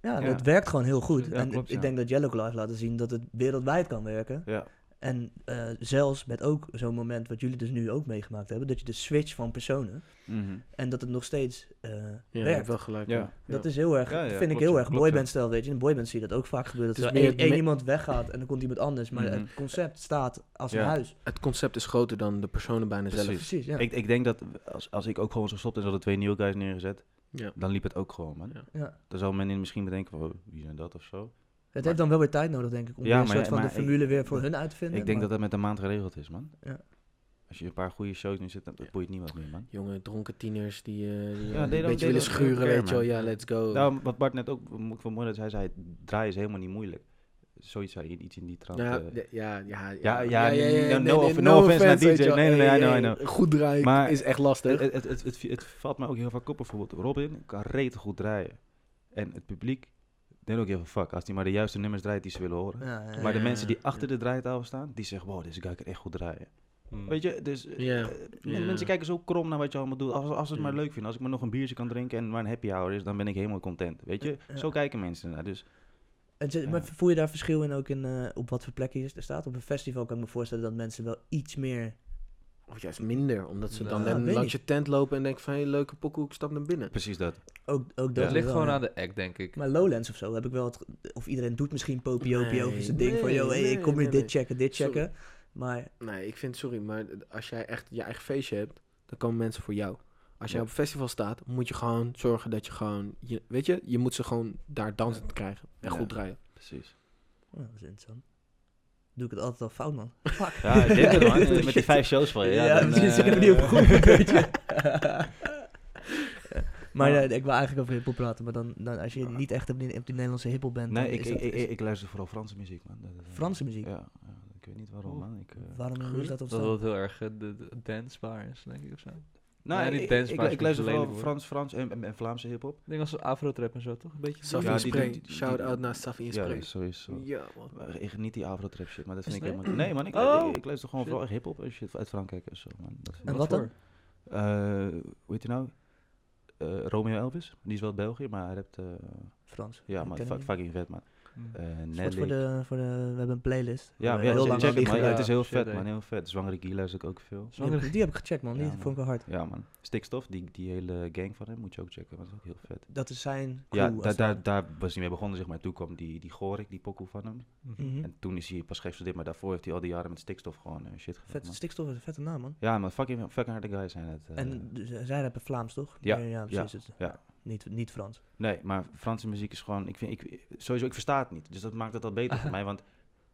ja, Ja. dat werkt gewoon heel goed. Ja, en klopt, ik ja. denk dat Yellow Claw heeft laten zien dat het wereldwijd kan werken. Ja. En eh, zelfs met ook zo'n moment wat jullie dus nu ook meegemaakt hebben, dat je de switch van personen Mhm. en dat het nog steeds eh, Ja, je hebt werkt. wel gelijk. Ja. man. Dat is heel erg, Ja, ja, vind ik klopt, heel ja, erg klopt, ja. boybandstijl, weet je. In boyband zie je dat ook vaak gebeuren. Dat er Het is meer één, het één me- iemand weggaat en dan komt iemand anders. Maar Mhm. het concept staat als een Ja. huis. Het concept is groter dan de personen bijna zelf. Precies. Precies, ja. Ik, ik denk dat als, als ik ook gewoon zo stopt en ze hadden twee nieuwe guys neergezet, Ja. dan liep het ook gewoon, man. Ja. ja. Dan zou men in misschien bedenken van, oh, wie zijn dat of zo. Het heeft dan wel weer tijd nodig, denk ik, om Ja, weer een maar- soort van de maar ik- formule weer voor hun uit te vinden. ik denk maar- dat dat met een maand geregeld is, man. Ja. Als je een paar goede shows nu zit, dan Ja. boeit niemand meer, man. Jonge dronken tieners die, eh, die, Ja, eh, they die een don't- beetje they willen don't- they don't schuren, care, weet je wel. man. Ja, let's go. Nou, wat Bart net ook moet vermoeden, dat hij zei, draaien is helemaal niet moeilijk. Zoiets zei hij, iets in die trant. Ja, eh. d- Nou, ja, ja, Ja, ja, no- no off- no offense naar weet DJ. je wel. Nee, nee, nee, Hey, I know, hey, I know. Goed draaien Maar- eh, is echt lastig. het, het, het, het, het valt mij ook heel vaak op, bijvoorbeeld Robin kan rete goed draaien. En het publiek denkt ook heel veel, fuck, als hij maar de juiste nummers draait die ze willen horen. Ja, ja, Maar de Ja, mensen die ja. Mm. achter de draaitafel staan, die zeggen, wow, deze guy kan echt goed draaien. Mm. Weet je, dus eh, Ja, eh, men- ja. mensen kijken zo krom naar wat je allemaal doet. Als, als ze het maar Ja. leuk vinden, als ik maar nog een biertje kan drinken en maar een happy hour is, dan ben ik helemaal content. Weet je, Ja. zo kijken mensen naar. Dus En zit- Ja. Maar voel je daar verschil in ook in eh, op wat voor plekken je er staat? Op een festival kan ik me voorstellen dat mensen wel iets meer... Of juist minder, omdat ze dan Nou, net weet langs niet. je tent lopen en denken van... Hé, hey, leuke pokoe, ik stap naar binnen. precies dat. Ook, ook dat Dat ligt wel, gewoon ja. aan de act, denk ik. Maar Lowlands of zo heb ik wel het... ge- Of iedereen doet misschien popiopio of Nee, is het ding van... nee, Yo, hey, nee, ik kom hier nee, dit checken, dit Sorry. checken. Maar Nee, ik vind, sorry, maar als jij echt je eigen feestje hebt, dan komen mensen voor jou. Als jij Ja. op een festival staat, moet je gewoon zorgen dat je gewoon, je, weet je, je moet ze gewoon daar dansend krijgen en Ja. goed draaien. Precies. Oh, dat is interessant. Doe ik het altijd al fout, man. Fuck. Ja, ik denk het man. Met die vijf shows van je. Ja, dan, precies. Ik eh, heb er niet op geoefend, [laughs] weet je. maar eh, ik wil eigenlijk over hiphop praten, maar dan, dan als je niet echt op die, op die Nederlandse hiphop bent, [laughs] Nee, dan ik, is ik, dat- dus- ik, is- ik luister vooral Franse muziek, man. Dat is, eh, Franse muziek. Ja, ja, ik weet niet waarom, Oeh. man. Ik, eh, Waarom hoe is dat Dat ontstaan? wordt heel erg eh, de, de dansbaar is, denk ik of zo. Ik nou, Ja, die ik, dance ik, maar is ik luister een beetje vooral lelijk, hoor. Frans, Frans en, en, en Vlaamse hip-hop. denk als een afro-trap en zo, toch? Een beetje. Safi Ja, in die- die- Spring, die- die- shout-out naar Safi in Ja, Spring. nee, sorry. sorry. Ja, man. Maar Ik niet die afro-trap shit, maar dat Is vind ik het helemaal... Nee, man, ik, Oh. ik, ik luister gewoon Shit. vooral echt hip-hop en shit uit Frankrijk en zo, man. Dat vind En ik- wat dan? voor? Eh, hoe heet hij nou? Eh, Romeo Elvis. Die is wel België, maar hij hebt... eh Frans. ja, Ik man, ken fuck, het fucking vet, man. Mm. Eh niet. Soort Nelly. voor de, voor de, we hebben een playlist. Ja, We ja, hebben heel lang check al het, die man. Ja, gebruikt. het is heel Shit, vet, hè. man. Heel vet. Zwangere Guy luister ik ook veel. Die heb, ik- die heb ik gecheckt, man. Die Ja, vond ik wel hard. Ja, man. Stikstof, die, die hele gang van hem, moet je ook checken. want Dat is ook heel vet. Dat is zijn crew. Ja, als daar, het daar, ware. daar was hij mee begonnen, zeg maar. Toen kwam die, die Gorik, die pokoe van hem. Mhm. En toen is hij pas geëxplodeerd, maar daarvoor heeft hij al die jaren met stikstof gewoon eh, shit gedaan. Vet, man. stikstof is een vette naam, man. Ja, maar fucking, fucking harde guys zijn het. eh. En dus, eh, zij hebben Vlaams, toch? ja, Meer- ja, precies. het- ja. Niet, niet Frans. Nee, maar Franse muziek is gewoon, ik vind, ik, sowieso, ik versta het niet. Dus dat maakt het al beter voor mij, want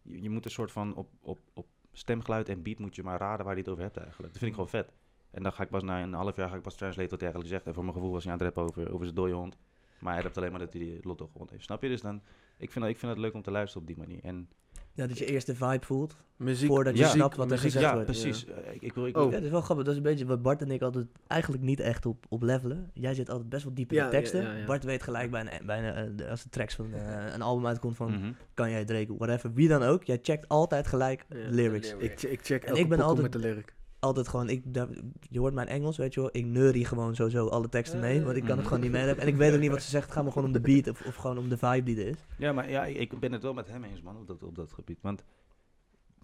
je, je moet een soort van op, op, op stemgeluid en beat moet je maar raden waar hij het over hebt eigenlijk. Dat vind ik gewoon vet. En dan ga ik pas na een half jaar ga ik pas translate wat hij eigenlijk zegt. En voor mijn gevoel was hij aan het rappen over, over zijn dode hond. Maar hij rapt alleen maar dat hij die lotto gewonnen heeft. Snap je? Dus dan, ik vind, dat- ik vind het leuk om te luisteren op die manier. En Ja, dat je eerst de vibe voelt. Muziek. Voordat je Ja. snapt wat er Muziek, gezegd ja, wordt. precies. Eh, Ik, ik wil, ik wil- Oh. Ja, dat is wel grappig. Dat is een beetje wat Bart en ik altijd eigenlijk niet echt op, op levelen. Jij zit altijd best wel diep in Ja, de ja, teksten. ja, ja. Bart weet gelijk bijna, bijna eh, de- als de tracks van [laughs] eh, een album uitkomt van Mm. Mhm. kan jij Drake, whatever, wie dan ook. Jij checkt altijd gelijk Ja, de de lyrics. Ik, che- ik check En elke ik ben pokoe altijd- met de lyric. Altijd gewoon, ik, daar- je hoort mijn Engels, weet je wel. Ik neurie gewoon sowieso alle teksten mee, want ik kan het gewoon [laughs] niet meer. En ik weet ook niet wat ze zegt. Het gaat me gewoon om de beat of, of gewoon om de vibe die er is. Ja, maar ja, ik- ik ben het wel met hem eens, man, op dat, op dat gebied. Want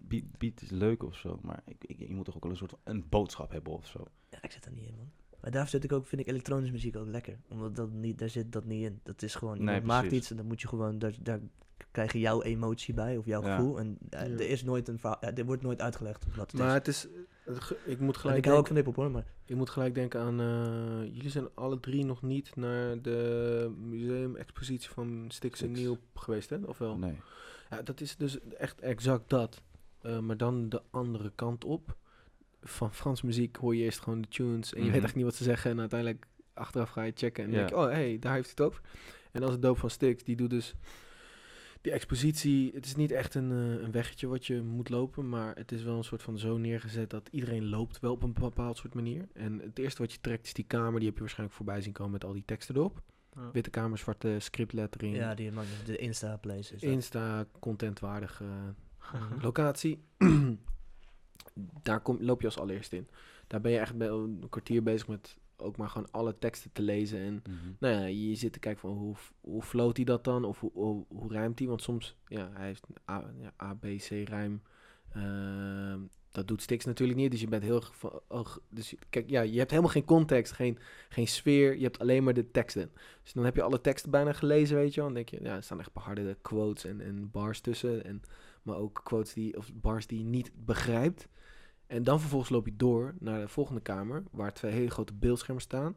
beat, beat is leuk of zo, maar ik, ik, je moet toch ook wel een soort van een boodschap hebben of zo. Ja, ik zit er niet in, man. Maar daarvoor zit ik ook, vind ik elektronische muziek ook lekker. Omdat dat niet, daar zit dat niet in. Dat is gewoon, Nee, iemand maakt precies. iets en dan moet je gewoon, daar, daar krijg je jouw emotie bij of jouw Ja. gevoel. En eh, Ja. er is nooit een verhaal, eh, er wordt nooit uitgelegd wat het Maar is. het is... het ge- Ik moet En gelijk ik hou ook denken, van hip-hop hoor, maar ik moet gelijk denken aan... eh, jullie zijn alle drie nog niet naar de museumexpositie van Stix en Styx. Nieuw geweest, hè? Of wel? Nee. Ja, dat is dus echt exact dat. Eh, maar dan de andere kant op. Van Frans muziek hoor je eerst gewoon de tunes. En je weet Mhm. echt niet wat ze zeggen. En uiteindelijk achteraf ga je checken. En dan Ja. denk je, oh hey, daar heeft hij het over. En als het doop van Stix, die doet dus... Die expositie, het is niet echt een, eh, een weggetje wat je moet lopen. Maar het is wel een soort van zo neergezet dat iedereen loopt wel op een bepaald soort manier. En het eerste wat je trekt is die kamer. Die heb je waarschijnlijk voorbij zien komen met al die teksten erop. Ja. [laughs] Witte kamer, zwarte scriptlettering. ja, die man, de Insta-plays. is dat. Insta-contentwaardige Mhm. locatie. [clears throat] Daar kom, loop je als allereerst in. Daar ben je echt wel een kwartier bezig met ook maar gewoon alle teksten te lezen. En Mm. nou ja, je zit te kijken van hoe, hoe floot hij dat dan? Of hoe, hoe, hoe rijmt hij? Want soms, ja, hij heeft een A, ja, A B, C rijm. Ehm, dat doet Stix natuurlijk niet. Dus je bent heel... erg van- oh, dus je- kijk, ja, je hebt helemaal geen context, geen, geen sfeer. Je hebt alleen maar de teksten. Dus dan heb je alle teksten bijna gelezen, weet je wel. Dan denk je, ja, er staan echt beharde quotes en, en bars tussen. En, maar ook quotes die, of bars die je niet begrijpt. En dan vervolgens loop je door naar de volgende kamer... waar twee hele grote beeldschermen staan.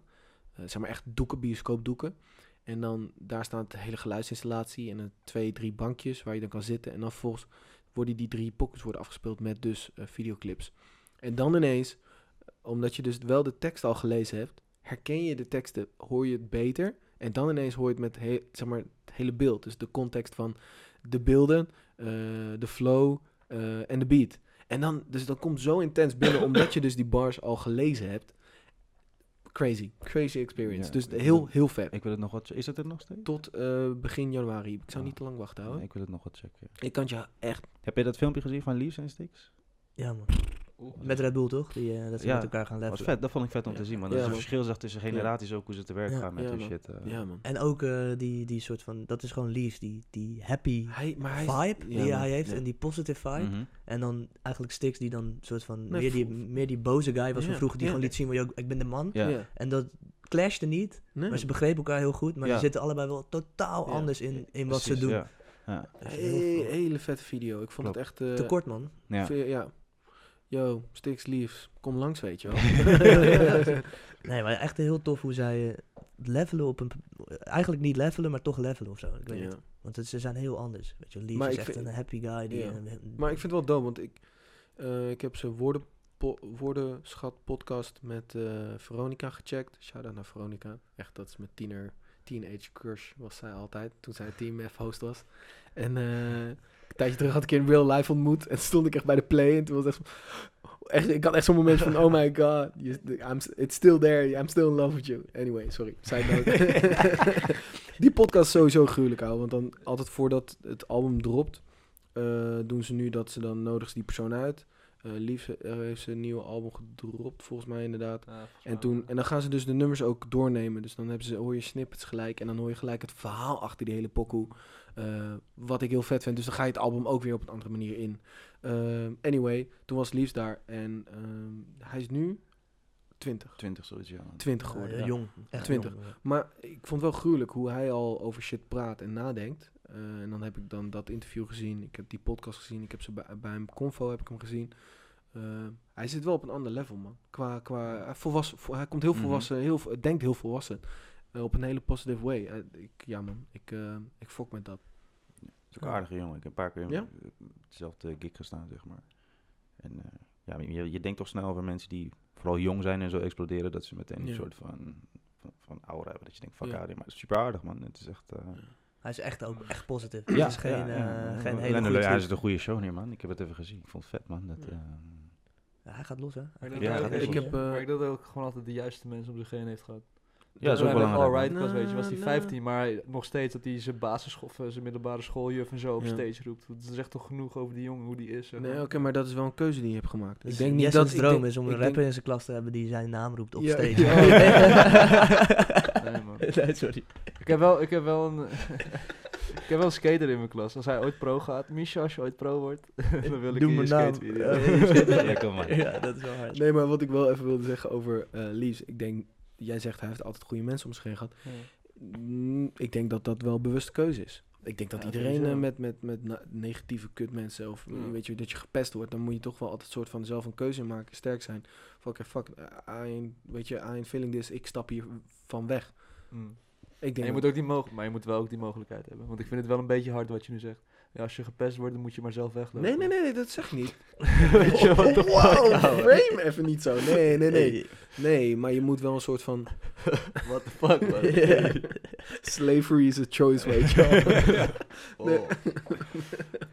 Eh, zeg maar echt doeken, bioscoopdoeken. En dan daar staat de hele geluidsinstallatie en een, twee, drie bankjes waar je dan kan zitten. En dan vervolgens worden die drie pockets worden afgespeeld met dus eh, videoclips. En dan ineens, omdat je dus wel de tekst al gelezen hebt, herken je de teksten, hoor je het beter. En dan ineens hoor je het met he- zeg maar, het hele beeld. Dus de context van de beelden, eh, de flow eh, en de beat. En dan, dus dat komt zo intens binnen, [coughs] omdat je dus die bars al gelezen hebt. Crazy, crazy experience. Ja, dus ik heel, bedoel- heel vet. Ik wil het nog wat... Is het er nog steeds? Tot eh, begin januari. Ik zou Ah. niet te lang wachten houden. Nee, ik wil het nog wat checken. ja. Ik kan het je echt. Heb je dat filmpje gezien van Leaves en Sticks? Ja man, Oeh. met Red Bull toch? Die, eh, dat ze Ja, met elkaar gaan Dat was levelen. vet, dat vond ik vet om Ja. te zien, Ja, man. Dat is een man. verschil zeg, tussen generaties ook hoe ze te werk Ja. gaan met Ja, hun man. shit. eh. Ja, man. En ook eh, die, die soort van, dat is gewoon Leaves, die, die happy Hij, maar hij is- vibe ja, die man. hij heeft Ja. en die positive vibe. Mhm. En dan eigenlijk Stix die dan soort van Nee, meer, die, vo- meer die boze guy was Ja, van vroeger die ja. gewoon liet zien, waar je ook, ik ben de man. Ja. Ja. En dat clashte niet, Nee. maar ze begrepen elkaar heel goed. Maar Ja. ze zitten allebei wel totaal Ja. anders in, in wat ze Precies, doen. Ja. Ja. Dat is Hey, heel veel. hele vette video. Ik vond het echt. eh, Te kort [laughs] man. Ja. ve- ja. Yo, Stix Liefs, kom langs, weet je [laughs] wel. Nee, maar echt heel tof hoe zij eh, levelen op een... Eigenlijk niet levelen, maar toch levelen of zo. Ik weet niet. ja. Want het, ze zijn heel anders. Weet je, Leaf Maar is ik echt vind- een happy guy. Die, Ja. eh, Maar ik vind het wel dope, want ik, eh, ik heb zijn woorden, woordenschat podcast met eh, Veronica gecheckt. Shout out naar Veronica. Echt, dat is mijn tiener, teenage crush was zij altijd, toen zij Team F host was. En eh, een tijdje terug had ik je in real life ontmoet en stond ik echt bij de play en toen was het echt, zo- echt ik had echt zo'n moment van, oh my god, you- I'm, it's still there, I'm still in love with you. Anyway, sorry, side note. Die podcast is sowieso gruwelijk, ouwe, want dan altijd voordat het album dropt, eh, doen ze nu dat ze dan nodig is die persoon uit. Eh Lief eh, heeft ze een nieuw album gedropt, volgens mij inderdaad. Ja, volgens En, mij toen, wel. en dan gaan ze dus de nummers ook doornemen. Dus dan hebben ze, hoor je snippets gelijk. En dan hoor je gelijk het verhaal achter die hele pokoe. Eh, wat ik heel vet vind. Dus dan ga je het album ook weer op een andere manier in. Ehm, anyway, toen was Liefs daar. En ehm, hij is nu 20. 20 zoiets, ja. man. 20 eh, geworden. jong. Echt 20. jong, ja. Maar ik vond het wel gruwelijk hoe hij al over shit praat en nadenkt. Eh, en dan heb ik dan dat interview gezien. Ik heb die podcast gezien. Ik heb ze bij, bij hem Convo heb ik hem gezien. Eh, hij zit wel op een ander level, man. Qua, qua hij, volwassen, vo- hij komt heel Mhm. volwassen, heel, v- denkt heel volwassen. Eh, op een hele positive way. Eh, ik, ja, man. Ik, eh, ik fok met dat. Het is ook een aardige jongen. Ik heb een paar keer Ja? ja? hetzelfde gig gestaan, zeg maar. En eh, ja, je, je denkt toch snel over mensen die vooral jong zijn en zo exploderen, dat ze meteen Ja. een soort van, van, van aura hebben. Dat je denkt, fuck Ja. ja. maar het is super aardig, man. Het is echt... eh, Hij is echt ook echt positief. Het is geen, eh, geen Ja, hele nee, goede Hij is type. een goede show neer, man. Ik heb het even gezien. Ik vond het vet, man. Dat, Ja. eh, Ja, hij gaat los, hè? Maar Hij ik Ja, denk gaat dat los, hij ik ook- hoor. heb, eh, Maar ik denk dat hij ook gewoon altijd de juiste mensen op zich heen heeft gehad. ja, dat is Toen ook hij met belangrijk. man. Alright was, weet je, was hij Na, 15, maar nog steeds dat hij zijn basisschool, of, eh, zijn middelbare schooljuf en zo op Ja. stage roept. Dat zegt toch genoeg over die jongen, hoe die is. zeg nee, oké, maar. maar dat is wel een keuze die je hebt gemaakt. Dus ik denk niet Jesse's dat ik droom denk- is om een ik rapper denk- in zijn klas te hebben die zijn naam roept op Ja, stage. [laughs] ja. Oh, Nee, man. [laughs] nee, sorry. Ik heb wel, ik heb wel een... [laughs] Ik heb wel een skater in mijn klas. Als hij ooit pro gaat, Misha, als je ooit pro wordt, [laughs] dan wil ik Doe in mijn je naam. [laughs] skatevideo. Eh, Lekker, man. Ja, dat is wel hard. Nee, maar wat ik wel even wilde zeggen over eh Leaves. Ik denk, jij zegt hij heeft altijd goede mensen om zich heen gehad. Mm, Ik denk dat dat wel een bewuste keuze is. Ik denk dat Ja, iedereen sowieso. Mm. eh, met, met, met na- negatieve kutmensen of eh, Ja. weet je, dat je gepest wordt, dan moet je toch wel altijd soort van zelf een keuze in maken, sterk zijn. Fuck, eh, fuck, eh, I ain't- weet je, I ain't feeling this, ik stap hier van weg. Mm. Ik En denk je dat- moet ook die mogelijk, maar je moet wel ook die mogelijkheid hebben. Want ik vind het wel een beetje hard wat je nu zegt. Ja, als je gepest wordt, dan moet je maar zelf weglopen. Nee, nee, nee, nee, dat zeg ik niet. [laughs] Weet je wat de wow, fuck, ouwe? frame even niet zo. Nee, nee, nee. Nee, maar je moet wel een soort van... [laughs] What the fuck, man? [laughs] Ja. Slavery is a choice, weet [laughs] je wel. [laughs] Oh. Nee.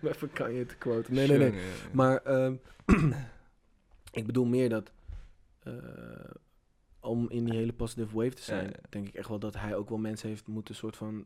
Om Even kan je te quote. Nee, nee, nee. Jongen, jongen. Maar ehm, [clears throat] ik bedoel meer dat eh, om in die hele positive wave te zijn, Ja, ja. denk ik echt wel dat hij ook wel mensen heeft moeten soort van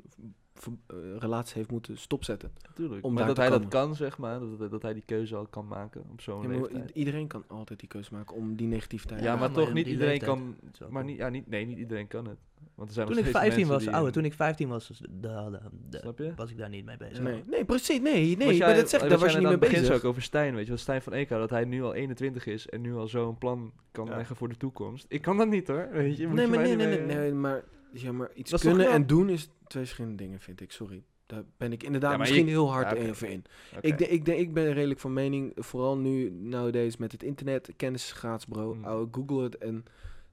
ver- eh, relaties heeft moeten stopzetten. Tuurlijk. om maar daar dat hij te dat komen. kan, zeg maar. Dat, dat- dat hij die keuze al kan maken op zo'n Ja, maar i- leeftijd. iedereen kan altijd die keuze maken om die negativiteit. Ja, Ja, maar maar toch op niet die iedereen leeftijd kan... is wel Maar cool. niet, ja, niet, nee, niet iedereen kan het. Want er zijn Toen nog ik steeds 15 mensen was, die- eh, ouwe, toen ik 15 was, was de- de- de- Snap je? was ik daar niet mee bezig. nee. nee, precies. Nee, Was nee jij- maar dat zeg ik, daar was jij je net aan niet mee het bezig. begin zo ook over Stijn, weet je wel. Stijn van Eka, dat hij nu al 21 is en nu al zo'n plan kan Ja. leggen voor de toekomst. Ik kan dat niet, hoor. Weet je, moet nee, je maar mij nee, niet nee, nee, mee, eh, nee, maar, ja, maar iets Dat is toch kunnen en knap? doen is twee verschillende dingen, vind ik. Sorry. Daar ben ik inderdaad Ja, maar je- misschien heel hard Ja, oké. even in. oké. Ik, denk- ik, denk- ik ben redelijk van mening, vooral nu, nowadays, met het internet, kennis is gratis, bro. Mm. Ouwe, Google het en het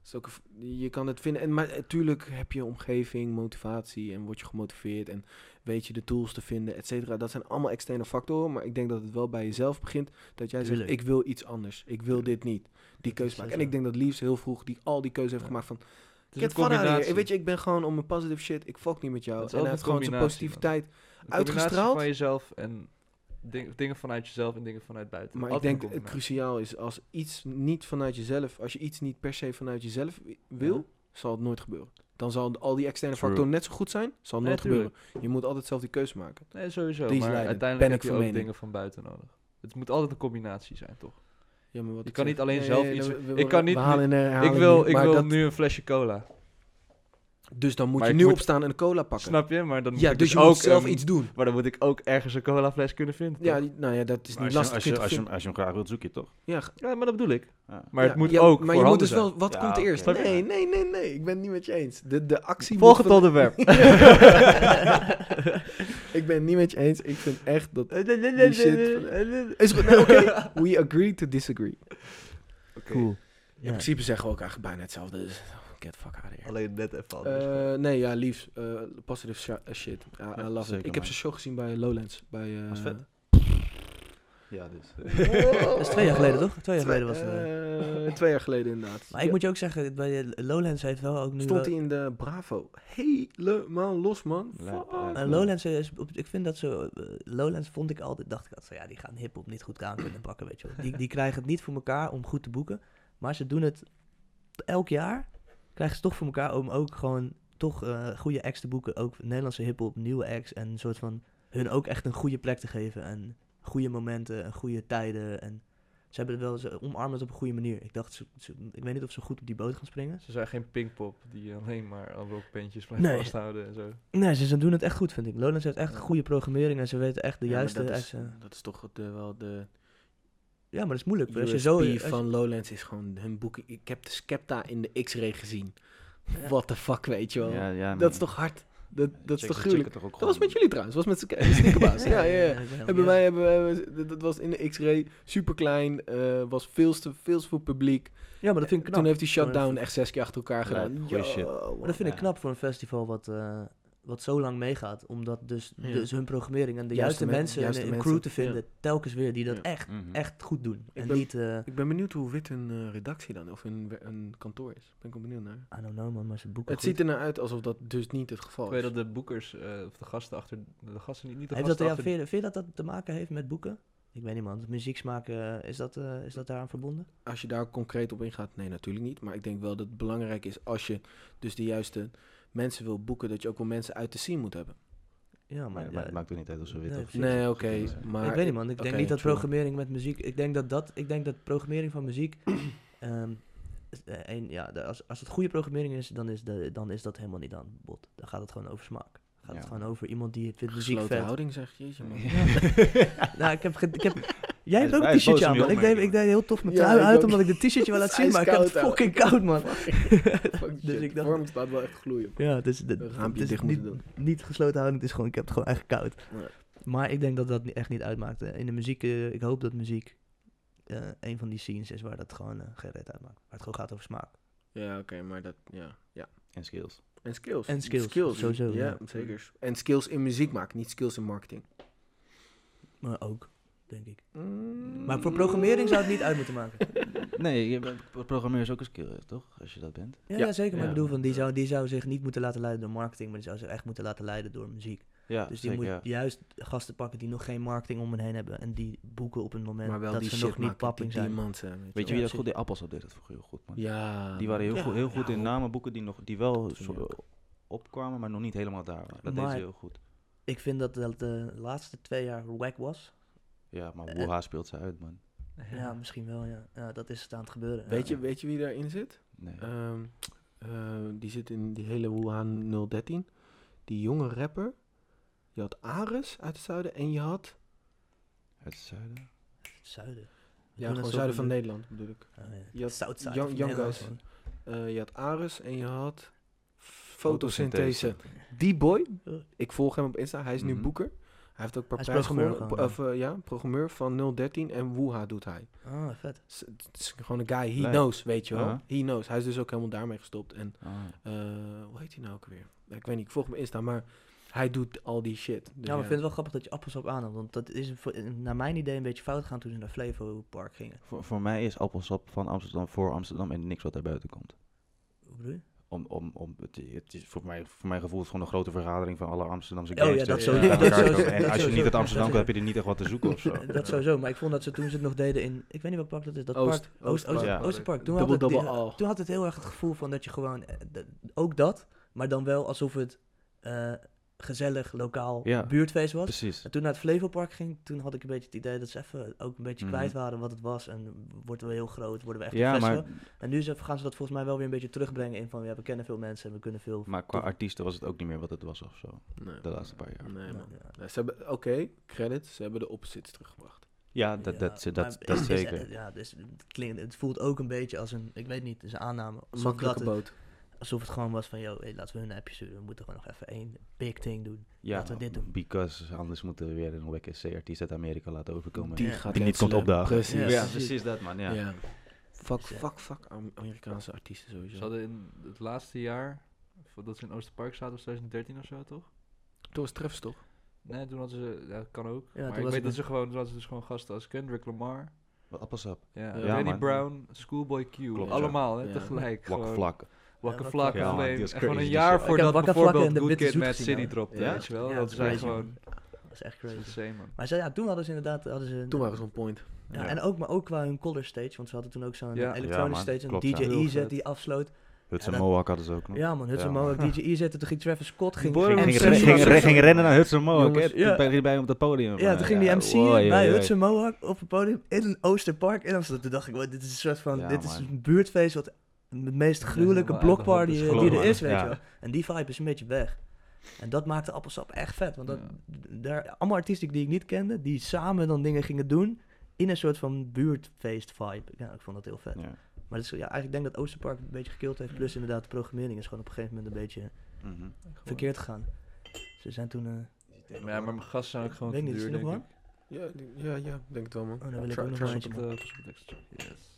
is ook een v- je kan het vinden. En, maar natuurlijk heb je omgeving, motivatie en word je gemotiveerd en weet je de tools te vinden, et cetera. Dat zijn allemaal externe factoren, maar ik denk dat het wel bij jezelf begint dat jij zegt, Tuurlijk. ik wil iets anders, ik wil dit niet. Dat Die is [laughs] keuze maken. En zo. ik denk dat Liefs heel vroeg die, al die keuze heeft Ja. gemaakt van, Het ik is een heb van aan combinatie. hier. Weet je, ik ben gewoon om mijn positive shit, ik fuck niet met jou. Het is En hij heeft altijd gewoon zijn combinatie, man. positiviteit Een combinatie uitgestraald. van jezelf en ding- dingen vanuit jezelf en dingen vanuit buiten. Maar ik Altijd denk eh, een het combinatie. cruciaal is als iets niet vanuit jezelf, als je iets niet per se vanuit jezelf wi- wil, zal het nooit gebeuren. Dan zal al die externe True. factoren net zo goed zijn, zal Nee, nooit tuurlijk. gebeuren. Je moet altijd zelf die keuze maken. Nee, sowieso. Die is maar leidend. uiteindelijk Ben heb ik je van ook mening. dingen van buiten nodig. Het moet altijd een combinatie zijn, toch? Ja, maar wat Je ik kan zeg- niet alleen zelf iets- we- we- ik we- kan niet- We halen in de herhaling Ik wil, hier, ik maar wil dat- nu een flesje cola. Dus dan moet maar je ik nu moet- opstaan en een cola pakken. Snap je? Maar dan moet ja, ik dus dus je moet ook zelf een- iets doen. Maar dan moet ik ook ergens een colafles kunnen vinden. Ja, Ja, die- nou ja, dat is Maar niet als je- lastig. Als je- kun je als toch je hem- als je hem graag wilt, zoek je het toch? vinden. Ja, g- ja maar dat bedoel ik. Ja. Maar ja, het moet ja, ook Maar voor je moet handen dus zijn. wel, wat Ja, komt oké. eerst? Snap je? Nee, nee, nee, nee, ik ben het niet met je eens. De, de actie moet Volgend van- [laughs] onderwerp. Ik ben het niet met je eens. Ik vind echt dat Die shit van- Is goed, nee, oké. [laughs] We agree to disagree. Cool. In principe zeggen we ook eigenlijk bijna hetzelfde. Dus get the fuck out of here. Alleen net even anders. Eh, nee, ja, liefs. eh, positive shi- eh, shit. I- I Ja, love it. zeker, Ik man. heb zijn show gezien bij Lowlands. Bij, eh, Was vet. Ja, dus. [laughs] Dat is twee jaar geleden, toch? Twee jaar geleden was het. eh. eh, twee jaar geleden inderdaad. Maar ik Ja, moet je ook zeggen, bij de Lowlands heeft wel ook nu... Stond wel- hij in de Bravo. Helemaal los, man. Lijp, Fuck. lijp. Maar Eh, Lowlands, is, op- ik vind dat zo... eh, Lowlands vond ik altijd, dacht ik altijd, zo, ja, die gaan hiphop niet goed aan kunnen pakken, weet je wel. Die, die krijgen het niet voor elkaar om goed te boeken. Maar ze doen het elk jaar, krijgen ze toch voor elkaar om ook gewoon toch eh, goede acts te boeken. Ook Nederlandse hiphop, nieuwe acts en een soort van hun ook echt een goede plek te geven. En goede momenten en goede tijden en... Ze hebben het wel, ze omarmen het op een goede manier. Ik dacht, ze- ze- ik weet niet of ze goed op die boot gaan springen. Ze zijn geen pinkpop die alleen maar aan rockbandjes blijft Nee. vasthouden en zo. Oh, Nee, ze, ze doen het echt goed, vind ik. Lowlands heeft echt goede programmering en ze weten echt de Ja, maar juiste... dat is, acts, eh. dat is toch de, wel de Ja, maar dat is moeilijk. Als je USP zo, als je- [laughs] van Lowlands is gewoon hun boeken. Ik heb de Skepta in de X-ray gezien. What the fuck, weet je wel. Ja, ja, Dat man. is toch hard? Dat, dat is Check- toch check gruwelijk? het toch ook Dat was gewoon. met jullie trouwens, was met Sk- [laughs] Sneakerbaas. ja, ja, ja. ik ben Hebben heel- wij, hebben wij, dat- dat was in de X-ray, super klein, was veel te veel te veel publiek. Ja, maar dat vind ik knap. Toen Oh, heeft die shutdown Toen echt zes keer achter elkaar Ja, gedaan. goeie Yo, shit. Maar dat vind ik Ja. knap voor een festival wat, eh, wat zo lang meegaat. Omdat dus, Ja. dus hun programmering en de Juiste juiste, men- mensen juiste en een mensen. crew te vinden, Ja. telkens weer, die dat Ja. Mm. echt, Mhm. echt goed doen. Ik en ben- niet, eh Ik ben benieuwd hoe wit een eh, redactie dan, of een, een kantoor is. Ben ik wel benieuwd naar. I don't know man, maar ze boeken Het ziet er nou uit alsof dat dus niet het geval Ik is. weet dat de boekers, eh, of de gasten achter, de gasten niet, niet de heeft dat, gasten ja, achter- vind, je, vind je dat dat te maken heeft met boeken? Ik weet niet man, muzieksmaak, eh, is, dat, eh, is dat daaraan verbonden? Als je daar concreet op ingaat, nee, natuurlijk niet. Maar ik denk wel dat het belangrijk is als je dus de juiste mensen wil boeken, dat je ook wel mensen uit de scene moet hebben. Ja, Maar maar... het ja, maakt- maakt ook niet uit of ze wit Nee, of precies. Nee, oké. maar ik weet niet man, ik denk oké, niet dat true. programmering met muziek, ik denk dat dat, ik denk dat programmering van muziek, [clears throat] ehm, is, eh, een, ja, de- als, als het goede programmering is, dan is, de, dan is dat helemaal niet aan bod. Dan gaat het gewoon over smaak. Dan gaat het Ja. gewoon over iemand die vindt muziek Gesloten vet. houding zeg, [laughs] jeetje man. [laughs] nou, ik heb, ge- ik heb... Jij hebt is- ook hij een is boos t-shirtje om aan, je man. Ik deed, ik opmerking, deed heel tof mijn Ja, trui ik uit, ook. omdat ik de t-shirtje wil laten Hij zien, is maar ik heb het koud, ouwe. fucking koud, man. [laughs] Fuck Dus shit, ik de dacht- vorm staat wel echt gloeien. Ja, het is, het, Een raampje het is dicht niet, moeten doen. niet gesloten houding, het is gewoon, ik heb het gewoon echt koud. Nee. Maar ik denk dat dat ni- echt niet uitmaakt. eh. In de muziek, eh, ik hoop dat muziek eh, een van die scenes is waar dat gewoon eh geen reet uitmaakt. Waar het gewoon gaat over smaak. Ja, oké, maar dat, ja, ja. En skills. En skills. En skills, sowieso, Ja, ja. zeker. En skills in muziek maken, niet skills in marketing. Maar ook, denk ik. Mm. Maar voor programmering zou het niet uit moeten maken. [laughs] Nee, je bent- programmeur is ook een skill, eh, toch? Als je dat bent. Ja, Ja. ja, zeker. Maar Ja. ik bedoel, van, die, zou, die zou zich niet moeten laten leiden door marketing, maar die zou zich echt moeten laten leiden door muziek. Ja, Dus die zeker, moet ja. juist gasten pakken die nog geen marketing om hen heen hebben. En die boeken op een moment Maar wel dat die ze shit nog niet maken, die papping zijn. diamant zijn. Weet, Weet je Ja, wie dat zeker. goed deed? Appels op deed dat vroeger heel goed, man. Ja. Die waren heel, Ja, goed, heel goed ja, in ook. namen boeken die, nog, die wel Toen zo- opkwamen, maar nog niet helemaal daar waren. Dat deed Maar- ze heel goed. Ik vind dat dat de laatste twee jaar wack was. Ja, maar Eh. Woeha speelt ze uit, man. Ja, misschien wel, ja. ja. Dat is het aan het gebeuren. ja. Weet, je, weet je wie daarin zit? Nee. Ehm, eh, die zit in die hele Wuhan 013. Die jonge rapper. Je had Ares uit het zuiden en je had... Uit het zuiden? Zuiden. Ja, gewoon zuiden van Nederland bedoel ik. Oh Je had Southside Young- van Young Nederland, Guys. man. Eh, je had Ares en je had... Fotosynthese. Die boy, ik volg hem op Insta, hij is nu Mhm. boeken. Hij heeft ook een Hij paar is prijzen programmeur gewonnen. ook al, Of, eh, ja, programmeur van 013 en Wuha doet hij. Ah, vet. Dus S- Het is gewoon een guy, he Leuk. knows, weet je wel. Aha. He knows. Hij is dus ook helemaal daarmee gestopt. En Ah, eh, hoe heet hij nou ook weer? Ik weet niet, ik volg hem op Insta, maar hij doet al die shit. Dus ja, maar ik vind het wel grappig dat je appels op aanhaalt. Want dat is voor- naar mijn idee een beetje fout gaan toen ze naar Flevo Park gingen. voor, voor mij is appelsap van Amsterdam voor Amsterdam en niks wat daar buiten komt. Hoe bedoel je? Om, om, om, het, het is voor, mij, voor mijn gevoel is het gewoon een grote vergadering van alle Amsterdamse Oh ja, gangsters. dat die sowieso- bij dat elkaar sowieso- komen. En dat als je sowieso. niet uit Amsterdam Dat komt, heb je er niet echt wat te zoeken of [laughs] zo. Eh, Dat sowieso, maar ik vond dat ze toen ze het nog deden in, ik weet niet wat park dat is, dat Oost- park, Oost, Oost, Oosterpark. Oosterpark. Toen had, Double het, die- double al. toen had het heel erg het gevoel van dat je gewoon, eh, dat- ook dat, maar dan wel alsof het eh, gezellig lokaal Ja. buurtfeest was. Precies. En toen naar het Flevopark ging, toen had ik een beetje het idee dat ze even ook een beetje Mhm. kwijt waren wat het was. En worden we heel groot, worden we echt Ja, een maar, festival. En nu ze- gaan ze dat volgens mij wel weer een beetje terugbrengen in van, ja, we kennen veel mensen en we kunnen veel... maar qua artiesten was het ook niet meer wat het was of zo. Nee, De laatste paar jaar. nee, Ja, man. ja. Nou, ze hebben, oké, credit, ze hebben de opposites teruggebracht. Ja, dat, dat, Ja, dat, dat, maar dat is- is- zeker. ja, dus het, klinkt, het voelt ook een beetje als een, ik weet niet, het is een aanname. Een Alsof, dat makkelijke het, boot. alsof het gewoon was van, joh, hey, laten we hun appje sturen. We moeten gewoon nog even één big thing doen. Ja, Laten we dit doen. because anders moeten we weer een wack SC-artiest uit Amerika laten overkomen. Die Ja. gaat Die niet komt cancelen. opdagen. Precies. Ja, ja, precies. precies dat man, ja. Ja. Fuck, Dus ja. fuck, fuck Am- Amerikaanse artiesten sowieso. Ze hadden in het laatste jaar, voordat ze in Oosterpark zaten, was 2013 of zo, toch? Toen was Treffs toch? Nee, toen hadden ze, ja, dat kan ook. toen maar was ik weet het- dat ze gewoon, toen hadden ze dus gewoon gasten als Kendrick Lamar, Wat appelsap. ja, Ja, Danny man. Brown, Schoolboy Q, Klopt, ja. allemaal hè, Ja. tegelijk. Wak gewoon. vlak. Wakker Ja, vlak, Wakka Flakka. Ja, alleen. die en is gewoon een crazy jaar shit. Ik voordat heb Wakka Flakka bijvoorbeeld in de Good Witte Kid Zoet Mad gezien, City hoor. dropte, Ja? weet je wel. Ja, dat dat is is eigenlijk crazy, gewoon Dat is echt dat crazy. is insane, man. Maar ze, ja, toen hadden ze inderdaad... Hadden ze Toen waren ze on point. Ja, Ja. en ook, maar ook qua hun color stage, want ze hadden toen ook zo'n Ja. Ja, elektronische man, stage, een klopt, DJ ja. Heel EZ vet. E die afsloot. Hudson Ja, dat- Mohawk hadden ze ook nog. Ja man, Hudson Ja, man. Mohawk, DJ EZ, en E toen ging Travis Scott ging, Boy, Ging, Borum MC ging, ging, was- ging- ging rennen naar Hudson Mohawk. Jongens, hè? Toen ja. ben ik bij hem op het podium. Ja, toen ging die MC wow, jee, bij jee. Hudson Mohawk op het podium in een Oosterpark in Amsterdam. Toen dacht ik, wow, dit is een soort van, Ja, dit is man. een buurtfeest wat het meest is gruwelijke helemaal uit de hand, blokparty dus eh, geloof die me. er is, weet Ja. je wel. En die vibe is een beetje weg. En dat maakte Appelsap echt vet, want dat, daar, allemaal artiesten die ik niet kende, die samen dan dingen gingen doen in een soort van buurtfeest vibe. Ja, ik vond dat heel vet. Ja. Maar dat is, ja, eigenlijk denk ik dat Oosterpark een beetje gekild heeft. Plus inderdaad, de programmering is gewoon op een gegeven moment een beetje Mhm. verkeerd gegaan. Ze zijn toen... eh, Maar ja, maar mijn gasten zijn ook gewoon weet te niet, is duur, die denk nog ik. warm? Ja, die- ja, ja, denk het wel man. Oh, dan wil ik Tra- ook nog tra- wel Pas op eentje het, maken. eh, pas op het extra. Yes.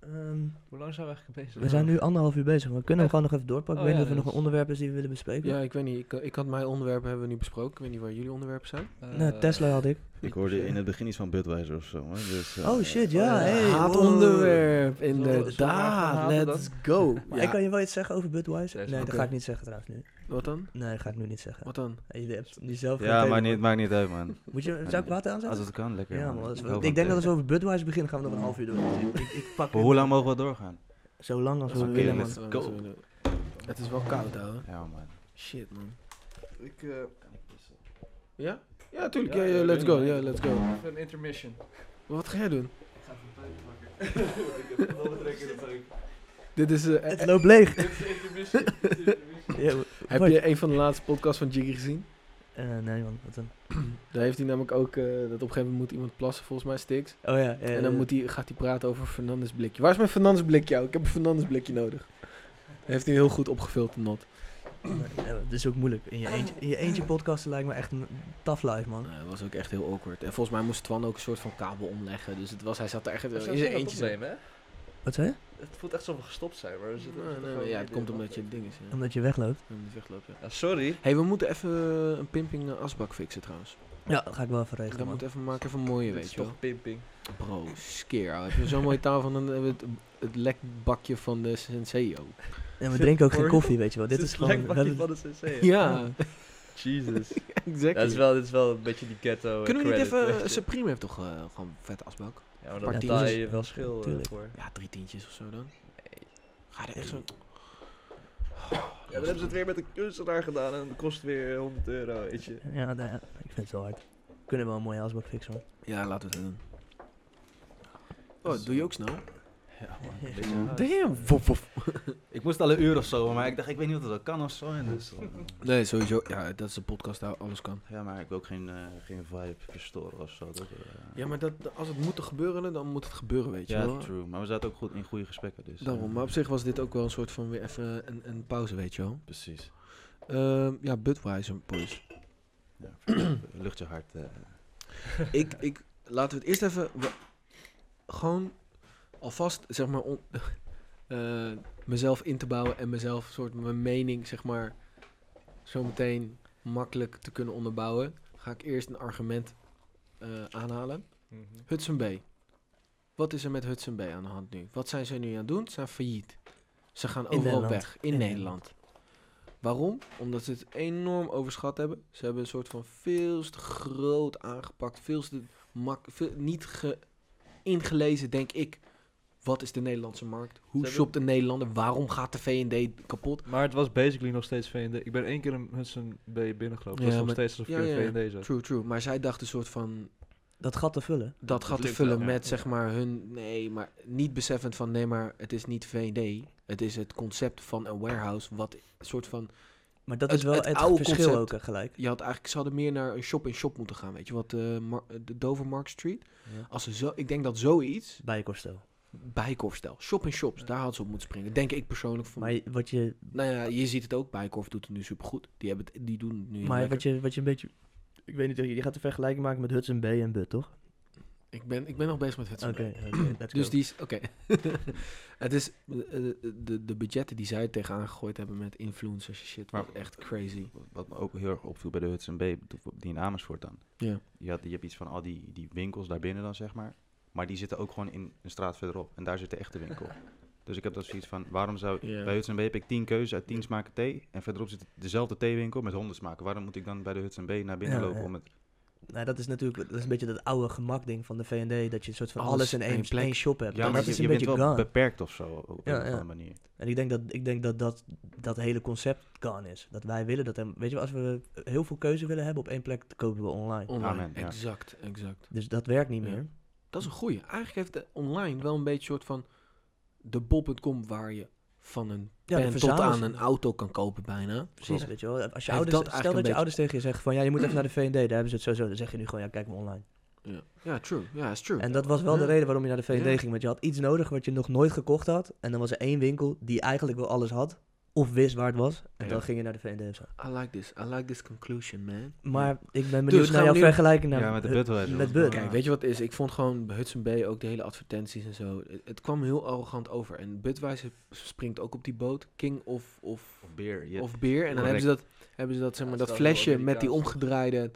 Ehm, Hoe lang zijn we eigenlijk bezig? we zijn nu anderhalf uur bezig, maar we kunnen hem gewoon nog even doorpakken. Oh, ik weet ja, niet of er dat nog een is- onderwerp is die we willen bespreken. Ja, ik weet niet. Ik, ik had mijn onderwerpen hebben we nu besproken. Ik weet niet waar jullie onderwerpen zijn. eh, Nou, Tesla had ik. Ik hoorde in het begin iets van Budweiser of zo. hè, Dus, eh, Oh shit, ja. Eh, hey, haat wow. onderwerp, zullen we maar gaan inderdaad. haten Let's go. Maar Ja, ik kan je wel iets zeggen over Budweiser. Tesla. Nee, dat Oké. ga ik niet zeggen trouwens nu. Wat dan? Nee, dat ga ik nu niet zeggen. Wat dan? Hey, Je hebt nu zelf geen Ja, thema, maar niet, maakt niet uit, man. man. Moet je, zou ik water Als aanzetten? het kan, lekker. [laughs] Ja, man. man. dat is- Ik hou ik denk van dat thee. als we over Budweiser beginnen, gaan we nog een half uur door. Ik, ik, ik pak Maar het Hoe lang mogen we doorgaan? Zo lang als we Oké, willen, man. let's man. go. Het is wel koud, ouwe. Ja, man. Shit, man. Ik, Ja? Ja, tuurlijk. Ja, Ja, ja, ja, let's doe go. je Ja, maar. let's go. even een [laughs] intermission. Wat ga jij [laughs] [laughs] Ik doen? heb een pakken. ik heb een pakken. Dit is, eh, Het eh, loopt leeg. [laughs] Ja, heb wat? je een van de laatste podcasts van Jiggy gezien? Eh, nee man, wat dan? Daar heeft hij namelijk ook, eh, dat op een gegeven moment moet iemand plassen, volgens mij Stix. Oh ja. eh, en dan moet hij, gaat hij praten over Fernandes blikje. Waar is mijn Fernandes blikje? jou? Ik heb een Fernandes blikje nodig. Dat heeft hij heel goed opgevuld, de not. eh, Het is ook moeilijk. In je eentje, in je eentje podcasten lijkt me echt een tough life man. Eh, Dat was ook echt heel awkward. En volgens mij moest Twan ook een soort van kabel omleggen. Dus het was, hij zat er echt in Dat is zijn een eentje. probleem, hè? Wat zei je? Het voelt echt alsof we gestopt zijn, maar we Nee, zitten Nou, nee, zitten nee, gewoon ja, in het de komt omdat aflevering. je het ding is. Ja. Omdat je wegloopt. Omdat je wegloopt, ja. Ja, sorry. Hé, hey, we moeten even eh, een pimping eh, asbak fixen trouwens. Ja, dat ga ik wel even Dat regelen man. moet even maken van mooie, Dit weet is je wel. toch pimping. Bro, skeer. ouwe. Heb je zo'n mooie taal van een, hebben we het, het lekbakje van de sensei ook. En we drinken ook geen Hoor. koffie weet je wel. Dit is gewoon... dat lekbakje is- van de CC. [laughs] Ja, Jesus. exactly. Dat is wel, dit is wel een beetje die ghetto eh, Kunnen we niet credit, weet je. even... Supreme heeft toch eh, gewoon een vette asbak? Ja, maar dan Partijen. betaal je wel schil eh, Tuurlijk. voor. Ja, drie tientjes of zo dan. Nee. Ga er echt zo... Ja, dan hebben ze het weer met een kunstenaar gedaan en dat kost weer 100 euro, weet je. Ja, nou ja, ik vind het wel hard. We kunnen wel een mooie asbak fixen hoor. Ja, laten we het doen. Oh, dat doe je ook snel? Ja, man. Ja. een beetje- Damn! Wof, wof. Ik moest al een uur of zo, maar ik dacht, ik weet niet of dat kan of zo. En dus, eh, Nee, sowieso. Ja, dat is een podcast daar alles kan. ja, maar ik wil ook geen, eh, geen vibe verstoren of zo. Dat, eh, Ja, maar dat, als het moet gebeuren, dan moet het gebeuren, weet je ja, wel. true. Maar we zaten ook goed in goede gesprekken, dus. eh, Daarom, maar op zich was dit ook wel een soort van weer even een, een pauze, weet je wel. Precies. Ehm, ja, Budweiser, [laughs] boys. Ja, vertel, lucht je hart. eh. ik, ik, laten we het eerst even... we- gewoon alvast, zeg maar, on- [laughs] eh, mezelf in te bouwen en mezelf, soort mijn mening, zeg maar, zo meteen makkelijk te kunnen onderbouwen. Ga ik eerst een argument eh, aanhalen. Mhm. Hudson B. Wat is er met Hudson B aan de hand nu? Wat zijn ze nu aan het doen? Ze zijn failliet. Ze gaan overal Nederland. weg. In, In Nederland. Waarom? Omdat ze het enorm overschat hebben. Ze hebben een soort van veel te groot aangepakt. Veel te mak veel, niet ge- ingelezen, denk ik. Wat is de Nederlandse markt? Hoe Ze hebben- shopt een Nederlander? Waarom gaat de V&D kapot? Maar het was basically nog steeds VND. Ik ben één keer een Hudson B binnengelopen. dat Ja, is nog maar- steeds alsof je ja, ja, ja. een VND zat. True, true. Maar zij dachten een soort van... Dat gat te vullen. dat gaat te lukt vullen wel, ja. met zeg maar hun nee, maar niet beseffend van nee, maar het is niet VD. Het is het concept van een warehouse wat een soort van Maar dat Het- is wel het het, oude verschil concept. ook eh, gelijk. je had eigenlijk ze hadden meer naar een shop in shop moeten gaan, weet je wat eh, Mar- de Dover Mark Street. Ja. Als ze zo, ik denk dat zoiets Bijenkortstel. bijkorfstel, shop in shops, daar had ze op moeten springen. Denk ik persoonlijk van. Maar wat je, nou ja, je ziet het ook. Bijkorf doet het nu supergoed. Die hebben het, die doen het nu. heel maar lekker. wat je, wat je een beetje... Ik weet niet, je gaat de vergelijking maken met Hudson B en Bud, toch? Ik ben ik ben nog bezig met het. Oké, oké, let's Dus go. die is, oké. [laughs] het is, eh, eh, de, de budgetten die zij tegenaan gegooid hebben met influencers en shit, was Maar- echt crazy. Wat me ook heel erg opviel bij de Hudson Bay, die in Amersfoort dan. Ja. Je, had, je hebt iets van al die, die winkels daarbinnen dan, zeg maar. Maar die zitten ook gewoon in een straat verderop. En daar zit de echte [laughs] winkel. dus ik heb dat zoiets van, waarom zou... Ja. Bij Hudson Bay heb ik tien keuzes uit tien smaken thee. En verderop zit dezelfde theewinkel met honderd smaken. Waarom moet ik dan bij de Hudson Bay naar binnen Ja, lopen ja. om het... Nou, dat is natuurlijk dat is een beetje dat oude gemakding van de V&D. Dat je een soort van Alles alles, in op één, één plek. één shop hebt. Ja, dat maar is je, een je bent beetje wel gone. bepaald of zo, op Ja, een ja. of andere manier. En ik denk dat ik denk dat, dat dat hele concept gone is. Dat wij willen dat... er- Weet je, wel, als we heel veel keuze willen hebben op één plek, dan kopen we online. Online, Amen, ja. exact, exact. Dus dat werkt niet Ja. meer. Dat is een goeie. Eigenlijk heeft de online wel een beetje soort van de bol.com waar je van een Ja, de pen tot verzamels- aan een auto kan kopen bijna. Precies, Klopt. weet je wel. Als je Heeft ouders, dat stel eigenlijk een dat je beetje- ouders tegen je zeggen van ja, je moet even naar de VND, daar hebben ze het sowieso. Dan zeg je nu gewoon ja, kijk maar online. Ja, ja true. Ja, is true. En dat was wel de Ja. reden waarom je naar de VND Ja. ging, want je had iets nodig wat je nog nooit gekocht had. En dan was er één winkel die eigenlijk wel alles had, of wist waar het was. En Ja. dan ging je naar de VND of zo. I like this. I like this conclusion, man. Maar ik ben Dus gaan benieuwd we naar jouw nu- vergelijking naar Ja, met de Hut- Budweiser. Met want- Bud. Kijk, weet je wat het is? Ik vond gewoon bij Hudson Bay ook de hele advertenties en zo. Het, het kwam heel arrogant over. En Budweiser springt ook op die boot. King of, of, eh, Of beer. je- of beer. En dan hebben ze dat, hebben ze dat, zeg Ja, maar, dat dat is wel heel flesje met die Amerikaans, toch? omgedraaide...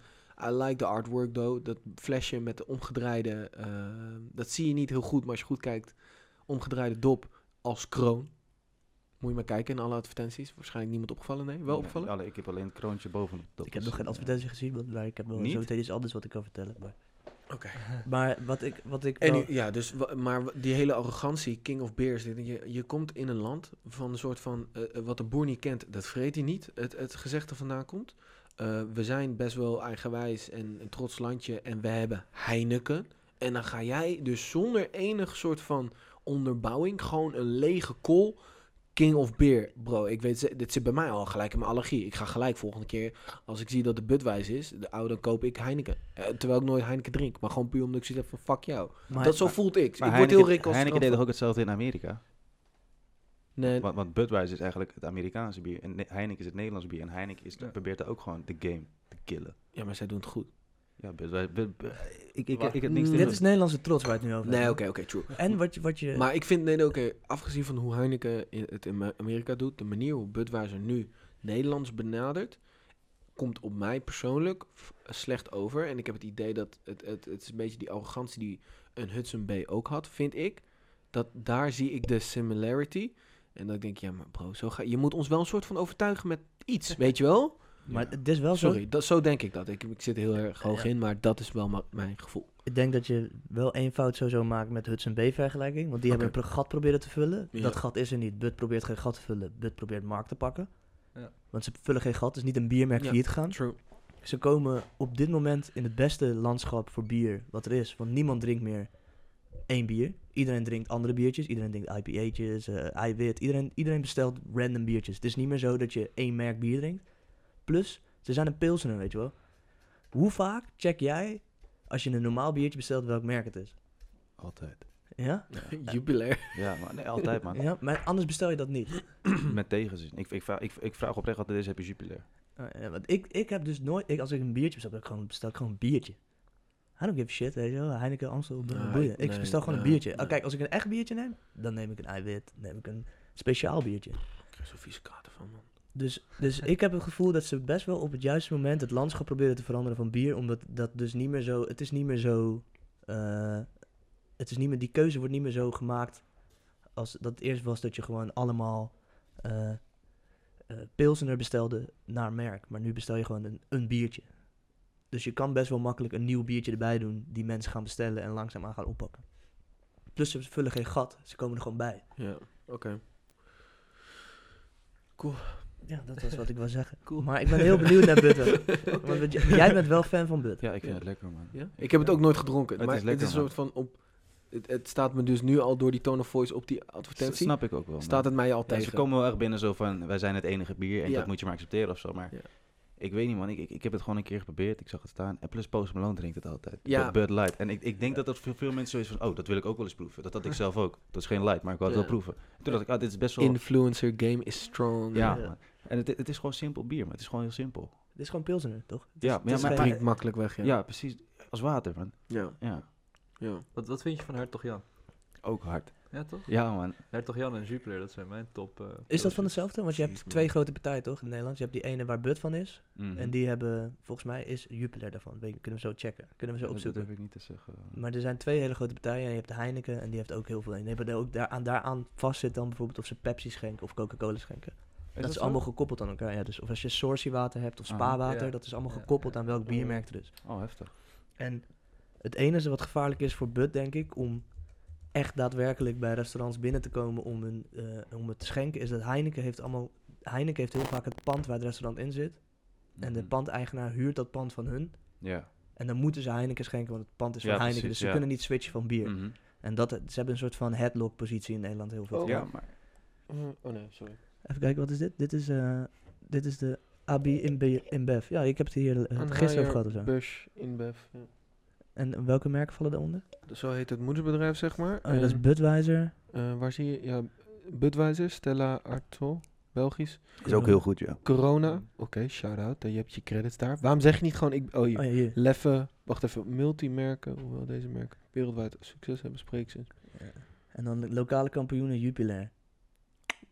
I like the artwork though. Dat flesje met de omgedraaide... eh, dat zie je niet heel goed, maar als je goed kijkt... Omgedraaide dop als kroon. Moet je maar kijken in alle advertenties. Waarschijnlijk niemand opgevallen, nee? Wel Nee, opgevallen? alle- ik heb alleen het kroontje bovenop. dat Ik heb is, nog geen eh, advertentie gezien, want- maar ik heb wel Niet? zo meteen iets anders wat ik kan vertellen. Maar, Oké. maar wat ik, wat ik En wel- nu- ja, dus, wa- maar wa- die hele arrogantie, King of Bears. dit- Je, je komt in een land van een soort van. eh, eh, wat de boer niet kent, dat vreet hij niet. Het, het gezegde vandaan komt. Eh, we zijn best wel eigenwijs en een trots landje. En we hebben Heineken. En dan ga jij dus zonder enig soort van onderbouwing. Gewoon een lege kool. King of beer, bro. Ik weet, ze- dit zit bij mij al gelijk in mijn allergie. Ik ga gelijk volgende keer, als ik zie dat de Budweiser is, de oude, dan koop ik Heineken. Eh, terwijl ik nooit Heineken drink. Maar gewoon puur omdat ik zoiets heb van, fuck jou. Maar, dat zo maar- voelt ik. Maar ik word Heineken, heel rik als Heineken deed ik toch ook hetzelfde in Amerika? Nee, Want, want Budweiser is eigenlijk het Amerikaanse bier. En Ne- Heineken is het Nederlandse bier. En Heineken is, Ja. probeert daar ook gewoon de game te killen. ja, maar zij doen het goed. Ja, Budweiser... Bud- Bud- ik, ik, ik, Wacht. heb niks Mm, te dit doen. is Nederlandse trots waar we het nu over Nee, oké, hebben. oké, true. En wat je... Wat je Maar ik vind, nee, nee, oké, afgezien van hoe Heineken i- het in Ma- Amerika doet, de manier hoe Budweiser nu Nederlands benadert, komt op mij persoonlijk f- slecht over. En ik heb het idee dat het, het, het is een beetje die arrogantie die een Hudson B ook had, vind ik. Dat daar zie ik de similarity. En dan denk ik, ja, maar bro, zo ga, je moet ons wel een soort van overtuigen met iets, weet je wel? maar het is wel zo. Oh, Sorry, dat, zo denk ik dat. Ik, ik zit heel erg hoog Ja. in, maar dat is wel ma- mijn gevoel. Ik denk dat je wel één fout sowieso maakt met Hudson B-vergelijking. Want die Oké. hebben een pro- gat proberen te vullen. Ja. Dat gat is er niet. Bud probeert geen gat te vullen. Bud probeert markt te pakken. Ja. Want ze vullen geen gat. Dus niet een biermerk Ja. failliet gaan. True. Ze komen op dit moment in het beste landschap voor bier wat er is. Want niemand drinkt meer één bier. Iedereen drinkt andere biertjes. Iedereen drinkt IPA'tjes, eh, eiwit. Iedereen, iedereen bestelt random biertjes. Het is niet meer zo dat je één merk bier drinkt. Plus, ze zijn een pilsener, weet je wel. Hoe vaak check jij als je een normaal biertje bestelt welk merk het is? Altijd. Ja? [laughs] Jubilair. [laughs] Ja, maar nee, altijd man. ja? Maar anders bestel je dat niet. Met tegenzin. Ik, ik, vraag, ik, ik vraag oprecht altijd deze heb je Jupiler. Ah, ja, want ik, ik heb dus nooit... Ik, als ik een biertje bestel, dan gewoon, bestel ik gewoon een biertje. I don't give a shit, weet je wel. Heineken, Amstel, b- Nee, boeien. Ik nee, bestel gewoon een nee, biertje. Ah, nee. kijk, als ik een echt biertje neem, dan neem ik een eiwit. Dan neem ik een speciaal biertje. Ik krijg zo'n vieze kater van, man. Dus, dus ik heb het gevoel dat ze best wel op het juiste moment het landschap proberen te veranderen van bier. Omdat dat dus niet meer zo... Het is niet meer zo... eh, het is niet meer... Die keuze wordt niet meer zo gemaakt als dat het eerst was dat je gewoon allemaal... eh eh pilsener bestelde naar merk. Maar nu bestel je gewoon een, een biertje. Dus je kan best wel makkelijk een nieuw biertje erbij doen... die mensen gaan bestellen en langzaamaan gaan oppakken. Plus ze vullen geen gat. Ze komen er gewoon bij. Ja, oké. Ja, dat was wat ik wil zeggen. Cool. Maar ik ben heel benieuwd naar Butter. Want want j- jij bent wel fan van Bud. Ja, ik vind Ja. het lekker man. Ja? Ik heb het ook nooit gedronken. Het maar is lekker, het is een soort van op. Het, het staat me dus nu al door die tone of voice op die Dat advertentie. snap ik ook wel. man. staat het mij al Ja, tegen. ze komen wel echt binnen zo van, wij zijn het enige bier en Ja. dat moet je maar accepteren of zo. Maar Ja. ik weet niet man, ik, ik, ik heb het gewoon een keer geprobeerd, ik zag het staan. En plus Post Malone drinkt het altijd, Ja. Bud- Bud Light. En ik, ik denk dat dat voor veel mensen zo is van, oh dat wil ik ook wel eens proeven. Dat had ik zelf ook. Dat is geen light, maar ik wil het Ja. wel proeven. Toen dacht ik, ah dit is best wel... Influencer game is strong. ja, Ja. man. En het, het is gewoon simpel bier, maar het is gewoon heel simpel. Dit is gewoon Pilsener, toch? Ja, het maar- is maar- geen- maar- Drink makkelijk weg, ja. Ja, precies. Als water man. ja. Ja, ja. Wat, wat vind je van Hertog Jan? ook hard. Ja, toch? Ja man. Hertog Jan en Jupiler, dat zijn mijn top. eh, Is dat pils. van hetzelfde? Want je Jeez, hebt man. twee grote partijen, toch, in Nederland? Je hebt die ene waar Bud van is. Mhm. En die hebben, volgens mij is Jupiler daarvan. Weet- Kunnen we zo checken. Kunnen we zo Dat- Dat opzoeken. durf ik niet te zeggen. Maar er zijn twee hele grote partijen. En je hebt de Heineken en die heeft ook heel veel. En die hebben er ook daaraan, daaraan vast zit dan bijvoorbeeld of ze Pepsi schenken of Coca-Cola schenken. dat, is allemaal gekoppeld aan elkaar. Ja, dus of als je Sourcy water hebt of Aha. Spa water, Ja. dat is allemaal Ja, gekoppeld ja. aan welk biermerk er is. Oh, heftig. En het enige wat gevaarlijk is voor Bud, denk ik, om echt daadwerkelijk bij restaurants binnen te komen om, een, eh, om het te schenken, is dat Heineken heeft allemaal. Heineken heeft heel vaak het pand waar het restaurant in zit. En de Mhm. pandeigenaar huurt dat pand van hun. Ja. En dan moeten ze Heineken schenken, want het pand is van Ja, Heineken. dus precies, ze ja. kunnen niet switchen van bier. Mhm. En dat, ze hebben een soort van headlock-positie in Nederland heel veel. Oh. Ja, maar... Oh nee, sorry. Even kijken, wat is dit? Dit is, eh, dit is de Abi Imbe- InBev. Ja, ik heb het hier eh, gisteren over gehad of dus zo. Bush, InBev. En welke merken vallen daaronder? Zo heet het moedersbedrijf, zeg maar. eh, Oh, ja, dat is Budweiser. waar zie je? Ja, Budweiser, Stella Artois, Belgisch. Is ook heel goed, ja. Corona. Mm. Oké, shout-out. Je hebt je credits daar. Waarom zeg je niet gewoon... Ik, oh, je, Oh ja, hier. Leffe, wacht even, multimerken, hoewel deze merken wereldwijd succes hebben, spreek ze. En dan lokale kampioenen Jupiler.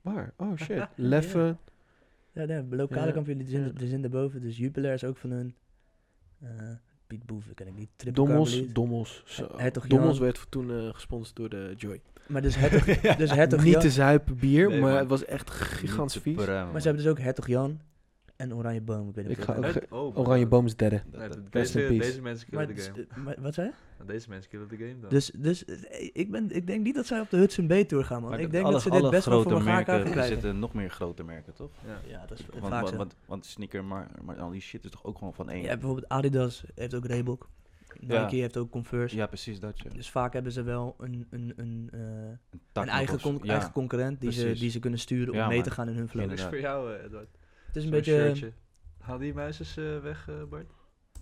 Waar? Oh [laughs] shit. Leffe, Ja, nee, lokale Ja, kampioenen die zijn, ja. die zijn daarboven. Dus Jupiler is ook van hun. Eh, Piet Boeven ken ik niet. Triple Dommels, Carbonaat. Dommels. Zo. Her- Hertog Dommels Jan. werd toen eh, gesponsord door de Joy. Maar dus [laughs] Hertog, [laughs] dus Hertog Niet Jan. te zuipen bier, Nee, maar man. het was echt gigantisch vies. Maar ze hebben dus ook Hertog Jan en Oranje Boom. Ik weet niet Ik of ga dat- ook Hert- ge- oh, maar- Oranje boom is derde. Nee, de- Rest in deze, peace. deze mensen Maar, killen de game. het is- maar wat zei je? Nou, Deze mensen killen de game dan. Dus, dus eh, ik, ben, ik denk niet dat zij op de Hudson Bay Tour gaan, man. ik denk dat ze dit alle best wel voor grote elkaar merken, kunnen Er krijgen. zitten nog meer grote merken, toch? ja. Ja, dat is vaak Want, want, zo. want, want sneaker, maar, maar al die shit is toch ook gewoon van één? Ja, bijvoorbeeld Adidas heeft ook Reebok. Nike Ja. heeft ook Converse. Ja, precies dat, ja. Dus vaak hebben ze wel een, een, een, eh, Een, tak een nog eigen, of- con- ja. eigen concurrent die ze, precies. die ze kunnen sturen om Ja, mee man. te gaan in hun flow. Inderdaad. is voor jou, eh, Edward. Het is een Zo'n beetje... shirtje. Haal die muisjes eh, weg, eh, Bart.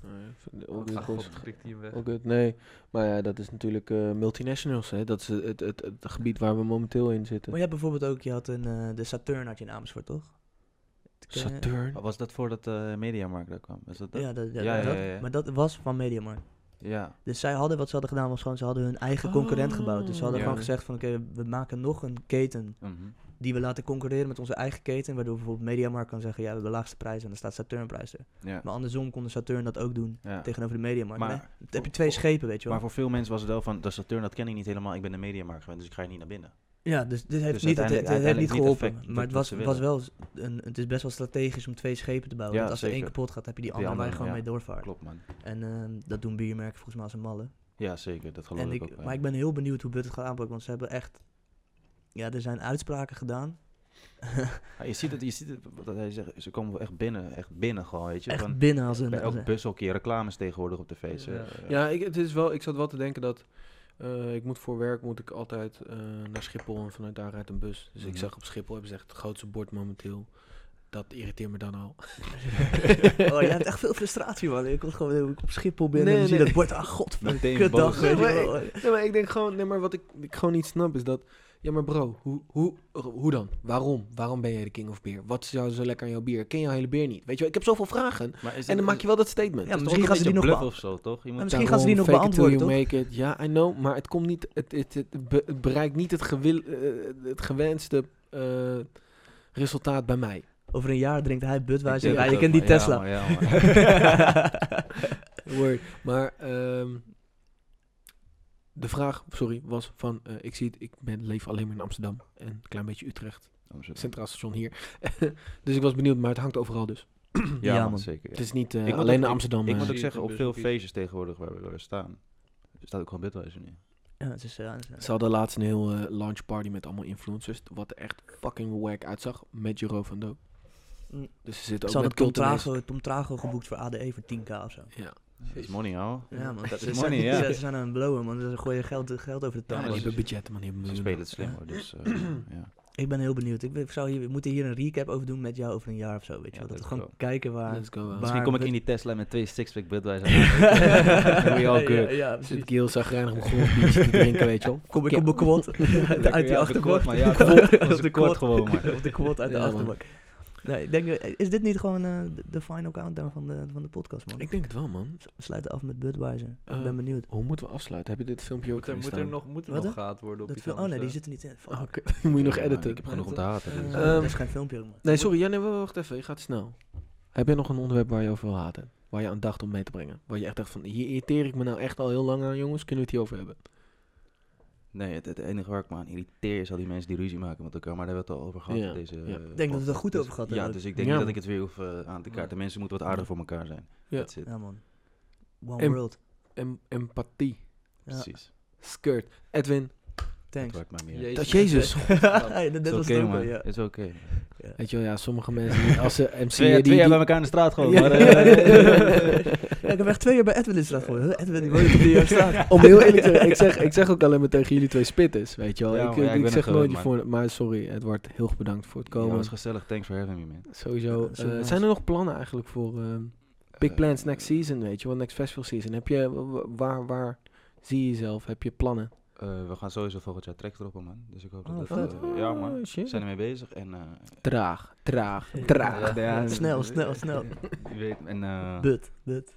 Nee, vind- Oh, ook niet ah, goed. god, klik die hem weg. Ook het, nee. Maar ja, dat is natuurlijk eh, multinationals. Hè? Dat is het, het, het, het gebied waar we momenteel in zitten. Maar je hebt bijvoorbeeld ook, je had een, eh, de Saturn had je in Amersfoort, toch? Ken je- Saturn. Was dat voordat eh Mediamarkt daar kwam? Is dat dat? Ja. Ja, dat, ja, Ja, ja, dat- ja, ja. maar dat was van Mediamarkt. Dus zij hadden, wat ze hadden gedaan was gewoon, ze hadden hun eigen concurrent gebouwd. Dus ze hadden Oh. Ja. gewoon gezegd van, oké, we maken nog een keten mhm. die we laten concurreren met onze eigen keten. Waardoor bijvoorbeeld Mediamarkt kan zeggen, ja, we hebben de laagste prijs en dan staat Saturn prijs er. ja. Maar andersom kon de Saturn dat ook doen ja. tegenover de Mediamarkt. Maar, nee, voor- dan heb je twee schepen, weet je wel. maar voor veel mensen was het wel van, de Saturn, dat ken ik niet helemaal, ik ben de Mediamarkt gewend, dus ik ga hier niet naar binnen. Ja, dus dit heeft Dus niet, het, uiteindelijk- het heeft niet uiteindelijk niet geholpen. maar effect wat- het, wat was, ze het was willen. wel een, het is best wel strategisch om twee schepen te bouwen. Ja, want als er één zeker. kapot gaat, heb je die Die andere waar je andere, gewoon ja. mee doorvaart. Klopt man. En ehm, dat doen biermerken volgens mij als een malle. Ja, zeker, dat geloof En ik, ik, ook. ja. maar ik ben heel benieuwd hoe Bud het gaat aanpakken. Want ze hebben echt... Ja, er zijn uitspraken gedaan. Ja, Ah, je ziet het, je ziet het, wat hij zegt, ze komen wel echt binnen, echt binnen gewoon, weet je. echt van, binnen als een... bij als elk een- bushokje reclames tegenwoordig op tv. ze- Ja. eh, Ja, ik, het is wel, ik zat wel te denken dat eh, ik moet voor werk moet ik altijd eh, naar Schiphol en vanuit daar rijdt een bus. Dus ik Mhm. zag op Schiphol hebben ze echt het grootste bord momenteel. Dat irriteert me dan al. Oh, jij [laughs] hebt echt veel frustratie, man. Ik kom gewoon ik op Schiphol binnen Nee, en zie nee. dat bord. Ah, god, [laughs] wat Meteen een kutdag. boos. weet je Nee, wel. Nee, maar ik denk gewoon, nee, maar wat ik, ik gewoon niet snap is dat, ja, maar bro, hoe, hoe, hoe dan? Waarom? Waarom ben jij de king of beer? Wat is jou zo lekker aan jouw bier? Ik Ken jouw hele bier niet? Weet je wel, ik heb zoveel vragen. Maar is En dan dat- maak je wel dat statement. Ja, is misschien gaan toch ook ze een die nog beetje bluff bel- of zo, toch? Je Ja, moet misschien gaan ze die nog Daarom, fake it beantwoorden, till toch? you make it. Ja, I know, maar het komt niet, het, het, het be- het bereikt niet het, gewil, eh, het gewenste eh, resultaat bij mij. Over een jaar drinkt hij Budweiser. Ik Ja, denk je dat kent die ook, maar ja, Tesla. maar [laughs] ja, maar- Word. Maar ehm, de vraag, sorry, was van, eh, ik zie het, ik ben, leef alleen maar in Amsterdam en een klein beetje Utrecht. Amsterdam. Centraal station hier. [laughs] dus ik was benieuwd, maar het hangt overal dus. Ja, [laughs] Ja, man, man. zeker. ja. Het is niet eh, Ik moet alleen ook- naar Amsterdam. Ik eh. moet ook Zie zeggen, het op een veel bushoekje. feestjes tegenwoordig waar we, waar we staan, staat ook gewoon Budweiser nu. Ja, het is, ja, het is- Ze hadden laatst een heel eh, launch party met allemaal influencers. Wat er echt fucking wack uitzag. Met Jero van Do. Mm. Dus ze zitten Ze ook hadden met Tom Culturees. Trago, Tom Trago geboekt voor ADE voor 10k of zo. Ja. Dat is money, ouwe. Ja, man. Dat [laughs] Ze is zijn- money, [laughs] ja. Ze zijn aan het blowen, man. Ze gooien geld, geld over de Ja, tafel. maar die precies. hebben budgetten, man. Die hebben Ze miljoenen. spelen het slim, Ja. hoor. Dus, [clears throat] eh, ja. Ik ben heel benieuwd. Ik, wil- ik zou hier, we moeten hier een recap over doen met jou over een jaar of zo, weet je wel. Ja, Dat we let's gewoon go. kijken waar... Let's go. Waar- Misschien Misschien kom ik Bud- [laughs] in die Tesla met twee sixpack [laughs] Budweiser. aan. We all good. Ja, ja, zit precies. Giel zagrijnig om gewoon biertje te drinken, weet je wel. Kom ik Ja. op mijn kwot Lekker, uit ja, die op de achterbak. [laughs] quad, maar ja, Op quad. de Onze quad quad. gewoon, maar. [laughs] Op de quad uit de Ja, man. achterbak. Nee, ik denk, eh, is dit niet gewoon eh, de, de final countdown van de, van de podcast, man? Ik denk het wel, man. We sluiten af met Budweiser. Ik Eh, ben benieuwd. Hoe moeten we afsluiten? Heb je dit filmpje ook Ah, Moet er, moet er nog, moet er Wat nog dan? gehaat worden op Dat die film, oh nee, die films, eh? zit er niet in. [laughs] Fuck. Oké, moet je nog Ja, editen. Ik heb genoeg om te haten. dus. Eh, dat is Ehm, geen filmpje ook, man. Nee, sorry. Ja, nee, wacht, wacht even. Je gaat snel. Heb je nog een onderwerp waar je over wil haten? Waar je aan dacht om mee te brengen? Waar je echt dacht van, hier irriteer ik me nou echt al heel lang aan, jongens. Kunnen we het hierover hebben? Nee, het, het enige waar ik me aan irriteer is al die mensen die ruzie maken met elkaar. Maar daar hebben we het al over gehad. Ja, in Deze, ja. eh, Ik Ik denk dat we het podcast. er goed Dus- over gehad Ja, hebben. dus ik denk Ja, niet dat man. ik het weer hoef eh, aan te kaarten. Mensen moeten wat aardig voor elkaar zijn. Ja. That's it. Ja, man. One En- world. Em- empathie. Ja. Precies. Skirt. Edwin. Dat Thanks. maakt mij eh. meer. Dat [laughs] Jezus. Hey, dat Is dat was oké, het ook man. al, ja. [laughs] Is oké. Weet je wel, ja, sommige [laughs] mensen, als ze MC... Twee, die, twee jaar bij die, elkaar in de straat gewoon. Ja. Maar, [laughs] eh, Ja, ik heb echt twee jaar bij Edwin in slaap gehoord. Huh, Edwin, die woont op die jaar staat. om heel eerlijk te [laughs] zijn, ik zeg, ik zeg ook alleen maar tegen jullie twee spitters, weet je wel. Ja, ik maar ja, ik, ik ben ik er zeg nooit je gewend, voor... Maar sorry, Edward, heel erg bedankt voor het Ja, komen. was gezellig. Thanks for having me, man. Sowieso. Ja, zo eh, nice. Zijn er nog plannen eigenlijk voor ehm, big Eh, plans next season, weet je wel? Next festival season. Heb je, wa- waar, waar zie je jezelf? Heb je plannen? Eh, we gaan sowieso volgend jaar tracks droppen, man. Dus ik hoop dat Oh, dat... vet. eh, ja, man. Oh, We shit. zijn ermee bezig en... eh, Traag, traag, [laughs] traag. [laughs] [laughs] ja, Snel, snel, snel. Je weet, en... eh, But, [laughs] but.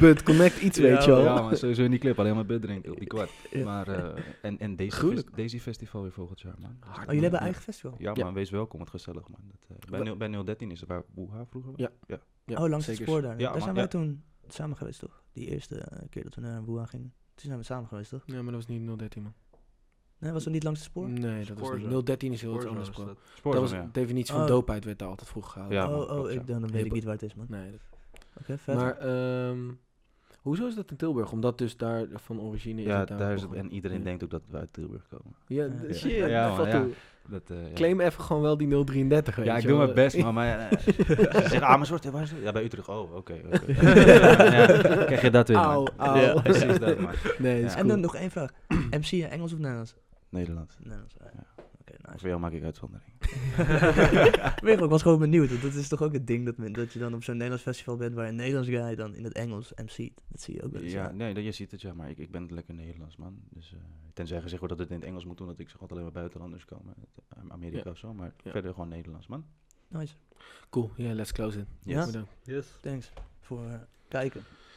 But connect iets, weet je wel. Ja, [laughs] maar sowieso in die clip. Alleen maar bid drinken op die kwart. Ja. Maar, eh, en, en Daisy, Gruwelijk. Daisy Festival weer volgend jaar, man. Dus Hard, Oh, jullie hebben man. eigen festival? Ja, Ja. man, wees welkom. Wat gezellig, man. Dat, eh, bij, Wa- nul- bij 013 is het waar Boeha vroeger was. Ja. Ja, oh, langs het zeker. spoor daar. Ja, daar man, zijn wij ja. toen samen geweest, toch? Die eerste eh, keer dat we naar Boeha gingen. Toen zijn we samen geweest, toch? Ja, maar dat was niet 013, man. Nee, was dat niet langs het spoor? Nee, dat was Spoorzaam. niet. 013 is heel Hoor iets zo anders, is bro. dat. Spoor Dat van, was ja. de definitie Oh. van dopeheid werd daar altijd vroeg gehouden. Ja, oh, man, oh klopt, ja. ik, dan, dan weet ik Hip-hop. niet waar het is, man. Nee, dat- Oké, vet. maar ehm, hoezo is dat in Tilburg? Omdat dus daar van origine is Ja, het daar is het, begonnen. en iedereen Ja. denkt ook dat we uit Tilburg komen. Ja, Ja. shit. Ja, man, fuck ja. you. Dat, eh, ja. Claim even gewoon wel die 033, weet Ja, ik je doe wel. mijn best, maar... maar eh, ze zeggen, ah, maar soort, waar is het? Ja, bij Utrecht. Oh, oké. [laughs] oké. ja, ja, krijg je dat weer, man. Auw, auw. Ja, precies dat, [laughs] man. [laughs] Nee, is Ja. En dan cool. nog één vraag. MC in Engels of Nederlands? Nederland. Nederlands. eh, Oké, nice. Voor jou maak ik uitzondering. [laughs] Weet je, ik was gewoon benieuwd. want dat is toch ook het ding dat, men- dat je dan op zo'n Nederlands festival bent waar een Nederlands guy dan in het Engels MC. Dat zie je ook wel eens. Ja, nee, dat- je ziet het, ja. Maar ik, ik ben lekker Nederlands, man. Dus, eh, tenzij gezegd wordt dat het in het Engels moet doen, dat ik zeg altijd alleen maar buitenlanders komen. uit Amerika Ja. of zo, maar Ja. verder gewoon Nederlands, man. Nice. Cool, ja, let's close it. Ja. Bedankt. Yes. Thanks voor eh, kijken.